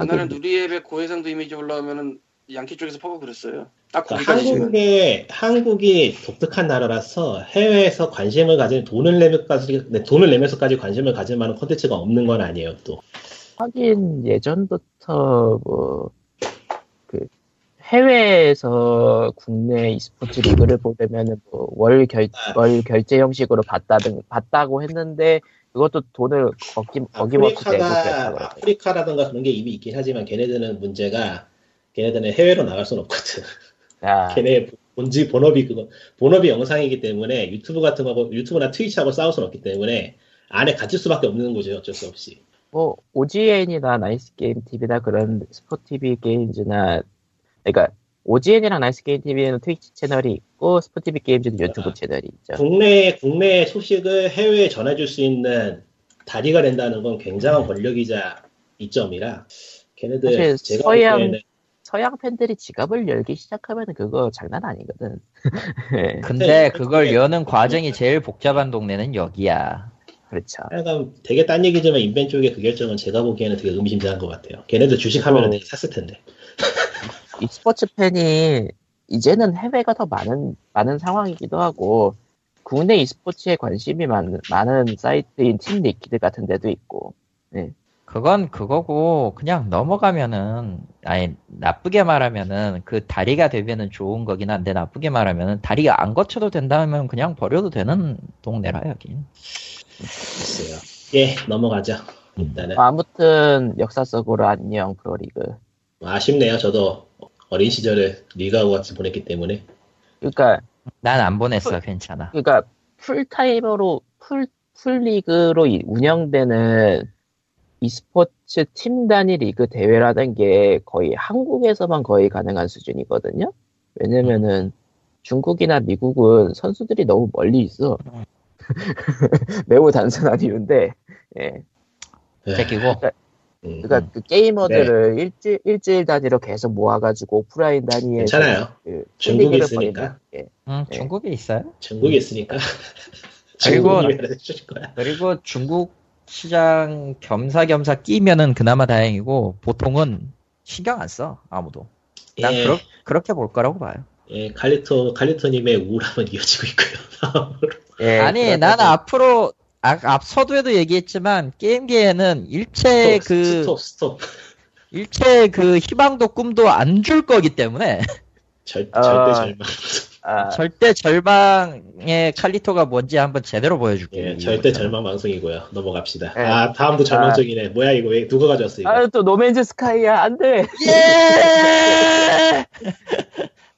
S2: 옛날엔
S1: 그-
S2: 누리앱의 고해상도 이미지 올라오면은 양키 쪽에서 퍼고 그랬어요. 딱
S4: 그러니까
S2: 거기까지 지금.
S4: 한국에 한국이 독특한 나라라서 해외에서 관심을 가진 돈을 내면까지 네, 돈을 내면서까지 관심을 가질 만한 콘텐츠가 없는 건 아니에요 또.
S1: 하긴 예전부터 뭐 그 해외에서 국내 e스포츠 리그를 보려면은 뭐월 결, 월 결제 형식으로 봤다든 봤다고 했는데 그것도 돈을 어기,
S4: 뭐
S1: 어김없이 내고 아, 그랬다고
S4: 아프리카가
S1: 그러더라고요.
S4: 아프리카라든가 그런 게 이미 있긴 하지만 걔네들은 문제가 걔네들은 해외로 나갈 수는 없거든.
S1: 아,
S4: 걔네 본지 본업이 그거 본업이 영상이기 때문에 유튜브 같은 거하고 유튜브나 트위치하고 싸울 수는 없기 때문에 안에 갇힐 수밖에 없는 거죠 어쩔 수 없이.
S1: 뭐 OGN이나 나이스 게임 TV나 그런 스포츠 TV 게임즈나 그러니까 OGN이랑 나이스 게임 TV는 트위치 채널이 있고 스포츠 TV 게임즈는 유튜브
S4: 아.
S1: 채널이 있죠.
S4: 국내 국내 소식을 해외에 전해줄 수 있는 다리가 된다는 건 굉장한 권력이자 이점이라 걔네들
S1: 네. 사실
S4: 제가
S1: 서양-
S4: 보기에는
S1: 서양 팬들이 지갑을 열기 시작하면 그거 장난 아니거든. 예,
S3: 근데 그걸 여는 과정이 제일 복잡한 동네는 여기야.
S1: 그렇죠.
S4: 약간 되게 딴 얘기지만 인벤 쪽의 그 결정은 제가 보기에는 되게 의미심장한 것 같아요. 걔네들 주식하면
S1: 어.
S4: 되게 샀을 텐데.
S1: e스포츠 팬이 이제는 해외가 더 많은 많은 상황이기도 하고 국내 e스포츠에 관심이 많은 많은 사이트인 팀 리퀴드 같은 데도 있고
S3: 그건 그거고 그냥 넘어가면은 아니 나쁘게 말하면은 그 다리가 되면은 좋은 거긴 한데 나쁘게 말하면은 다리가 안 거쳐도 된다면 그냥 버려도 되는 동네라 여긴.
S4: 글쎄요. 예, 넘어가죠.
S1: 아.
S4: 일단은.
S1: 뭐 아무튼 역사 속으로 안녕 프로리그.
S4: 뭐 아쉽네요. 저도 어린 시절에 리그하고 같이 보냈기 때문에.
S1: 그러니까
S3: 난 안 보냈어, 괜찮아.
S1: 그러니까 풀타이머로 풀 풀리그로 이- 운영되는 e스포츠 팀 단위 리그 대회라는 게 거의 한국에서만 거의 가능한 수준이거든요. 왜냐면은 중국이나 미국은 선수들이 너무 멀리 있어. 매우 단순한 이유인데, 예.
S3: 새끼고.
S4: 음, 네.
S1: 그러니까 그 게이머들을 일주, 일주일 단위로 계속 모아가지고 오프라인 단위에.
S4: 괜찮아요.
S1: 그
S4: 중국에
S1: 풀리그를
S4: 있으니까.
S1: 벌이는, 예.
S3: 응,
S1: 네.
S3: 중국에 있어요.
S1: 음.
S4: 전국에 있으니까.
S3: 그리고-
S4: 중국이면 해줄 거야.
S3: 그리고 중국 시장 겸사겸사 끼면은 그나마 다행이고, 보통은 신경 안 써, 아무도. 난
S4: 예,
S3: 그러, 그렇게 볼 거라고 봐요.
S4: 예, 칼리토 칼리토님의 우울함은 이어지고 있고요.
S1: 예,
S3: 아니, 난
S1: 그래가지고
S3: 앞으로, 아, 앞서도에도 얘기했지만, 게임계에는
S1: 네,
S3: 일체
S4: 스톱,
S3: 그,
S4: 스톱 스톱.
S3: 일체 그 희망도 꿈도 안 줄 거기 때문에,
S4: 절,
S1: 아.
S4: 절대 절망.
S1: 아,
S3: 절대 절망의 칼리토가 뭔지 한번 제대로 보여줄게.
S4: 예, 절대 절망 방송이고요. 넘어갑시다.
S1: 예.
S4: 아, 다음도 절망적이네. 뭐야 이거 왜 누가 가져왔어 이거?
S1: 아유, 또 노맨즈 스카이야, 안 돼!
S3: 예!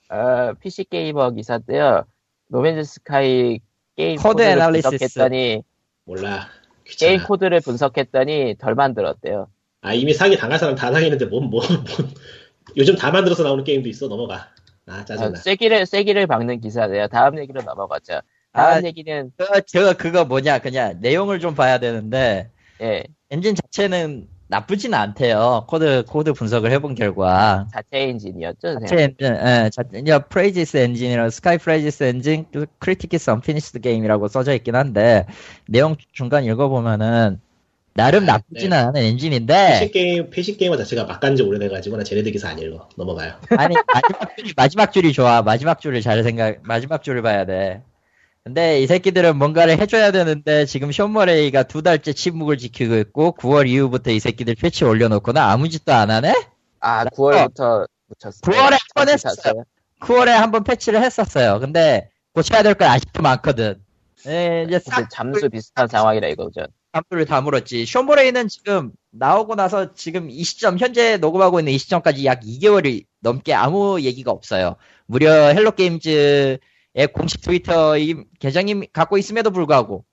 S1: 아, PC 게이머 기사인데요. 노맨즈 스카이 게임
S3: 코드
S1: 코드를
S3: 애널리시스.
S1: 분석했더니,
S4: 몰라. 귀찮아.
S1: 게임 코드를 분석했더니 덜 만들었대요.
S4: 아 이미 사기 당한 사람 다 당했는데 뭔 뭐, 뭐. 요즘 다 만들어서 나오는 게임도 있어. 넘어가. 아
S1: 아,
S4: 짜증나.
S1: 쐐기를, 쐐기를 박는 기사네요. 다음 얘기로 넘어가죠. 다음
S3: 아.
S1: 얘기는,
S3: 그, 저, 그거 뭐냐, 그냥 내용을 좀 봐야 되는데,
S1: 예,
S3: 엔진 자체는 나쁘진 않대요. 코드, 코드 분석을 해본 결과.
S1: 자체 엔진이었죠.
S4: 네.
S3: 자체 엔진, 예, 자체, 야, 프레이지스 엔진이라고, 스카이 프레이지스 엔진, 크리티키스 언피니시드 게임이라고 써져 있긴 한데, 내용 중간 읽어보면은, 나름
S4: 아,
S3: 나쁘진
S4: 네.
S3: 않은
S4: PC
S3: 엔진인데,
S4: 게임 PC 게이머 자체가 막간지 오래돼가지고 나 쟤네들 기사 안 읽어. 넘어가요.
S3: 아니, 마지막 줄이, 마지막 줄이 좋아. 마지막 줄을 잘 생각, 마지막 줄을 봐야 돼. 근데 이 새끼들은 뭔가를 해줘야 되는데 지금 쇼머레이가 두 달째 침묵을 지키고 있고 9월 이후부터 이 새끼들 패치 올려놓고는 아무 짓도 안 하네?
S1: 아, 9월부터 묻혔어요.
S3: 9월에 한번
S1: 다시
S3: 했었어요.
S1: 샀어요.
S3: 9월에 한번 패치를 했었어요. 근데 고쳐야 될 건 아직도 많거든. 예,
S1: 근데
S3: 이제 싹
S1: 잠수 비슷한 상황이라 이거죠.
S3: 담수를 다물었지. 쇼모레이는 지금 나오고 나서 지금 이 시점 현재 녹음하고 있는 이 시점까지 약 2개월이 넘게 아무 얘기가 없어요. 무려 헬로 게임즈의 공식 트위터 계정이 갖고 있음에도 불구하고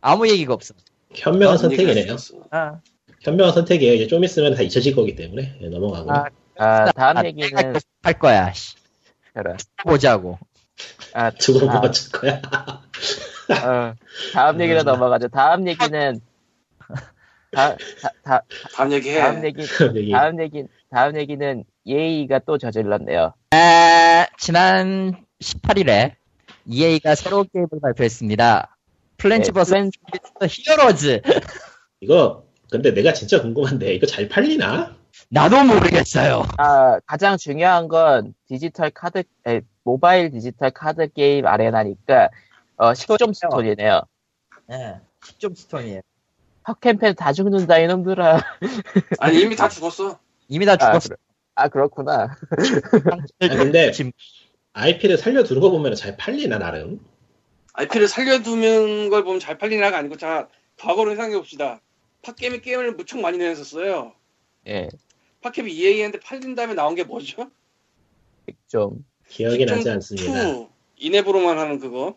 S3: 아무 얘기가 없어.
S4: 현명한
S2: 그런 얘기가
S4: 선택이네요.
S2: 있었어.
S3: 아,
S4: 현명한 선택이에요. 이제 좀 있으면 다 잊혀질 거기 때문에 예, 넘어가고.
S3: 아,
S1: 아, 다음
S3: 아, 내가
S1: 얘기는,
S3: 계속 할 거야. 씨.
S1: 그래.
S3: 보자고. 어,
S1: 아,
S4: 두고
S1: 아.
S4: 뭐가 줄 거야.
S1: 어, 다음 얘기로
S4: 음.
S1: 넘어가죠. 다음 얘기는 다, 다, 다,
S2: 다음 얘기해.
S1: 다음 얘기
S4: 그런
S3: 예.
S4: 얘기.
S1: 다음 얘기 다음 얘기는 예의가 또 저질렀네요.
S3: 아, 지난 18일에 EA가 새로운 게임을 발표했습니다. 플랜츠
S1: 네,
S3: 버스
S1: 플랜-
S3: 히어로즈.
S4: 이거 근데 내가 진짜 궁금한데 이거 잘 팔리나?
S3: 나도 모르겠어요.
S1: 아, 가장 중요한 건 디지털 카드 에, 모바일 디지털 카드 게임 아레나니까 어, 10점 스톤이네요.
S3: 예. 10점 스톤이에요.
S1: 헛캠페인 다 죽는다 이놈들아.
S2: 아니 이미 다 죽었어.
S3: 이미 다
S1: 아,
S3: 죽었어.
S1: 그래. 아 그렇구나.
S4: 아, 근데
S3: 지금
S4: IP를 살려두는 거 보면 잘 팔리나 나름.
S2: IP를 살려두는 걸 보면 잘 팔리나가 아니고 자 과거를 생각해 봅시다. 팟게임이 게임을 무척 많이 내놨었어요.
S1: 예,
S2: 팟게임이 EA한테 팔린 다음에 나온 게 뭐죠?
S1: 좀
S4: 기억이 나지
S2: 10.2
S4: 않습니다.
S3: 예.
S2: 이내부로만 하는 그거.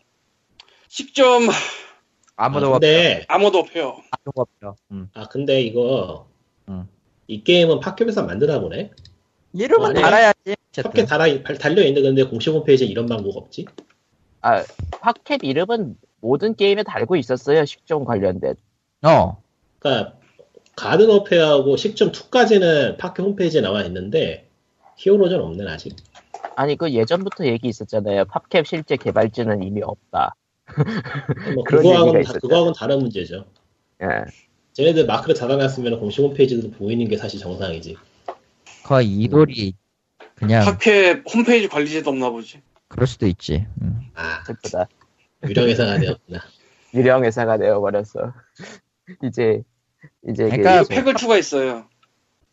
S2: 10점
S3: 아무도
S4: 아, 근데
S2: 아무도 없어요.
S3: 없- 아무도 없죠. 음.
S4: 아 근데 이거
S3: 음.
S4: 이 게임은 팝캡에서 만드나 보네.
S3: 이름은
S4: 아니,
S3: 달아야지.
S4: 팝캡
S3: 어쨌든.
S4: 달아 달려 있는 건데 공식 홈페이지에 이런 방법 없지?
S1: 아, 팟캡 이름은 모든 게임에 달고 있었어요. 10점 관련된.
S3: 어.
S4: 그러니까 가든 오페하고 10.2까지는 팝캡 홈페이지에 나와 있는데 히어로전 없는 아직.
S1: 아니 그 예전부터 얘기 있었잖아요. 팝캡 실제 개발자는 이미 없다.
S4: 뭐
S1: 그런 얘기가
S4: 그거하고는 다,
S1: 있었죠.
S4: 그거하고는 다른 문제죠.
S1: 예.
S4: 쟤네들 마크를 달아놨으면 공식 홈페이지도 보이는 게 사실 정상이지.
S3: 거의 이돌이 그냥
S2: 팟캐 홈페이지 관리제도 없나 보지.
S3: 그럴 수도 있지. 음.
S4: 아
S1: 슬프다.
S4: 유령 회사가 되었구나.
S1: 유령 회사가 되어버렸어. 이제 이제
S3: 그러니까-
S1: 그,
S2: 팩을 2가 있어요.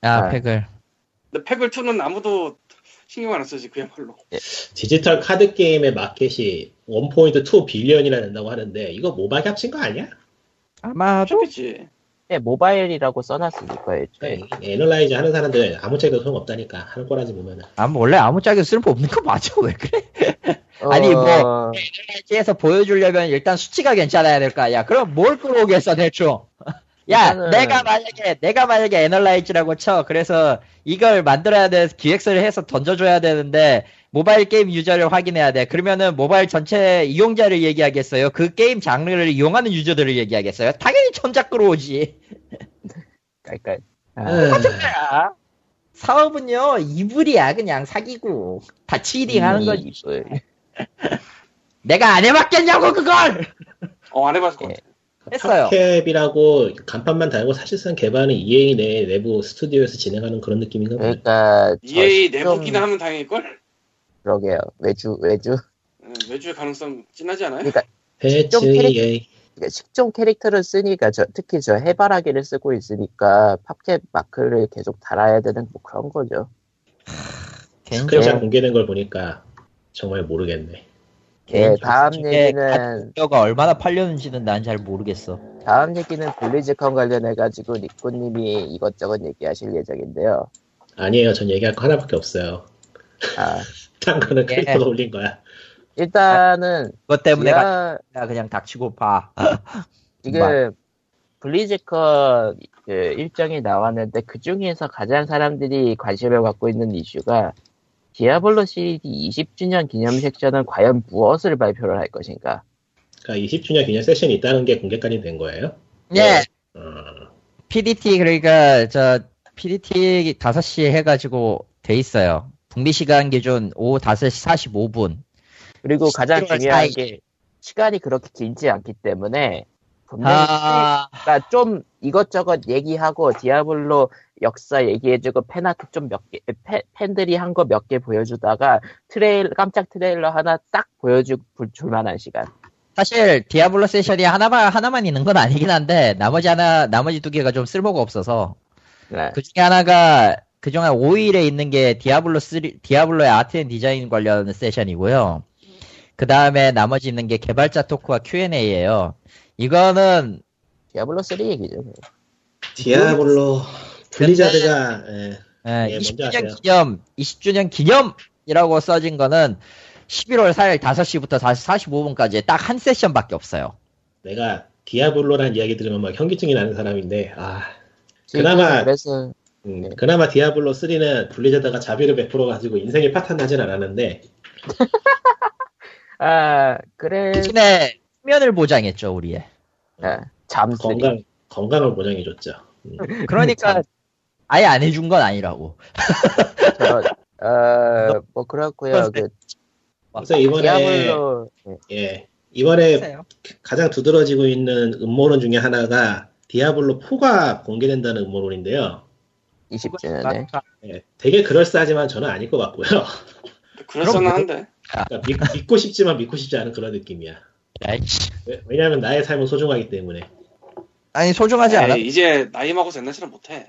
S3: 아,
S1: 아.
S3: 팩을.
S2: 근데 팩을 2는 아무도 신경 안 쓰지 그야말로.
S4: 디지털 카드 게임의 마켓이 1.2 빌리언이나 된다고 하는데 이거 모바일 합친 거 아니야?
S3: 아마도
S2: 그렇겠지.
S1: 네, 모바일이라고 써놨으니까
S3: 네.
S1: 애초에.
S4: 그러니까 애널라이즈 하는 사람들은 아무 차이도 소용없다니까 하는 거라지 보면은
S3: 아무 원래 아무 짝에 쓸모 없는 거 맞아 왜 그래?
S1: 어,
S3: 아니, 뭐. 에서 보여주려면 일단 수치가 괜찮아야 될까? 야 그럼 뭘 끌어오겠어 대충? 야
S1: 일단은-
S3: 내가 만약에 내가 만약에 애널라이즈라고 쳐 그래서 이걸 만들어야 돼 기획서를 해서 던져줘야 되는데 모바일 게임 유저를 확인해야 돼 그러면은 모바일 전체 이용자를 얘기하겠어요 그 게임 장르를 이용하는 유저들을 얘기하겠어요 당연히 천작 끌어오지
S1: 그러니까
S3: 네.
S1: 아,
S4: 에휴,
S3: 야, 사업은요 이불이야 그냥 사기고
S1: 음.
S3: 다 치리딩 하는 거지
S1: 이불.
S3: 내가 안 해봤겠냐고 그걸
S2: 어, 안 해봤을 것
S3: 네.
S2: 같아.
S3: 했어요.
S4: 팝캡이라고 간판만 달고 사실상 개발은 EA 내 내부 스튜디오에서 진행하는 그런 느낌인가 봐요.
S1: 그러니까
S2: EA
S1: 저
S2: 내부기나
S1: 좀
S2: 하면 당일걸?
S1: 그러게요. 외주 외주.
S2: 음, 외주의 가능성 진하지 않아요?
S1: 그러니까
S4: 배치
S1: 좀 캐릭-
S4: EA
S1: 그러니까 식종 캐릭터를 쓰니까 저- 특히 저 해바라기를 쓰고 있으니까 팝캡 마크를 계속 달아야 되는 뭐 그런 거죠.
S3: 네.
S4: 스크린샷 공개된 걸 보니까 정말 모르겠네.
S1: 예,
S3: 개인
S1: 다음
S3: 정책에
S1: 얘기는
S3: 뼈가 얼마나 팔렸는지는 난 잘 모르겠어.
S1: 다음 얘기는 블리즈컨 관련해 가지고 니꾸님이 이것저것 얘기하실 예정인데요.
S4: 아니에요, 전 얘기할 거 하나밖에 없어요.
S1: 아,
S4: 딴 거는
S3: 예.
S4: 크리퍼가 올린 거야.
S1: 일단은
S3: 그것 때문에 가-
S1: 지하,
S3: 그냥 닥치고 봐.
S1: 지금 블리즈컨 그 일정이 나왔는데 그 중에서 가장 사람들이 관심을 갖고 있는 이슈가 디아블로 시리즈 20주년 기념 섹션은 과연 무엇을 발표를 할 것인가?
S4: 그러니까 20주년 기념 세션이 있다는 게 공개까지 된 거예요.
S3: 예.
S4: 어,
S3: PDT 그러니까 저 PDT 5시에 해가지고 돼 있어요. 북미 시간 기준 오후 5시 45분.
S1: 그리고 가장
S3: 11월
S1: 중요한
S3: 4일.
S1: 게 시간이 그렇게 길지 않기 때문에 분명히
S3: 아,
S1: 그러니까 좀 이것저것 얘기하고 디아블로 역사 얘기해주고 팬아트 좀 몇 개, 팬- 팬들이 한 거 몇 개 보여주다가 트레일 깜짝 트레일러 하나 딱 보여줄 줄만한 시간.
S3: 사실 디아블로 세션이 하나만 하나만 있는 건 아니긴 한데 나머지 하나 나머지 두 개가 좀 쓸모가 없어서
S1: 네.
S3: 그 중에 하나가 그중에 5일에 있는 게 디아블로 3, 디아블로의 아트 앤 디자인 관련 세션이고요. 그 다음에 나머지 있는 게 개발자 토크와 Q&A예요. 이거는
S1: 디아블로 3 얘기죠.
S4: 디아블로 블리자드가
S1: 네.
S4: 예,
S3: 에,
S4: 예, 뭔지
S3: 20주년
S4: 아세요.
S3: 기념, 20주년 기념이라고 써진 거는 11월 4일 5시부터 4시 45분까지 딱 한 세션밖에 없어요.
S4: 내가 디아블로라는 이야기 들으면 막 현기증이 나는 사람인데 아
S1: 예,
S4: 그나마-
S1: 그래서
S4: 음,
S1: 네.
S4: 그나마 디아블로 3는 분리자다가 자비를 베풀어 가지고 인생이 파탄 나진 않았는데
S1: 아 그래
S3: 대신에 수면을 보장했죠, 우리의.
S1: 아, 잠수리.
S4: 건강 건강을 보장해 줬죠.
S3: 그러니까 아예 안 해준 건 아니라고.
S1: 어뭐 그렇고요. 그
S4: 그래서 이번에
S1: 디아블로 예.
S4: 예 이번에 가장 두드러지고 있는 음모론 중에 하나가 디아블로 4가 공개된다는 음모론인데요.
S1: 20주년에
S4: 예, 되게 그럴싸하지만 저는 아닐 것 같고요.
S2: 그럴싸는 한데.
S4: 그러니까 믿, 믿고 싶지만 믿고 싶지 않은 그런 느낌이야. 네.
S3: 아이씨.
S4: 왜, 냐하면 나의 삶은 소중하기 때문에.
S3: 아니,
S4: 네.
S3: 소중하지 않아.
S2: 네, 에이, 이제 나이 먹어서 옛날 처럼 못해.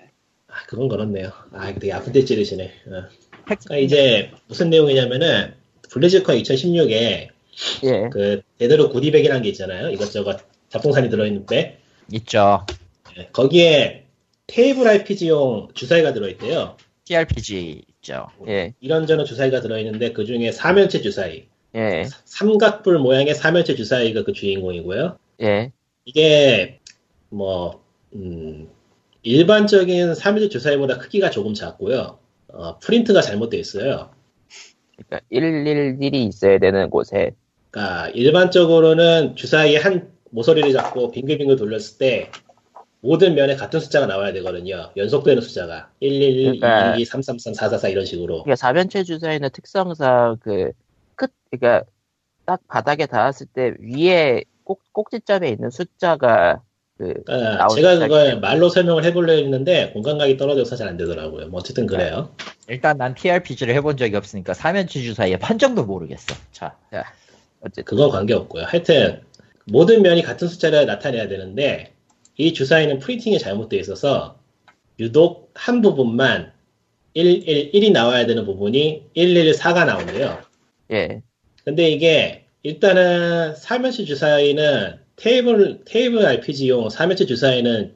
S4: 아, 그건 그렇네요. 아, 되게 아픈 데 찌르시네. 어. 그러니까 이제 무슨 내용이냐면은 블리즈컨 2016에
S1: 예.
S4: 그 대대로 구디백이라는 게 있잖아요. 이것저것 잡동산이 들어있는데
S3: 있죠.
S4: 예, 거기에 테이블 RPG용 주사위가 들어있대요.
S3: TRPG 있죠.
S1: 예,
S4: 이런저런 주사위가 들어있는데 그 중에 사면체 주사위,
S1: 예,
S4: 삼각뿔 모양의 사면체 주사위가 그 주인공이고요.
S1: 예,
S4: 이게 뭐 음, 일반적인 사면체 주사위보다 크기가 조금 작고요. 어, 프린트가 잘못되어 있어요.
S1: 그러니까 111이 있어야 되는 곳에
S4: 그러니까 일반적으로는 주사위에 한 모서리를 잡고 빙글빙글 돌렸을 때 모든 면에 같은 숫자가 나와야 되거든요. 연속되는 숫자가 111,
S1: 그러니까-
S4: 212, 333, 444 이런 식으로.
S1: 그러니까 사변체 주사에는 특성상 그 끝 그러니까 딱 바닥에 닿았을 때 위에 꼭 꼭지점에 있는 숫자가 그
S4: 그러니까
S1: 나오기
S4: 제가
S1: 시작해요.
S4: 그걸 말로 설명을 해보려 했는데 공감각이 떨어져서 잘 안 되더라고요. 뭐 어쨌든 그래요.
S3: 일단 난 TRPG를 해본 적이 없으니까 사면치 주사위의 판정도 모르겠어. 자,
S1: 어쨌든
S4: 그건 관계없고요. 하여튼 모든 면이 같은 숫자를 나타내야 되는데 이 주사위는 프린팅이 잘못되어 있어서 유독 한 부분만 111이 나와야 되는 부분이 114가 나온대요.
S1: 예,
S4: 근데 이게 일단은 사면시 주사위는 테이블 테이블 RPG용 3인체 주사위는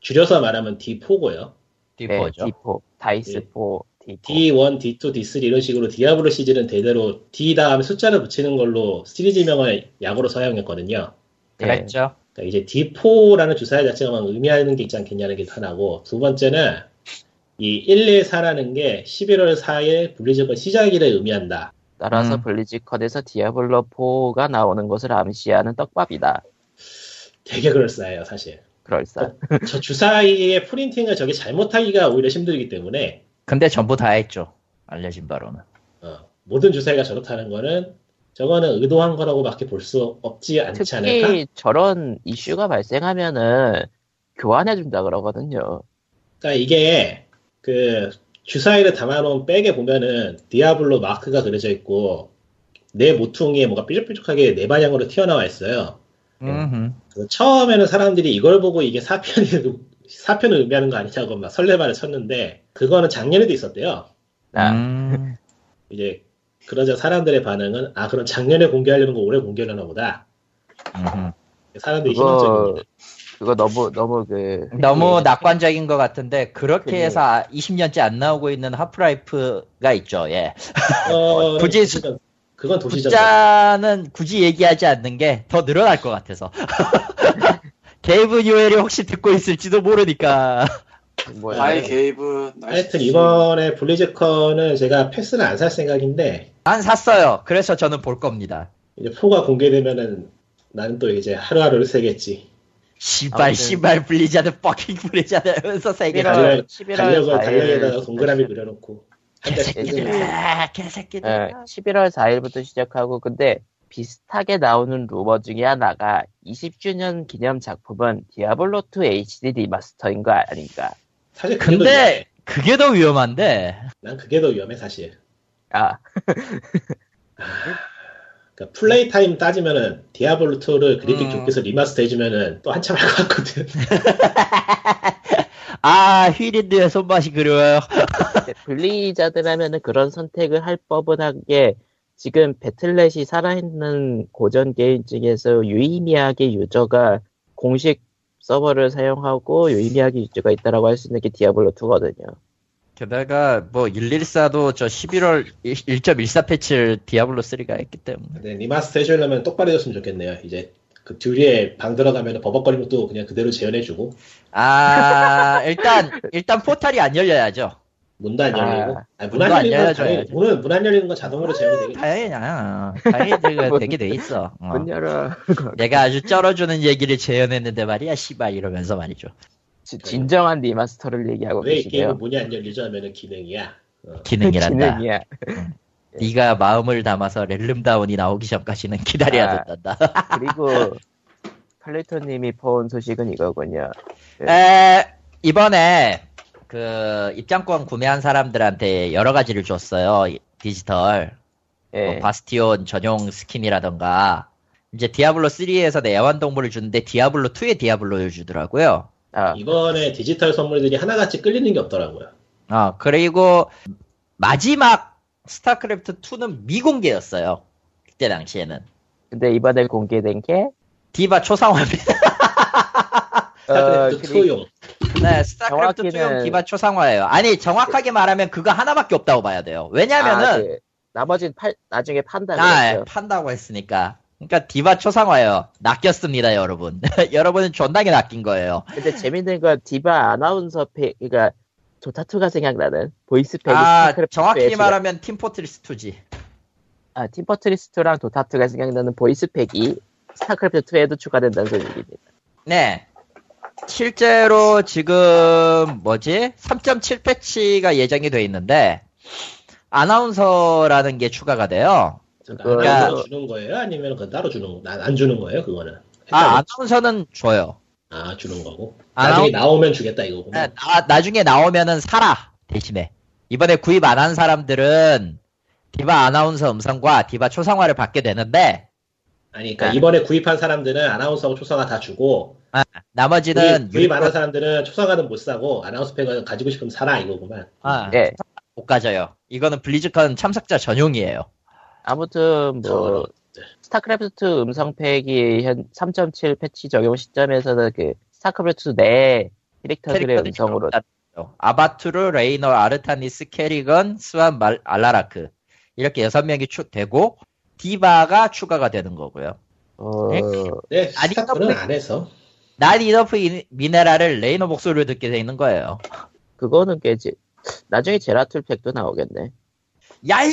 S4: 줄여서 말하면 D4고요.
S3: 디퍼죠.
S1: 네, D4,
S4: 예.
S1: 다이스4, 예. D4.
S4: D1, D2, D3 이런 식으로 디아블로 시즌은 대대로 D 다음에 숫자를 붙이는 걸로 시리즈명을 약으로 사용했거든요.
S3: 예. 그랬죠.
S4: 그러니까 이제 D4라는 주사위 자체가 막 의미하는 게 있지 않겠냐는 게 하나고 두 번째는 이 1, 2, 4라는 게 11월 4일 블리즈컨 시작일을 의미한다.
S1: 따라서
S3: 음.
S1: 블리즈컨에서 디아블로4가 나오는 것을 암시하는 떡밥이다.
S4: 되게 그럴싸해요 사실. 아,
S1: 그럴싸.
S4: 저 주사위의 프린팅을 저게 잘못하기가 오히려 힘들기 때문에
S3: 근데 전부 다 했죠. 알려진 바로는.
S4: 어, 모든 주사위가 저렇다는 거는 저거는 의도한 거라고 밖에 볼 수 없지 않지 않을까?
S1: 특히 저런 이슈가 발생하면은 교환해준다 그러거든요.
S4: 그러니까 이게 그 주사위를 담아놓은 백에 보면은 디아블로 마크가 그려져 있고 내 모퉁이에 뭔가 삐죽삐죽하게 네 방향으로 튀어나와 있어요.
S3: 예. 음흠.
S4: 그래서 처음에는 사람들이 이걸 보고 이게 사편이 사편을 의미하는 거 아니냐고 막 설레발을 쳤는데 그거는 작년에도 있었대요.
S1: 나
S3: 음.
S4: 이제 그러자 사람들의 반응은 아 그럼 작년에 공개하려는 거 올해 공개하려나 보다.
S3: 음흠.
S4: 네, 사람들이
S1: 그거-
S4: 희망적입니다.
S1: 그거 너무 너무 그
S3: 너무
S1: 그-
S3: 낙관적인 것 같은데 그렇게
S4: 그게-
S3: 해서 아, 20년째 안 나오고 있는 하프라이프가 있죠. 예.
S4: 어,
S3: 굳이 수-
S4: 그건, 그건 도시적.
S3: 숫자는 굳이 얘기하지 않는 게 더 늘어날 것 같아서. 게이브 뉴엘이 혹시 듣고 있을지도 모르니까.
S1: 뭐야.
S2: 아이 게이브
S4: 하여튼
S2: 날씨.
S4: 이번에 블리즈컨은 제가 패스는 안 살 생각인데
S3: 안 샀어요. 그래서 저는 볼 겁니다.
S4: 이제 4가 공개되면은 나는 또 이제 하루하루를 세겠지.
S3: 씨발
S1: 아무튼.
S3: 씨발 블리자드 퍼킹 블리자드 하면서 세계를
S4: 달려-
S1: 11월 11월
S4: 달력을
S1: 4일
S4: 달력에다가 동그라미 그려놓고 한 달씩
S3: 네.
S4: 쓰는
S3: 개새끼들아 개새끼들
S1: 예,
S3: 아
S1: 11월 4일부터 시작하고 근데 비슷하게 나오는 루머 중에 하나가 20주년 기념 작품은 디아블로2 HD 리마스터인 거 아닌가?
S4: 사실 그게 더 위험해.
S3: 근데 그게 더 위험한데
S4: 난 그게 더 위험해 사실.
S1: 아,
S4: 그러니까 플레이 타임 따지면은 디아블로 2를 그래픽
S2: 음.
S4: 좋게서 리마스터 해주면은 또 한참 할 것 같거든.
S3: 아 휘린드의 손맛이 그리워요
S1: 블리자드라면은 그런 선택을 할 법은 한 게 지금 배틀넷이 살아있는 고전 게임 중에서 유의미하게 유저가 공식 서버를 사용하고 유의미하게 유저가 있다라고 할 수 있는 게 디아블로2거든요.
S3: 게다가 뭐 114도 저 11월 1.14 패치를 디아블로 3가 했기 때문에
S4: 근데 리마스터 해주려면 똑바로 해줬으면 좋겠네요. 이제 그 듀리에 방 들어가면 버벅거리면 또 그냥 그대로 재현해주고
S3: 아 일단 일단 포탈이 안 열려야죠
S4: 문도 안 열리고
S1: 아,
S4: 아니,
S3: 문도
S4: 문안
S3: 안
S4: 열리는 건
S3: 열려줘야지.
S4: 당연히 문은 문안 열리는 건 자동으로 재현이 되겠죠.
S3: 다행이야 다행이가
S1: 문-
S3: 되게 돼 있어
S4: 아.
S3: 어.
S1: 문 열어.
S3: 내가 아주 쩔어주는 얘기를 재현했는데 말이야 씨발 이러면서 말이죠
S1: 지- 진정한 리마스터를 얘기하고
S4: 왜 이
S1: 계시네요.
S4: 게임은 문이 안 열리죠 하면은 기능이야. 어,
S3: 기능이란다
S1: 진행이야. 예.
S3: 네가 마음을 담아서 렐름다운이 나오기 전까지는 기다려야
S1: 아.
S3: 된다.
S1: 그리고 칼리토님이 퍼온 소식은 이거군요. 예.
S3: 에, 이번에 그 입장권 구매한 사람들한테 여러 가지를 줬어요. 이- 디지털 뭐
S1: 예.
S3: 바스티온 전용 스킨이라던가 이제 디아블로 3에서 내 애완동물을 주는데 디아블로 2에 디아블로를 주더라고요.
S1: 아,
S4: 이번에 디지털 선물들이 하나같이 끌리는 게 없더라고요.
S3: 아 그리고 마지막 스타크래프트 2는 미공개였어요. 그때 당시에는
S1: 근데 이번에 공개된 게
S3: 디바 초상화입니다.
S1: 어,
S4: 아, 스타크래프트 2용.
S3: 네, 스타크래프트
S1: 음, 정확히는-
S3: 투용 기반 초상화예요. 아니 정확하게 말하면 그거 하나밖에 없다고 봐야 돼요.
S1: 아,
S3: 왜냐면은
S1: 그 나머지는 팔- 나중에 판다
S3: 네. 아, 예,
S1: 네. 그랬죠.
S3: 판다고 했으니까. 그러니까 디바 초상화예요. 낚였습니다, 여러분. 여러분은 존나게 낚인 거예요.
S1: 근데 재밌는 건 디바 아나운서 팩, 그러니까 조타투가 생각나는 그러니까 보이스팩이
S3: 아,
S1: 스타크래프트에
S3: 정확히
S1: 출연-
S3: 말하면 팀 포트리스 2지.
S1: 아, 팀퍼트리스트랑 도타투가 생각나는 보이스팩이 스타크래프트 2에도 추가된다는 소식입니다.
S3: 네. 실제로 지금 뭐지? 3.7 패치가 예정이 돼 있는데 아나운서라는 게 추가가 돼요.
S4: 그러니까
S1: 그러니까-
S4: 하나로 주는 거예요? 아니면 그건 따로 주는 거? 안, 안 주는 거예요? 그거는.
S1: 네.
S3: 아, 아나운서는 줘요.
S4: 아 주는 거고.
S3: 아,
S4: 나중에 나오면 아, 주겠다 이거구나.
S3: 네, 나, 나중에 나오면은 사라 대신에 이번에 구입 안 한 사람들은 디바 아나운서 음성과 디바 초상화를 받게 되는데
S4: 아니 그러니까 이번에 구입한 사람들은 아나운서하고 초상화 다 주고
S3: 나머지는
S4: 구입, 구입 안
S3: 유료-
S4: 한 사람들은 초상화는 못 사고 아나운서 팩은 가지고 싶으면 사라 이거구만.
S3: 아,
S1: 예.
S3: 못 가져요. 이거는 블리즈컨 참석자 전용이에요.
S1: 아무튼 뭐
S4: 저런.
S1: 스타크래프트 음성 팩이 현 3.7 패치 적용 시점에서는 그 스타크래프트 내 캐릭터들의
S3: 캐릭터들이
S1: 음성으로
S3: 나왔죠. 아바투르, 레이너, 아르타니스, 캐리건, 스완, 말, 알라라크 이렇게 여섯 명이 추 되고 디바가 추가가 되는 거고요.
S1: 어,
S3: 네.
S4: 네,
S3: 아니,
S4: 스타크는 안 해서.
S3: 난 이너프 인- 미네랄을 레이너 목소리를 듣게 되는 거예요.
S1: 그거는 깨지. 나중에 제라툴 팩도 나오겠네.
S3: 야이!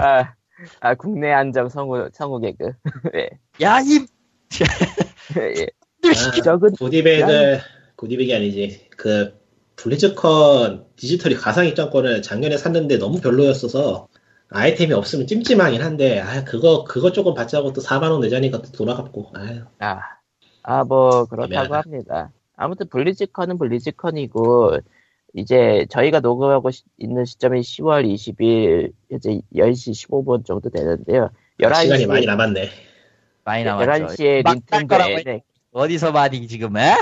S1: 아, 아 국내 안정 성우 성우 개그. 예.
S3: 야이!
S1: 예.
S4: 아,
S1: 적은
S4: 구디백을, 구디백이 아니지. 그, 블리즈컨 디지털이 가상 입장권을 작년에 샀는데 너무 별로였어서 아이템이 없으면 찜찜하긴 한데, 아, 그거, 그거 조금 받자고 또 4만원 내자니까 또 돌아갔고, 아유.
S1: 아, 아, 뭐, 그렇다고
S4: 애매하다.
S1: 합니다. 아무튼 블리즈컨은 블리즈컨이고, 이제 저희가 녹음하고 시- 있는 시점이 10월 20일, 이제 10시 15분 정도 되는데요. 11시,
S4: 아, 시간이 많이 남았네.
S3: 많이 나왔죠.
S1: 예, 11시에
S3: 막딸 거라고
S1: 닌텐도에, 네,
S3: 어디서 많이 지금 에?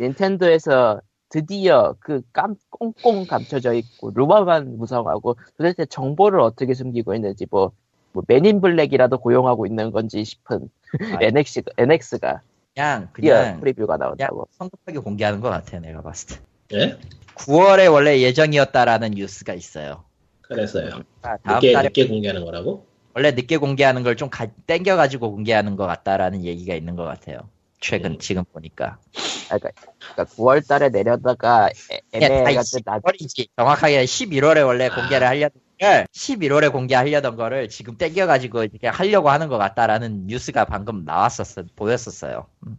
S1: 닌텐도에서 드디어 그 깜, 꽁꽁 감춰져 있고, 루머만 무성하고, 도대체 정보를 어떻게 숨기고 있는지, 뭐, 뭐, 맨인 블랙이라도 고용하고 있는 건지 싶은
S3: 아,
S1: NX, NX가
S3: 그냥
S1: 드디어
S3: 그냥
S1: 예, 프리뷰가
S3: 그냥
S1: 나온다고.
S3: 성급하게 공개하는 것 같아 내가 봤을 때.
S4: 예?
S3: 9월에 원래 예정이었다라는 뉴스가 있어요.
S4: 그래서요.
S1: 아, 다음
S4: 늦게,
S3: 달에-
S4: 늦게 공개하는 거라고?
S3: 원래 늦게 공개하는 걸 좀 땡겨가지고 공개하는 것 같다라는 얘기가 있는 것 같아요. 최근
S1: 예.
S4: 음.
S3: 지금 보니까
S1: 그러니까 9월 달에 내려다가
S3: 예, 다
S1: 애매가
S3: 있지.
S1: 나
S3: 월이지. 정확하게 11월에 원래
S4: 아.
S3: 공개를 하려던 걸 11월에 공개하려던 거를 지금 땡겨가지고 이렇게 하려고 하는 것 같다라는 뉴스가 방금 나왔었어 보였었어요. 음.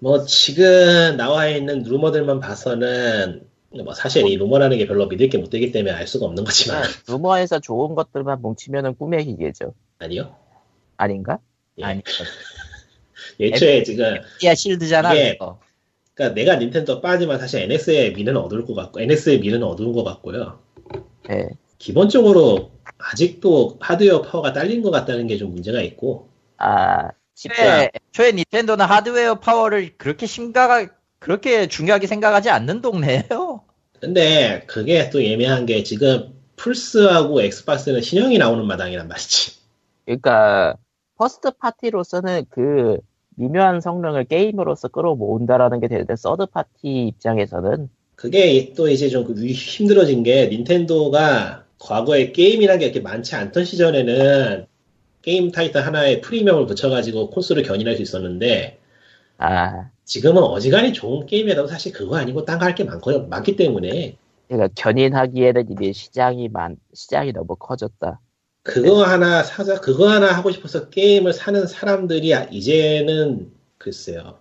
S4: 뭐, 지금 나와 있는 루머들만 봐서는, 뭐, 사실 이 루머라는 게 별로 믿을 게 못 되기 때문에 알 수가 없는 거지만,
S1: 루머에서 좋은 것들만 뭉치면은 꿈의 기계죠.
S4: 아니요.
S1: 아닌가?
S4: 예.
S3: 아니
S4: 애초에 지금
S3: 야 실드잖아.
S4: 이게-
S3: 그거.
S4: 그러니까 내가 닌텐도 빠지만 사실 NS의 미는 어두울 것 같고 NS의 미는 어두운 것 같고요.
S1: 예.
S4: 기본적으로 아직도 하드웨어 파워가 딸린 것 같다는 게 좀 문제가 있고
S1: 아,
S4: 네.
S3: 애초에,
S1: 쉽게
S3: 애초에 닌텐도는 하드웨어 파워를 그렇게 심각하게 그렇게 중요하게 생각하지 않는 동네예요.
S4: 근데 그게 또 예매한 게 지금 플스하고 엑스박스는 신형이 나오는 마당이란 말이지.
S1: 그러니까 퍼스트 파티로서는 그 미묘한 성능을 게임으로서 끌어모은다라는 게 되는데 서드 파티 입장에서는
S4: 그게 또 이제 좀그 위- 힘들어진 게 닌텐도가 과거에 게임이란 게 이렇게 많지 않던 시절에는 게임 타이틀 하나에 프리미엄을 붙여가지고 콘솔을 견인할 수 있었는데
S1: 아,
S4: 지금은 어지간히 좋은 게임이라도 사실 그거 아니고 딴 거 할 게 많고요. 많기 때문에
S1: 그러니까 견인하기에는 이미 시장이 많 시장이 너무 커졌다.
S4: 그거
S1: 네.
S4: 하나 사자 그거 하나 하고 싶어서 게임을 사는 사람들이 아- 이제는 글쎄요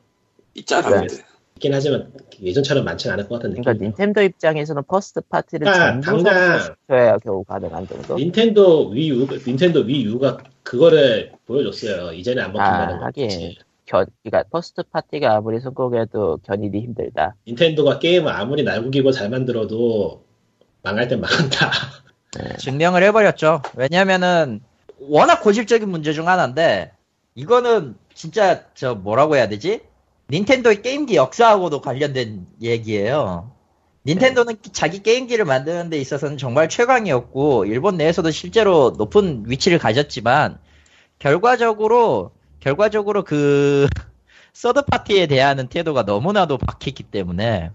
S2: 있잖아.
S1: 그래.
S2: 근데.
S4: 있긴 하지만 예전처럼 많지는 않을 것 같은
S1: 그러니까
S4: 느낌.
S1: 닌텐도 입장에서는 퍼스트 파티를
S4: 그러니까
S1: 전부
S4: 그렇죠. 당장-
S1: 성공시켜야 겨우 가능한 정도.
S4: 닌텐도 위유 닌텐도 위유가 그거를 보여줬어요. 이제는 안 먹힌다는
S1: 아,
S4: 거.
S1: 하긴.
S4: 지
S1: 견, 그러니까 퍼스트 파티가 아무리 성공해도 견인이 힘들다.
S4: 닌텐도가 게임을 아무리 날구기고 잘 만들어도 망할 땐 망한다.
S1: 네.
S3: 네, 증명을 해버렸죠. 왜냐면은 워낙 고질적인 문제 중 하나인데 이거는 진짜 저 뭐라고 해야 되지? 닌텐도의 게임기 역사하고도 관련된 얘기예요. 닌텐도는 자기 게임기를 만드는 데 있어서는 정말 최강이었고 일본 내에서도 실제로 높은 위치를 가졌지만 결과적으로 결과적으로 그 서드 파티에 대한 태도가 너무나도 박히기 때문에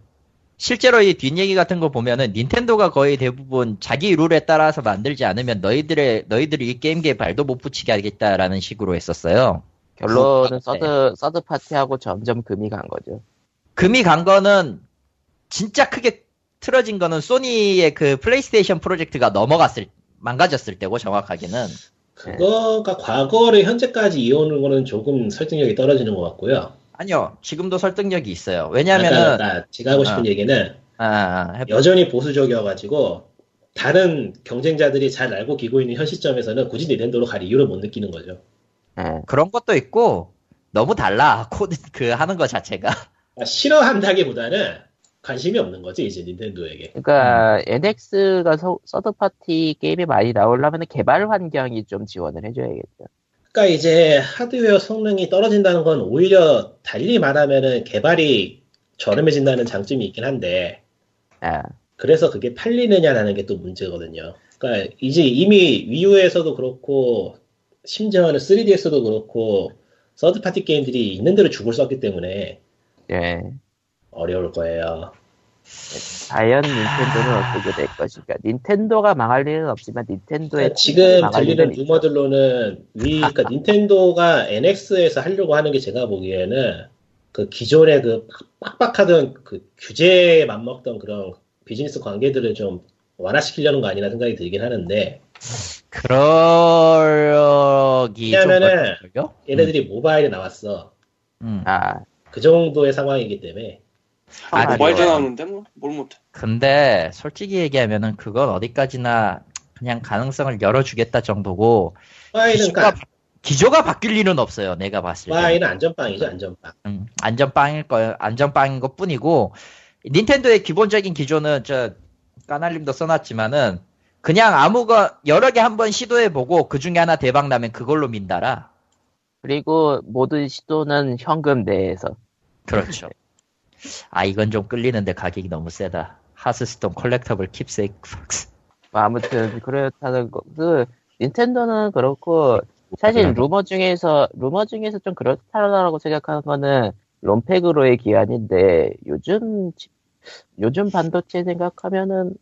S3: 실제로 이 뒷얘기 같은 거 보면은 닌텐도가 거의 대부분 자기 룰에 따라서 만들지 않으면 너희들의 너희들이 이 게임기에 발도 못 붙이게 하겠다라는 식으로 했었어요.
S1: 결론은 네.
S3: 그렇다고
S1: 서드, 서드 파티하고 점점 금이 간 거죠.
S3: 금이 간 거는 진짜 크게 틀어진 거는 소니의 그 플레이스테이션 프로젝트가 넘어갔을 망가졌을 때고 정확하게는
S4: 그거가 과거를 현재까지 이어오는 거는 조금 설득력이 떨어지는 것 같고요.
S3: 아니요 지금도 설득력이 있어요.
S4: 그러니까
S3: 왜냐면은
S4: 나- 제가 하고 싶은
S3: 아.
S4: 얘기는
S3: 아, 아, 해-
S4: 여전히 보수적이어가지고 다른 경쟁자들이 잘 알고 기고 있는 현 시점에서는 굳이 닌텐도로 갈 이유를 못 느끼는 거죠.
S1: 예.
S3: 그런 것도 있고 너무 달라 코드 그 하는 거 자체가
S4: 그러니까 싫어한다기보다는 관심이 없는 거지 이제 닌텐도에게.
S1: 그러니까 NX가 서드 파티 게임이 많이 나오려면 개발 환경이 좀 지원을 해줘야겠죠.
S4: 그러니까 이제 하드웨어 성능이 떨어진다는 건 오히려 달리 말하면은 개발이 저렴해진다는 장점이 있긴 한데
S1: 아,
S4: 그래서 그게 팔리느냐라는 게 또 문제거든요. 그러니까 이제 이미 위유에서도 그렇고 심지어는 3DS도 그렇고 서드파티 게임들이 있는 대로 죽을 썼기 때문에
S1: 예.
S4: 어려울 거예요.
S1: 과연 닌텐도는 어떻게 될 것인가? 닌텐도가 망할 일은 없지만 닌텐도의
S4: 그러니까 지금
S1: 망할
S4: 들리는
S1: 네, 일은 있죠.
S4: 루머들로는 위, 그러니까 닌텐도가 NX에서 하려고 하는 게 제가 보기에는 그 기존의 그 빡빡하던 그 규제에 맞먹던 그런 비즈니스 관계들을 좀 완화시키려는 거 아니나 생각이 들긴 하는데
S3: 그러기 좀
S4: 왜냐면은
S3: 어렵죠?
S1: 음.
S4: 얘네들이 모바일에 나왔어.
S3: 음.
S1: 아,
S4: 그 정도의 상황이기 때문에
S1: 아,
S2: 아, 모바일도
S1: 그래요?
S2: 나오는데 뭐, 뭘 못해.
S3: 근데 솔직히 얘기하면은 그건 어디까지나 그냥 가능성을 열어주겠다 정도고
S4: 파일은
S3: 기조가, 바- 기조가 바뀔 일은 없어요. 내가 봤을 때.
S4: 파일은 안전빵이죠 안전빵.
S3: 음, 안전빵일 거예요. 안전빵인 것 뿐이고 닌텐도의 기본적인 기조는 저 까날림도 써놨지만은 그냥 아무거 여러 개 한번 시도해보고 그 중에 하나 대박 나면 그걸로 민다라.
S1: 그리고 모든 시도는 현금 내에서
S3: 그렇죠. 아 이건 좀 끌리는데 가격이 너무 세다. 하스스톤 컬렉터블 킵세이크박스.
S1: 뭐 아무튼 그렇다는 거. 그 닌텐도는 그렇고
S3: 네.
S1: 사실 루머 중에서 루머 중에서 좀 그렇다라고 생각하는 거는 롬팩으로의 기한인데 요즘 치- 요즘 반도체 생각하면은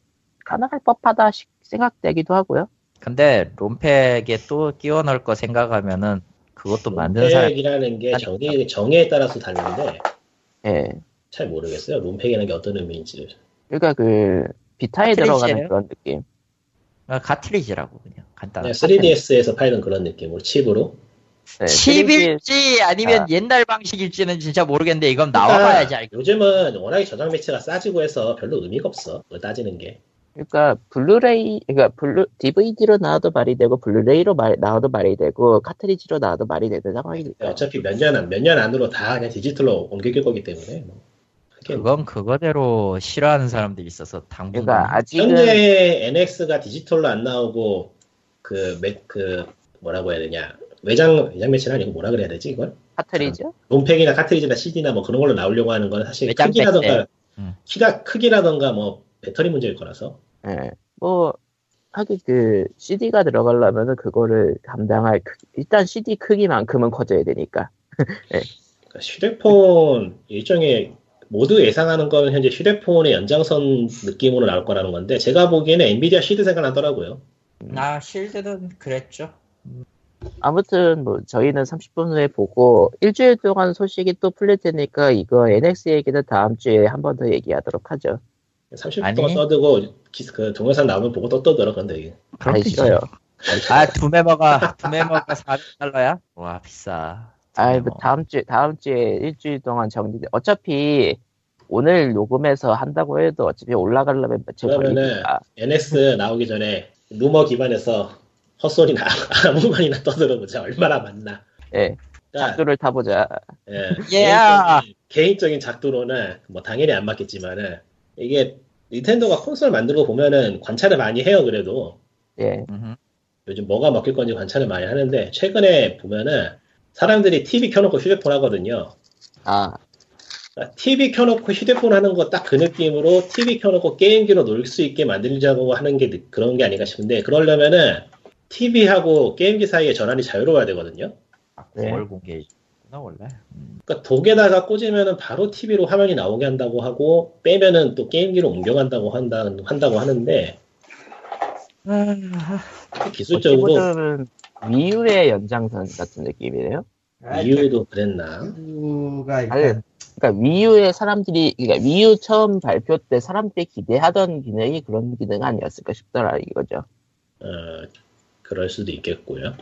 S1: 가능할 법하다 시- 생각되기도 하고요.
S3: 근데 롬팩에 또 끼워 넣을 거 생각하면은 그것도 만드는 사람
S4: 롬팩이라는 게
S3: 아니,
S4: 정의, 정의에 따라서 다른데
S1: 예.
S4: 잘 모르겠어요. 롬팩이라는 게 어떤 의미인지를.
S1: 그러니까 그 비타에
S3: 아, 카트리지예요?
S1: 들어가는 그런 느낌.
S3: 아, 가트리지라고 그냥 간단하게.
S4: 그냥 3DS에서 팔던 그런 느낌으로 칩으로.
S1: 네, 카트리지-
S3: 칩일지 아니면
S1: 아.
S3: 옛날 방식일지는 진짜 모르겠는데 이건
S4: 그러니까
S3: 나와봐야지 알겠
S4: 요즘은 워낙에 저장 매체가 싸지고 해서 별로 의미가 없어. 그걸 따지는 게.
S1: 그러니까 블루레이 그러니까 블루 DVD로 나와도 말이 되고 블루레이로 말- 나와도 말이 되고 카트리지로 나와도 말이 되는
S3: 아,
S1: 상황이니까.
S4: 그러니까 어차피 몇 년 안, 몇 년 안으로 다 그냥 디지털로 옮길 거기 때문에. 뭐. 그게
S3: 그건 그거대로 싫어하는 사람들이 있어서 당분간
S1: 그러니까 아직은
S4: 현재 NX가 디지털로 안 나오고 그, 매, 그 뭐라고 해야 되냐. 외장, 외장 매체는 아니고 뭐라 그래야 되지 이걸?
S1: 카트리지?
S4: 롬팩이나 카트리지나 CD나 뭐 그런 걸로 나오려고 하는 건 사실
S3: 외장
S4: 크기라던가
S3: 매체. 음.
S4: 키가 크기라던가 뭐 배터리 문제일 거라서
S1: 예. 뭐, 하긴 그, CD가 들어가려면은 그거를 감당할, 크- 일단 CD 크기만큼은 커져야 되니까.
S4: 그러니까 휴대폰 일종의 모두 예상하는 건 현재 휴대폰의 연장선 느낌으로 나올 거라는 건데 제가 보기에는 엔비디아 시드 생각나더라고요.
S3: 나 실드는 그랬죠.
S1: 아무튼 뭐, 저희는 30분 후에 보고, 일주일 동안 소식이 또 풀릴 테니까 이거 NX 얘기는 다음 주에 한 번 더 얘기하도록 하죠.
S4: 30분
S3: 아니.
S4: 동안 떠들고 기- 그 동영상 나오면 보고 또 떠들어 근데
S1: 아니, 싫어요.
S3: 아두 메모가 두 메모가 400달러야? 와 비싸. 두
S1: 아이,
S3: 메모.
S1: 뭐 다음 주에, 다음 주에 일주일 동안 정리, 어차피 오늘 녹음해서 한다고 해도 어차피 올라가려면 며칠
S4: 그러면은
S1: 걸리니까. 아,
S4: NX
S3: 음.
S4: 나오기 전에 루머 기반에서 헛소리나 아무 말이나 떠들어보자 얼마나 맞나.
S1: 예.
S4: 그러니까
S1: 학교를 타보자.
S4: 예,
S3: Yeah.
S4: 개인적인, 개인적인 작도로는 뭐 당연히 안 맞겠지만은 이게 닌텐도가 콘솔 만들고 보면은 관찰을 많이 해요 그래도
S1: 예.
S3: 음흠.
S4: 요즘 뭐가 먹힐 건지 관찰을 많이 하는데 최근에 보면은 사람들이 TV 켜놓고 휴대폰 하거든요.
S1: 아,
S4: 그러니까 TV 켜놓고 휴대폰 하는 거 딱 그 느낌으로 TV 켜놓고 게임기로 놀 수 있게 만들자고 하는 게 느- 그런 게 아닌가 싶은데 그러려면은 TV하고 게임기 사이에 전환이 자유로워야 되거든요.
S3: 아,
S1: 네.
S3: 9월 공개나 원래. 음.
S4: 그러니까 독에다가 꽂으면은 바로 TV로 화면이 나오게 한다고 하고 빼면은 또 게임기로 옮겨간다고 한다, 한다고 하는데 그 기술적으로
S1: 어찌보면 그렇죠. 미유의 연장선 같은 느낌이네요.
S4: 이유도 그랬나?
S3: 이유가
S1: 아니, 그러니까 위유의 사람들이 그러니까 위유 처음 발표 때 사람들이 기대하던 기능이 그런 기능 아니었을까 싶더라 이거죠.
S4: 어, 그럴 수도 있겠고요.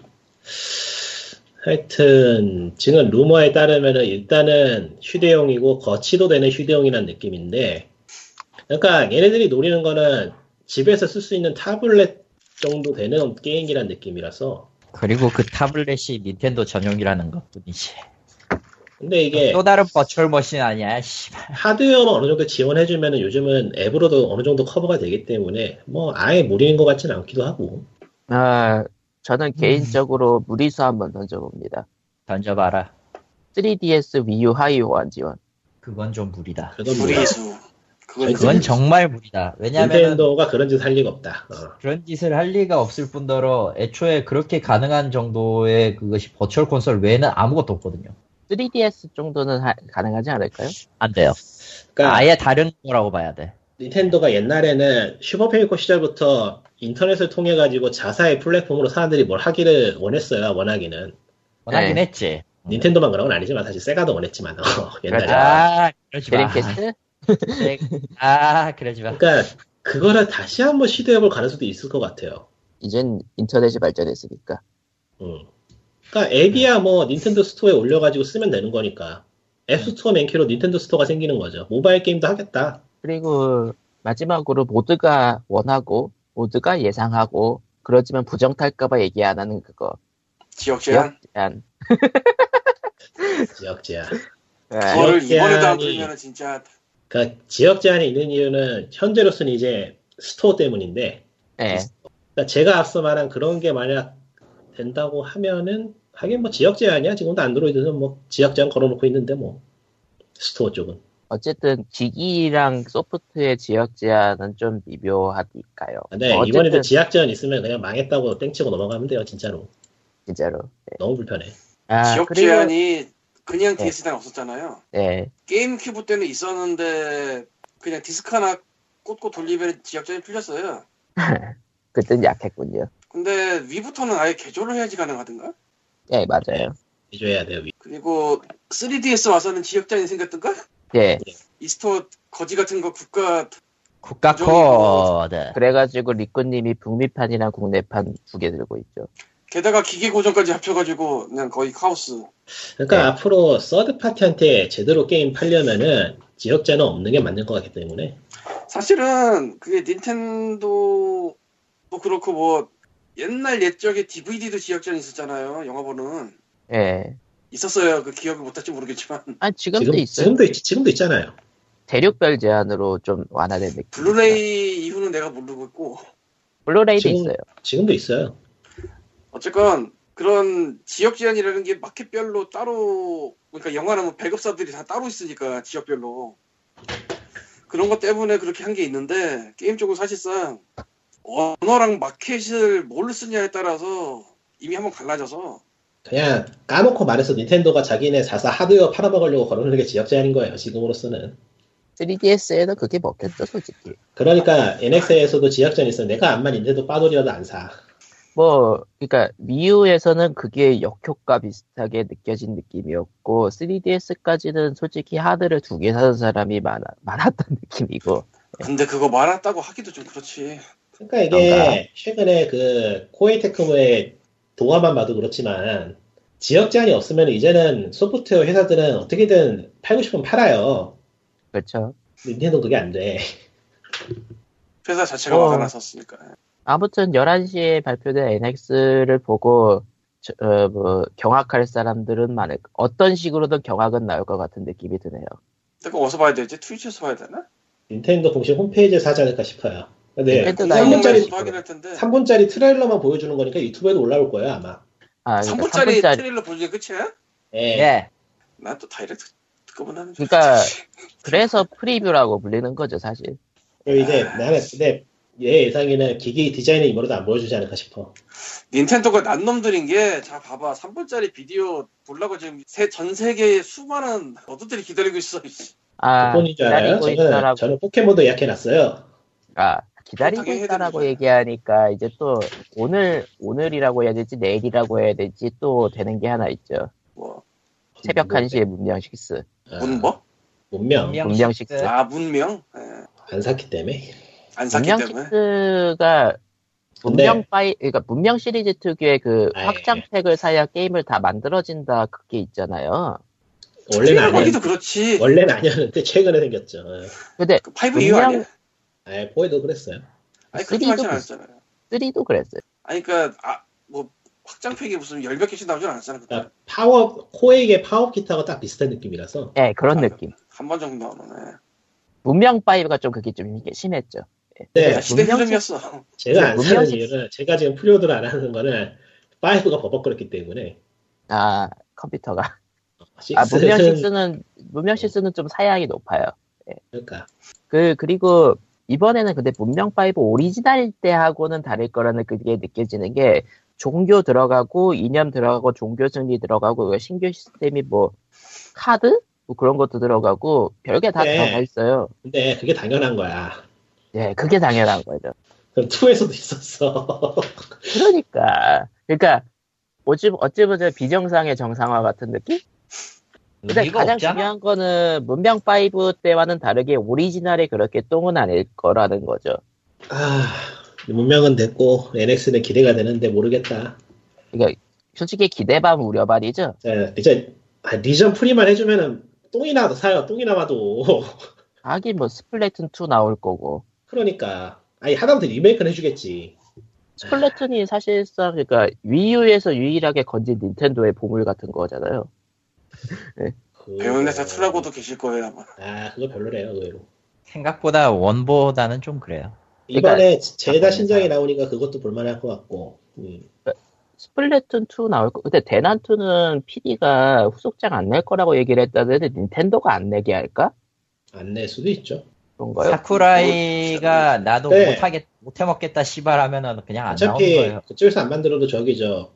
S4: 하여튼 지금 루머에 따르면은 일단은 휴대용이고 거치도 되는 휴대용이란 느낌인데, 그러니까 얘네들이 노리는 거는 집에서 쓸 수 있는 타블렛 정도 되는 게임이란 느낌이라서,
S3: 그리고 그 타블렛이 닌텐도 전용이라는 것뿐이지.
S4: 근데 이게
S3: 또 다른 버추얼 머신 아니야? 씨발.
S4: 하드웨어만 어느 정도 지원해주면은 요즘은 앱으로도 어느 정도 커버가 되기 때문에 뭐 아예 무리인 것 같진 않기도 하고.
S1: 아, 저는 개인적으로 무리수 한번 던져봅니다.
S3: 던져봐라.
S1: 3DS 위유 하이 호환 지원.
S3: 그건 좀 무리다.
S4: 그건 뭐
S2: 무리수. 그건
S3: 그건
S2: 이제
S3: 정말 무리다. 왜냐면
S4: 닌텐도가 그런 짓 할 리가 없다. 어.
S3: 그런 짓을 할 리가 없을 뿐더러 애초에 그렇게 가능한 정도의 그것이 버추얼 콘솔 외에는 아무것도 없거든요.
S1: 3DS 정도는 하- 가능하지 않을까요?
S3: 안 돼요.
S4: 그러니까
S3: 아예 다른 거라고 봐야 돼.
S4: 닌텐도가 옛날에는 슈퍼패미코 시절부터 인터넷을 통해 가지고 자사의 플랫폼으로 사람들이 뭘 하기를 원했어요. 원하기는
S3: 원하긴
S1: 네.
S3: 했지.
S4: 닌텐도만 그런 건 아니지만 사실 세가도 원했지만 어, 옛날에.
S3: 아, 그러지 마.
S1: 드림캐스트?
S3: 네. 아, 그러지 마.
S4: 그러니까 그거를 다시 한번 시도해볼 가능성도 있을 것 같아요.
S1: 이젠 인터넷이 발전했으니까.
S4: 음. 그러니까
S1: 네.
S4: 앱이야 뭐 닌텐도 스토어에 올려가지고 쓰면 되는 거니까 앱
S1: 네.
S4: 스토어 맨키로 닌텐도 스토어가 생기는 거죠. 모바일 게임도 하겠다.
S1: 그리고 마지막으로 모두가 원하고 모두가 예상하고 그러지만 부정 탈까봐 얘기 안 하는 그거.
S2: 지역 제한
S1: 안.
S4: 지역 제한.
S1: 아,
S2: 그거를
S4: 지역
S2: 이번에도 안
S4: 제한이-
S2: 들면 진짜
S4: 그러니까 지역 제한이 있는 이유는 현재로서는 이제 스토어 때문인데
S1: 예.
S4: 그러니까 제가 앞서 말한 그런 게 만약 된다고 하면은 하긴 뭐 지역 제한이야 지금도 안드로이드는 뭐 지역 제한 걸어놓고 있는데 뭐 스토어 쪽은
S1: 어쨌든 기기랑 소프트의 지역 제한은 좀 미묘하니까요. 뭐
S4: 근데
S1: 어쨌든
S4: 아, 네, 이번에도 지역 제한 있으면 그냥 망했다고 땡치고 넘어가면 돼요 진짜로
S1: 진짜로.
S4: 너무 불편해
S1: 아,
S2: 지역
S1: 그리고-
S2: 제한이 그냥
S1: 네.
S2: DS단 없었잖아요.
S1: 예.
S2: 게임 큐브 때는 있었는데 그냥 디스크 하나 꽂고 돌리면 지역 제한이 풀렸어요.
S1: 그땐 약했군요.
S2: 근데 위부터는 아예 개조를 해야지 가능하던가?
S1: 예, 맞아요.
S4: 해줘야 돼요 위.
S2: 그리고 3DS 와서는 지역 제한이 생겼던가?
S4: 네.
S1: 예.
S2: 이스토어 거지 같은 거 국가
S3: 국가 코드.
S1: 그래가지고 리꾸님이 북미판이랑 국내판 두 개 들고 있죠.
S2: 게다가 기계 고정까지 합쳐가지고 그냥 거의 카오스.
S4: 그러니까
S1: 네.
S4: 앞으로 서드 파티한테 제대로 게임 팔려면은 지역 제한은 없는 게 맞는 것 같기 때문에
S2: 사실은 그게 닌텐도도 그렇고 뭐 옛날 옛적에 DVD도 지역 제한 있었잖아요. 영화보는
S1: 예. 있
S2: 어요그 기억을 못할지 모르겠지만
S1: 아 지금도 있어요.
S4: 지금도 있- 지금도 있잖아요.
S1: 대륙별 제한으로 좀 완화된 느낌.
S2: 블루레이 이후는 내가 모르겠고
S1: 블루레이도
S4: 지금-
S1: 있어요.
S4: 지금도 있어요.
S2: 어쨌건 그런 지역 제한이라는 게 마켓별로 따로 그러니까 영화는 뭐 배급사들이 다 따로 있으니까 지역별로 그런 것 때문에 그렇게 한 게 있는데 게임 쪽은 사실상 언어랑 마켓을 뭘 쓰냐에 따라서 이미 한번 갈라져서
S4: 그냥 까놓고 말해서 닌텐도가 자기네 자사 하드웨어 팔아먹으려고 걸어놓는 게 지역 제한인 거예요. 지금으로서는.
S1: 3DS에는 그게 먹혔죠, 솔직히.
S4: 그러니까 NX에서도 지역 제한 있어. 내가 안만 닌텐도 빠돌이라도 안 사.
S1: 뭐, 그니까, 미우에서는 그게 역효과 비슷하게 느껴진 느낌이었고, 3DS까지는 솔직히 하드를 두 개 사는 사람이 많아, 많았던 느낌이고,
S2: 근데 그거 많았다고 하기도 좀 그렇지
S4: 그러니까 이게
S1: 그런가?
S4: 최근에 그 코에이 테크모의 동화만 봐도 그렇지만 지역 제한이 없으면 이제는 소프트웨어 회사들은 어떻게든 팔고 싶으면 팔아요.
S1: 그렇죠
S4: 닌텐도 그게 안 돼.
S2: 회사 자체가
S1: 어.
S2: 화가 났었으니까
S1: 아무튼, 11시에 발표된 NX를 보고, 저- 어, 뭐, 경악할 사람들은 많을, 어떤 식으로든 경악은 나올 것 같은 느낌이 드네요.
S2: 내가 어디서 봐야 되지? 트위치에서 봐야 되나?
S4: 닌텐도 공식 홈페이지에서 하지 않을까 싶어요. 근데
S1: 닌텐도
S2: 한
S1: 나이는
S4: 3분짜리,
S2: 번만 확인할 텐데
S4: 3분짜리 트레일러만 보여주는 거니까 유튜브에도 올라올 거예요, 아마.
S1: 아, 그러니까
S2: 3분짜리
S1: 3분짜리
S2: 트레일러 보는 게 끝이야?
S4: 예.
S3: 예.
S2: 난 또 다이렉트 그거보다 하는 줄
S1: 그러니까
S2: 알았지.
S1: 그래서 프리뷰라고 불리는 거죠, 사실.
S4: 그리고 이제 나는 근데 얘 예상에는 기기 디자인의 이모로도 안 보여주지 않을까 싶어.
S2: 닌텐도가 난놈들인 게, 자, 봐봐. 3분짜리 비디오 보려고 지금 세, 전 세계의 수많은 너드들이 기다리고 있어. 이씨.
S1: 아,
S4: 본인줄 알아요?
S1: 기다리고 있다라고.
S4: 저는, 저는 포켓몬도 예약해놨어요.
S1: 아, 기다리고
S2: 그렇다고 해야
S1: 있다라고
S2: 되는
S1: 얘기하니까 이제 또 오늘 오늘이라고 해야 될지 내일이라고 해야 될지 또 되는 게 하나 있죠.
S2: 뭐,
S1: 새벽 1시에 문명 식스.
S4: 아,
S2: 문 뭐?
S4: 문명.
S1: 문명 식스.
S2: 아, 문명? 예.
S4: 안 샀기 때문에.
S2: 안 샀기
S1: 문명
S2: 때문에.
S1: 식스가 문명
S4: 근데-
S1: 파이 그러니까 문명 시리즈 특유의 그
S4: 아, 예,
S1: 확장팩을 사야 게임을 다 만들어진다 그게 있잖아요.
S4: 원래는
S2: 트레일러 뭐
S4: 아니었,
S2: 보기도 그렇지.
S4: 원래는 아니었는데 최근에 생겼죠. 어.
S1: 근데
S2: 그 파이브 이후
S1: 문명-
S2: 아니야?
S4: 아예 포에도 그랬어요.
S2: 아니, 그렇게
S1: 쓰리도
S2: 많진
S1: 그-
S2: 않았잖아요.
S1: 3도 그랬어요.
S2: 아니, 그니까, 아, 뭐, 확장팩이 무슨 열몇 개씩 나오진 않았잖아.
S4: 그러니까 파워 코에게 파워 기타가 딱 비슷한 느낌이라서
S1: 예, 그런
S2: 아,
S1: 느낌.
S2: 한번 정도 나오네.
S1: 문명 파이브가 좀 그게 좀 이게 심했죠.
S2: 야,
S4: 근데
S2: 시대
S1: 문명
S2: 흐름이었어.
S4: 제가 안
S1: 문명
S4: 사는
S1: 식-
S4: 이유는 제가 지금 프리오드를 안 하는 거는 5가 버벅거렸기 때문에
S1: 아, 컴퓨터가. 아, 문명
S4: 6는
S1: 식스는 문명 식스는 좀 사양이 높아요.
S4: 그러니까
S1: 그 그리고 이번에는 근데 문명 파이브 오리지널 때하고는 다를 거라는 그게 느껴지는 게 종교 들어가고 이념 들어가고 종교 승리 들어가고 그 신규 시스템이 뭐 카드 뭐 그런 것도 들어가고 별게 다
S4: 네.
S1: 들어가 있어요.
S4: 근데 그게 당연한 거야.
S1: 예, 그게 당연한 거죠.
S4: 그럼 2에서도 있었어.
S1: 그러니까 그러니까 어찌 어찌 보자 비정상의 정상화 같은 느낌? 근데
S3: 의미가
S1: 가장
S3: 음, 없잖아.
S1: 중요한 거는 문명 파이브 때와는 다르게 오리지널에 그렇게 똥은 아닐 거라는 거죠.
S4: 아, 문명은 됐고 NX는 기대가 되는데 모르겠다.
S1: 그러니까 솔직히 기대 반 우려 반이죠.
S4: 자, 이제 아, 리전 프리만 해주면은 똥이나 사요. 똥이 남아도
S1: 하긴 뭐 스플래툰 2 나올 거고
S4: 그러니까 아니 하다못해 리메이크는 해주겠지.
S1: 스플래툰이 사실상 그러니까 위유에서 유일하게 건진 닌텐도의 보물 같은 거잖아요.
S4: 그...
S2: 배우네사 틀라고도 계실 거예요 아마.
S4: 아 그거 별로래요 의외로.
S3: 생각보다 원보다는 좀 그래요.
S1: 그러니까
S4: 이번에 제다 신작이 나오니까 그것도 볼만할 것 같고. 음.
S1: 스플래툰 2 나올 거. 근데 대난 2는 PD가 후속작 안 낼 거라고 얘기를 했다는데 닌텐도가 안 내게 할까?
S4: 안 낼 수도 있죠.
S1: 그런가요? 뭐,
S3: 사쿠라이가 나도
S4: 네.
S3: 못하겠 못해 먹겠다 시발 하면은 그냥 안 나오는
S4: 어차피
S3: 거예요.
S4: 그쪽에서 안 만들어도 저기 저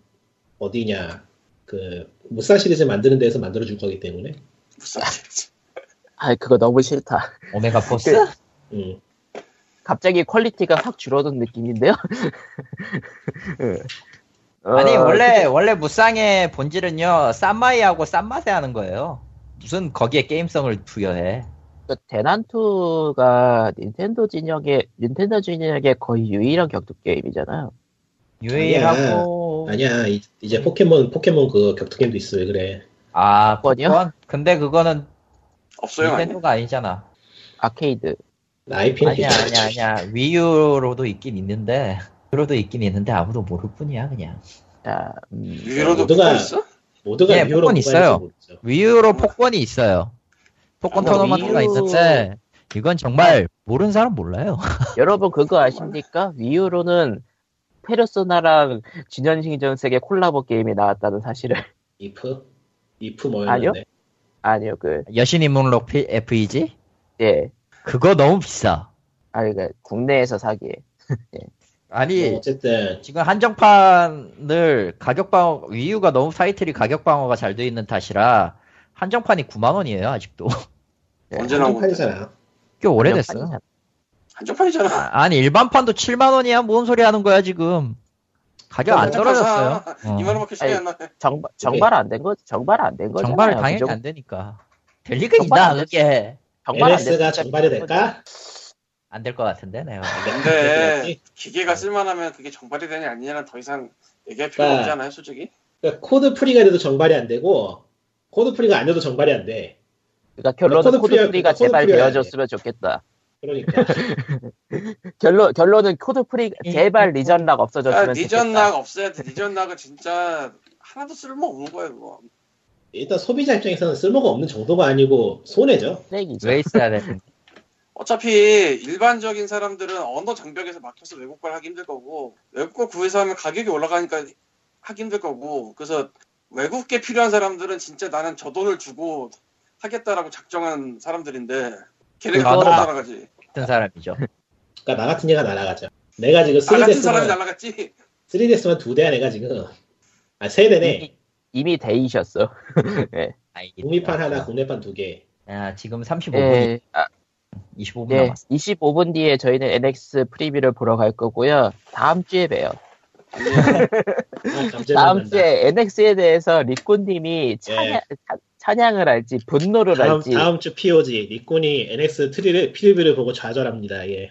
S4: 어디냐 그 무쌍 시리즈 만드는 데에서 만들어 줄 거기 때문에
S2: 무슨
S1: 아 그거 너무 싫다.
S3: 오메가 포스?
S1: 그-
S4: 음.
S1: 갑자기 퀄리티가 확 줄어든 느낌인데요. 예. 어,
S3: 아니 원래 원래 무쌍의 본질은요 쌈마이하고 쌈맛에 하는 거예요. 무슨 거기에 게임성을 부여해.
S1: 그 대난투가 닌텐도 진영의 닌텐도 진영의 거의 유일한 격투 게임이잖아요. 네. 어.
S3: 유일하고
S4: 아니야 이, 제 포켓몬 포켓몬 그 격투 게임도 있어 왜 그래
S3: 아
S1: 복권이요?
S3: 복권? 근데 그거는
S2: 없어요 아니.
S3: 닌텐도가 아니잖아.
S1: 아케이드.
S4: IP는
S3: 아니야 아니야 아니야 위유로도 있긴 있는데 위유로도 있긴 있는데 아무도 모를 뿐이야 그냥
S1: 자, 음,
S2: 유로도
S4: 모두가-
S2: 누가 있어?
S4: 모두가
S3: 예,
S4: 이유로
S3: 포켓몬 있어요.
S4: 모르죠.
S3: 위유로 복권이 있어요 복권
S2: 아마 뭐,
S3: 토너먼트가
S1: 위유-
S3: 있었는데 이건 정말 모르는 사람 몰라요
S1: 여러분 그거 아십니까? 위유로는 페르소나랑 진현신전 세계 콜라보 게임이 나왔다는 사실을
S4: if if 뭐였는데
S1: 아니요 그
S3: 여신이 문록 FEG
S1: 예.
S3: E 그거 너무 비싸
S1: 아 그러니까 국내에서 사기에
S3: 아니
S2: 예.
S4: 뭐 어쨌든
S3: 지금 한정판을 가격 방어 위유가 너무 사이트리 가격 방어가 잘 돼 있는 탓이라 한정판이 9만 원이에요 아직도
S1: 예.
S2: 언제 나온 건데?
S4: 한정판이잖아
S3: 꽤 오래됐어요
S1: 한정판이잖아.
S2: 한정판이잖아.
S3: 아, 아니 일반판도 7만 원이야 뭔 소리 하는 거야 지금 가격 안
S2: 한정판
S3: 떨어졌어요
S2: 사.
S3: 어.
S2: 2만 원밖에 차이 안 나네.
S1: 정바, 정발 안 된 거, 정발 안 된 거잖아요.
S3: 정발을 당연히
S1: 그죠?
S3: 안 되니까 될 리가
S1: 정발
S3: 있나
S1: 안 됐-
S3: 그게
S1: 정발 안
S4: NS가
S1: 됐으니까
S4: 정발이 될까?
S3: 안 될 것 같은데 내가
S2: 근데 기계가 쓸만하면 그게 정발이 되냐 아니냐는 더 이상 얘기할 필요가
S4: 네.
S2: 없지 않아요 솔직히?
S4: 그러니까 코드 프리가 돼도 정발이 안 되고 코드 프리가 안 돼도 정발이 안 돼.
S1: 그러니까 결론은
S4: 코드 프리야,
S1: 코드프리가
S4: 코드
S1: 제발
S4: 프리야.
S1: 되어줬으면 좋겠다.
S4: 그러니까
S1: 결론 결론은 코드프리 제발 리전락
S2: 아,
S1: 없어졌으면 좋겠다.
S2: 니전락 없어야 돼. 니전락은 진짜 하나도 쓸모 없는 거예요 그거.
S4: 일단 소비자 입장에서는 쓸모가 없는 정도가 아니고 손해죠.
S1: 쓰레기죠.
S3: 왜 있어야 되는
S2: 어차피 일반적인 사람들은 언어 장벽에서 막혀서 외국걸 하기 힘들 거고 외국걸 구해서 하면 가격이 올라가니까 하기 힘들 거고 그래서 외국계 필요한 사람들은 진짜 나는 저 돈을 주고 하겠다라고 작정한 사람들인데 걔네가 안
S3: 그거나-
S2: 따라가지
S3: 같은 사람이죠
S4: 그러니까 나 같은 얘가 날아가죠. 내가 지금
S2: 나 같은 사람이
S4: 3DS만
S2: 날라갔지
S4: 3DS만 두 대야 내가 지금 아 세
S1: 음.
S4: 대네.
S1: 이미 데이셨어. 예.
S3: 아이기
S4: 북미판 하나, 국내판 두 개.
S3: 야 아, 지금 35분
S1: 예, 아,
S3: 25분
S1: 예,
S3: 남았어
S1: 25분 뒤에 저희는 NX 프리뷰를 보러 갈 거고요. 다음 주에
S4: 네,
S1: 봬요.
S4: 아,
S1: 다음 주에 NX에 대해서 리꾸님이 찬양, 찬양을 할지 분노를
S4: 네. 다음,
S1: 할지
S4: 다음 주 POG 니콘이 NX 트리를 필리뷰를 보고 좌절합니다. 예.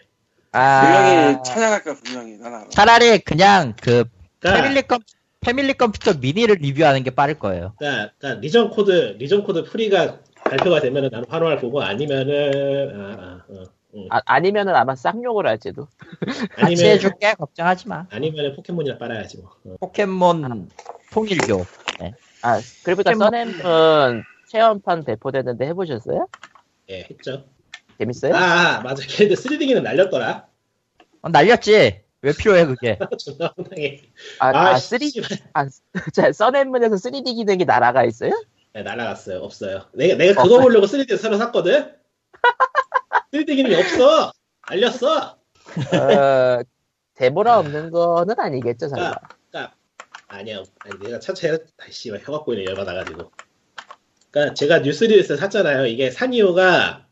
S3: 아.
S2: 분명히 찬양할 거야 분명히 난 알아
S3: 차라리 그냥 그
S4: 그러니까,
S3: 패밀리 컴 패밀리 컴퓨터 미니를 리뷰하는 게 빠를 거예요
S4: 그러니까, 그러니까 리전 코드 리전 코드 프리가 발표가 되면은 나는 환호할 거고 아니면은 아, 아, 어, 응.
S1: 아, 니면은 아마 쌍욕을 할지도.
S3: 같이
S4: 아니면
S3: 해줄게 걱정하지 마
S4: 아니면은 포켓몬이나 빨아야지 뭐. 어.
S3: 포켓몬 통일교
S1: 아 그러니까
S3: 포켓몬.
S1: 써냄은 체험판 배포됐는데 해보셨어요?
S4: 예, 했죠.
S1: 재밌어요?
S4: 아, 아, 맞아. 걔네들 3D기는 날렸더라.
S3: 어, 날렸지 왜 필요해 그게
S4: 존나 황당해.
S1: 아, 아, 3D
S4: 씨발.
S1: 아, 자, 써냄문에서 3D 기능이 날아가 있어요?
S4: 네, 날아갔어요. 없어요. 내가, 내가 그거
S1: 없어요.
S4: 보려고 3D 새로 샀거든? 필드 기능이 없어. 알렸어.
S1: 어, 데모라 없는 거는 아니겠죠, 설마.
S4: 아니야. 아니, 내가 차차에 다시 해갖고 있네 열받아가지고. 그러니까 제가 뉴스리에서 샀잖아요. 이게 산이오가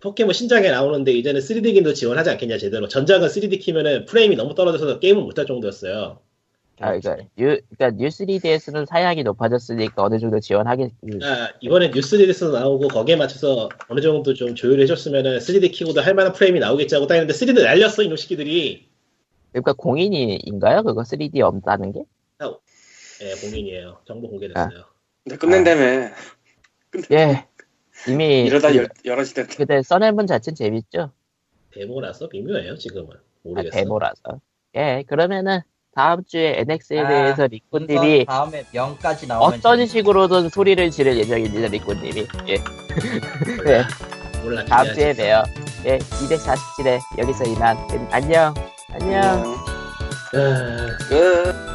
S4: 포켓몬 신작에 나오는데 이제는 3D 기능도 지원하지 않겠냐 제대로. 전작은 3D 키면은 프레임이 너무 떨어져서 게임을 못할 정도였어요.
S1: 아, 그러니까, 뉴, 그러니까 뉴3DS는 사양이 높아졌으니까 어느 정도 지원하겠, 그,
S4: 아, 이번에 뉴스리에서 나오고 거기에 맞춰서 어느 정도 좀 조율해줬으면은 3D 키고도 할 만한 프레임이 나오겠지 하고 따는데 3D 날렸어 이놈 시끼들이.
S1: 그러니까 공인인가요? 그거 3D 없다는 게?
S4: 예, 공인이에요. 정보 공개됐어요.
S1: 아.
S2: 근데
S3: 아.
S2: 끝낸다며.
S1: 예. 이미.
S2: 이러다
S1: 그-
S2: 열, 11시 됐다.
S1: 근데 써낼문 자체는 재밌죠?
S4: 데모라서 미묘해요 지금은.
S1: 아,
S4: 모르겠어.
S1: 데모라서. 예, 그러면은 다음 주에 NX에
S3: 아,
S1: 대해서
S3: 분석
S1: 리꾸님이
S3: 다음에 명까지 나오면
S1: 어떤
S3: 재밌-
S1: 식으로든 소리를 지를 예정입니다, 리꾸님이. 예,
S4: 몰라.
S1: 예,
S4: 몰라.
S1: 다음
S4: 기대하지.
S1: 주에 봬요. 예, 247회 여기서 이만. 음, 안녕. 안녕.
S2: 음,
S4: 아...
S2: 끝.